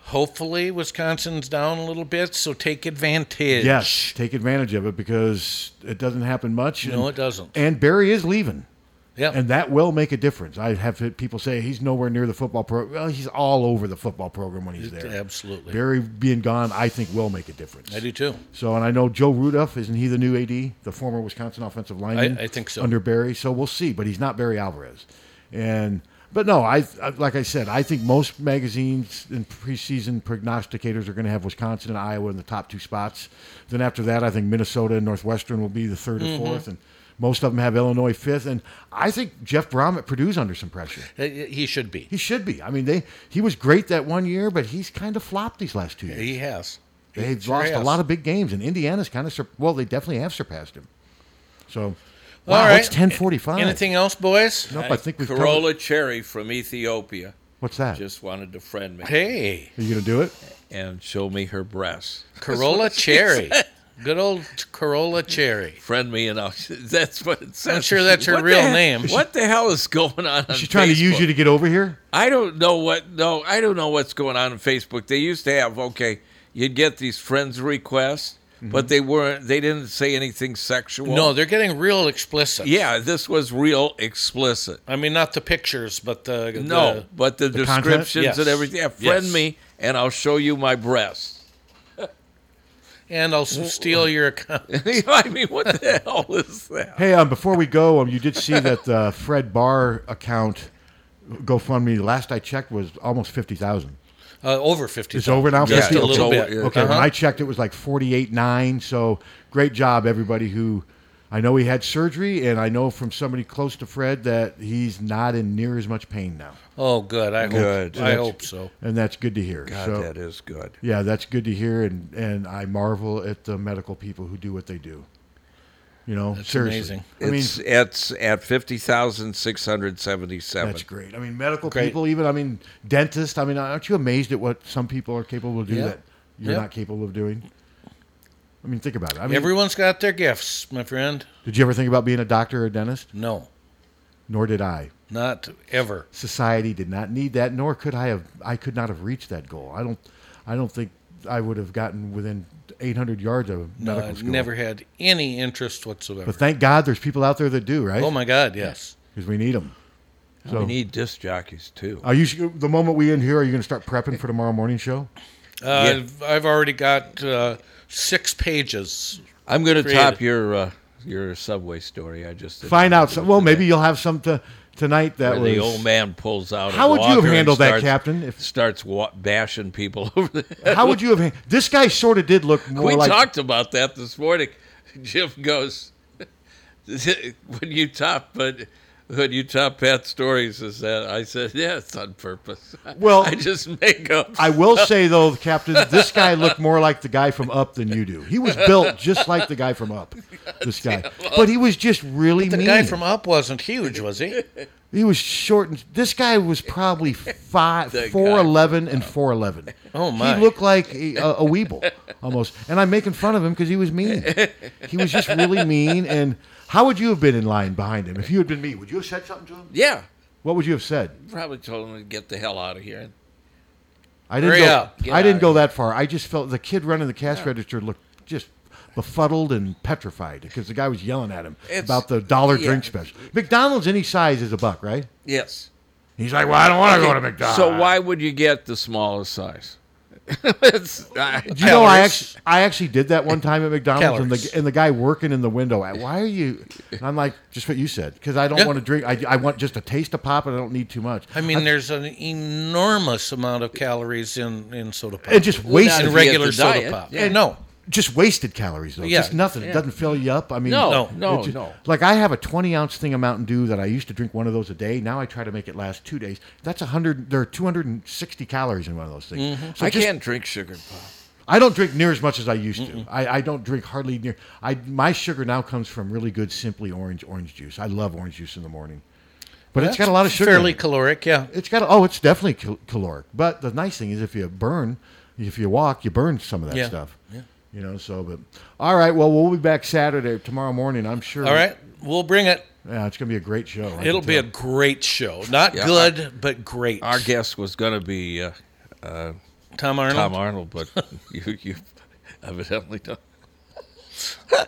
B: hopefully Wisconsin's down a little bit, so take advantage.
A: Yes, take advantage of it because it doesn't happen much.
B: No,
A: and-
B: it doesn't.
A: And Barry is leaving.
B: Yeah.
A: And that will make a difference. I have had people say he's nowhere near the football program. Well, he's all over the football program when he's there.
B: Absolutely.
A: Barry being gone, I think, will make a difference.
B: I do too.
A: So, and I know Joe Rudolph, isn't he the new AD, the former Wisconsin offensive lineman?
B: I- I think so.
A: Under Barry. So we'll see, but he's not Barry Alvarez. And, but no, I, I like I said, I think most magazines and preseason prognosticators are going to have Wisconsin and Iowa in the top two spots. Then after that, I think Minnesota and Northwestern will be the 3rd
B: Mhm.
A: or fourth. And most of them have Illinois fifth. And I think Jeff Brom at Purdue's under some pressure.
B: Uh, He should be.
A: He should be. I mean, they he was great that one year, but he's kind of flopped these last two years.
B: He has. He
A: They've
B: sure
A: lost a
B: has.
A: lot of big games, and Indiana's kind of sur- well. They definitely have surpassed him. So, wow,
B: All right.
A: it's ten forty-five.
B: Anything else, boys?
A: Nope, I think we've covered.
C: Corolla cherry from Ethiopia.
A: What's that?
C: Just wanted to friend me.
B: Hey.
A: Are you gonna do it?
C: And show me her breasts.
B: Corolla cherry. Good old Corolla cherry.
C: Friend me and I'll. That's what it says.
B: I'm sure that's her
C: What the
B: real
C: he-
B: name.
C: What the hell is going on? on
A: Is she trying to use
C: Facebook?
A: you to get over here?
C: I don't know what no, I don't know what's going on on Facebook. They used to have okay, you'd get these friends requests, but
A: Mm-hmm.
B: Mhm.
C: they weren't they didn't say anything sexual.
B: no, they're getting real explicit.
C: Yeah, this was real explicit.
B: I mean, not the pictures, but the.
C: No,
B: the-
C: but the, descriptions
B: Yes.
C: and everything. Yeah, friend
B: Yes.
C: me and I'll show you my breasts.
B: And I'll s- steal your account.
C: I mean, what the hell is that?
A: Hey, um, before we go, um, you did see that the Fred Barr account GoFundMe last I checked was almost fifty thousand.
B: Uh, over 50.
A: It's over now.
B: Just
A: 50?
B: a little
A: okay.
B: bit.
A: Okay,
B: Uh-huh.
A: when I checked, it was like forty-eight nine. So great job, everybody who. I know he had surgery, and I know from somebody close to Fred that he's not in near as much pain now.
B: Oh, good. I
A: Good.
B: hope. I hope so.
A: and that's good to hear.
C: God,
A: So-
C: that is good.
A: Yeah, that's good to hear, and and I marvel at the medical people who do what they do. You know, seriously. I mean,
C: It's it's at fifty thousand six hundred seventy seven.
A: That's great. I mean, medical people, even I mean, dentists. I mean, aren't you amazed at what some people are capable of doing
B: Yeah.
A: that you're
B: Yeah.
A: not capable of doing? I mean, think about it. I mean,
B: Everyone's got their gifts, my friend.
A: did you ever think about being a doctor or a dentist?
B: No,
A: nor did I.
B: not ever.
A: Society did not need that, nor could I have. I could not have reached that goal. I don't. I don't think I would have gotten within 800 yards of
B: No,
A: medical
B: I've
A: school.
B: never had any interest whatsoever.
A: But thank God there's people out there that do, right?
B: Oh my God, yes.
A: Because we need them.
C: we need disc jockeys too.
A: Are you the moment we end here? Are you going to start prepping for tomorrow morning show?
B: Uh, I've- I've already got uh, six pages.
C: I'm going to
B: created.
C: top your uh, your subway story. I just did.
A: Find out. Some, well, maybe you'll have some to tonight that
C: where
A: was
C: the old man pulls out.
A: How
C: his
A: would you have
C: walker and
A: handled that,
C: starts-
A: Captain,
C: starts wa- bashing people over the
A: How would you have? han- This guy sort of did look more
C: we
A: like.
C: talked about that this morning. Jim goes, "When you top, but when you top Pat stories, is that?" I said, "Yeah, it's on purpose."
A: Well,
C: I just make up.
A: I will
C: stuff.
A: say though, Captain, this guy looked more like the guy from Up than you do. He was built just like the guy from Up. This guy, but he was just really
B: But the
A: mean.
B: guy from Up wasn't huge, was he?
A: He was short. And, this guy was probably five,
B: The guy
A: four eleven, and four eleven.
B: Oh, my.
A: He looked like a, a, a weeble almost, and I'm making fun of him because he was mean. He was just really mean. And how would you have been in line behind him if you had been me? Would you have said something to him?
C: Yeah,
A: What would you have said?
C: probably told him to get the hell out of here.
A: I didn't
C: Hurry
A: go.
C: up. Get
A: I
C: out
A: didn't
C: of
A: go that far. I just felt the kid running the cash register looked just befuddled and petrified because the guy was yelling at him
C: It's-
A: about the dollar
C: yeah.
A: drink special. McDonald's any size is a buck, right?
C: Yes.
A: He's like, well, I don't want to
C: Okay,
A: go to McDonald's.
C: So why would you get the smallest size? it's, I,
A: Do you know I actually, I actually did that one time at McDonald's and
C: Calories.
A: the, and the guy working in the window. I- Why are you? And I'm like, just what you said, because I don't
B: Yeah.
A: want to drink. I, I want just a taste of pop, and I don't need too much.
B: I mean, uh, there's an enormous amount of calories in, in soda pop.
A: It just wasted
B: in regular soda pop. No,
A: just wasted calories though.
B: Yeah.
A: Just nothing. It
B: Yeah.
A: doesn't fill you up. I mean,
B: No,
A: it
B: no,
A: just-
B: no.
A: Like I have a 20 ounce thing of Mountain Dew that I used to drink one of those a day. Now I try to make it last two days. That's 100. There are 260 calories in one of those things.
B: Mm-hmm.
C: Mhm.
A: So
C: I
A: just-
C: can't drink sugar pop.
A: I don't drink near as much as I used to. I, I don't drink hardly near. I my sugar now comes from really good simply orange orange juice. I love orange juice in the morning, but it's got
B: That's
A: a lot of sugar. in
B: fairly
A: it.
B: caloric, yeah.
A: It's got oh, it's definitely cal- caloric. But the nice thing is if you burn, if you walk, you burn some of that
B: Yeah.
A: stuff.
B: Yeah.
A: You know. So, but all right. Well, we'll be back Saturday tomorrow morning. I'm sure.
B: All right, we'll bring it.
A: Yeah, it's gonna be a great show. I can
B: It'll be
A: tell.
B: a great show. Not
C: Yeah,
B: good,
C: our-
B: but great.
C: Our guest was going to be uh, uh,
B: Tom Arnold?
C: Tom Arnold, but you, you evidently don't.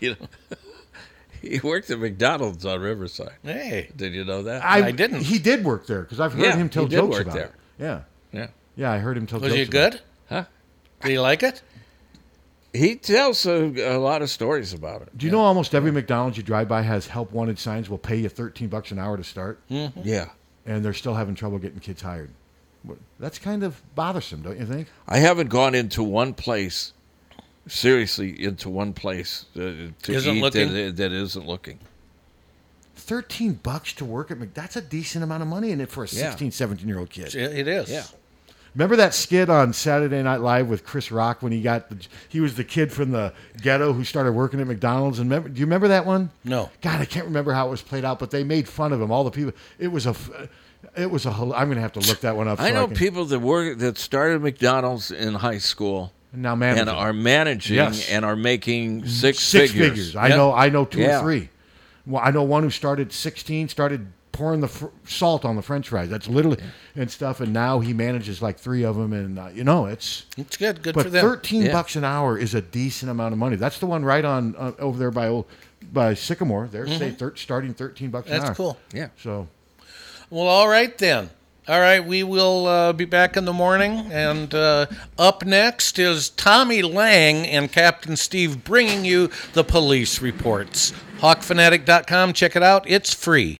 C: you know, he worked at McDonald's on Riverside.
B: Hey.
C: did you know that?
A: He did work there because I've heard
C: Yeah,
A: him tell
C: he did
A: jokes
C: work
A: about
C: there.
A: it. Yeah.
C: Yeah.
A: Yeah, I heard him tell
B: Was
A: jokes.
B: he
A: about it.
B: good? Huh? Do you like it?
C: He tells a, a lot of stories about it.
A: Do you know almost every McDonald's you drive by has help wanted signs? Will pay you thirteen bucks an hour to start.
C: Mhm. Yeah.
A: and they're still having trouble getting kids hired. What- That's kind of bothersome, don't you think?
C: I haven't gone into one place, seriously, into one place uh, to
A: Isn't
C: eat
A: looking?
C: That, that isn't looking.
A: Thirteen bucks to work at McDonald's—that's a decent amount of money in it for a
C: Yeah.
A: 16, 17 year old kid.
B: It is. Yeah.
A: Remember that skit on Saturday Night Live with Chris Rock when he got the, he was the kid from the ghetto who started working at McDonald's and remember, do you remember that one?
B: No.
A: God, I can't remember how it was played out, but they made fun of him. All the people. It was a, f- it was a. hel- I'm gonna have to look that one up.
C: I
A: so
C: know
A: can-
C: people that work that started McDonald's in high school
A: And now managing.
C: and are managing
A: Yes.
C: and are making six,
A: six
C: figures.
A: figures. I know. I know two
C: Yeah.
A: or three. Well, I know one who started sixteen, started pouring the fr- salt on the French fries. That's literally and stuff. And now he manages like three of them. And uh, you know, it's
B: it's good. Good
A: but
B: for them.
A: Thirteen
B: Yeah.
A: bucks an hour is a decent amount of money. That's the one right on uh, over there by old by Sycamore. They're say
B: Mhm.
A: thir- starting thirteen bucks. an
B: That's
A: hour.
B: cool. Yeah.
A: So
B: Well, all right then. All right, we will uh, be back in the morning. And uh, up next is Tommy Lang and Captain Steve bringing you the police reports. HawkFanatic.com. Check it out. It's free.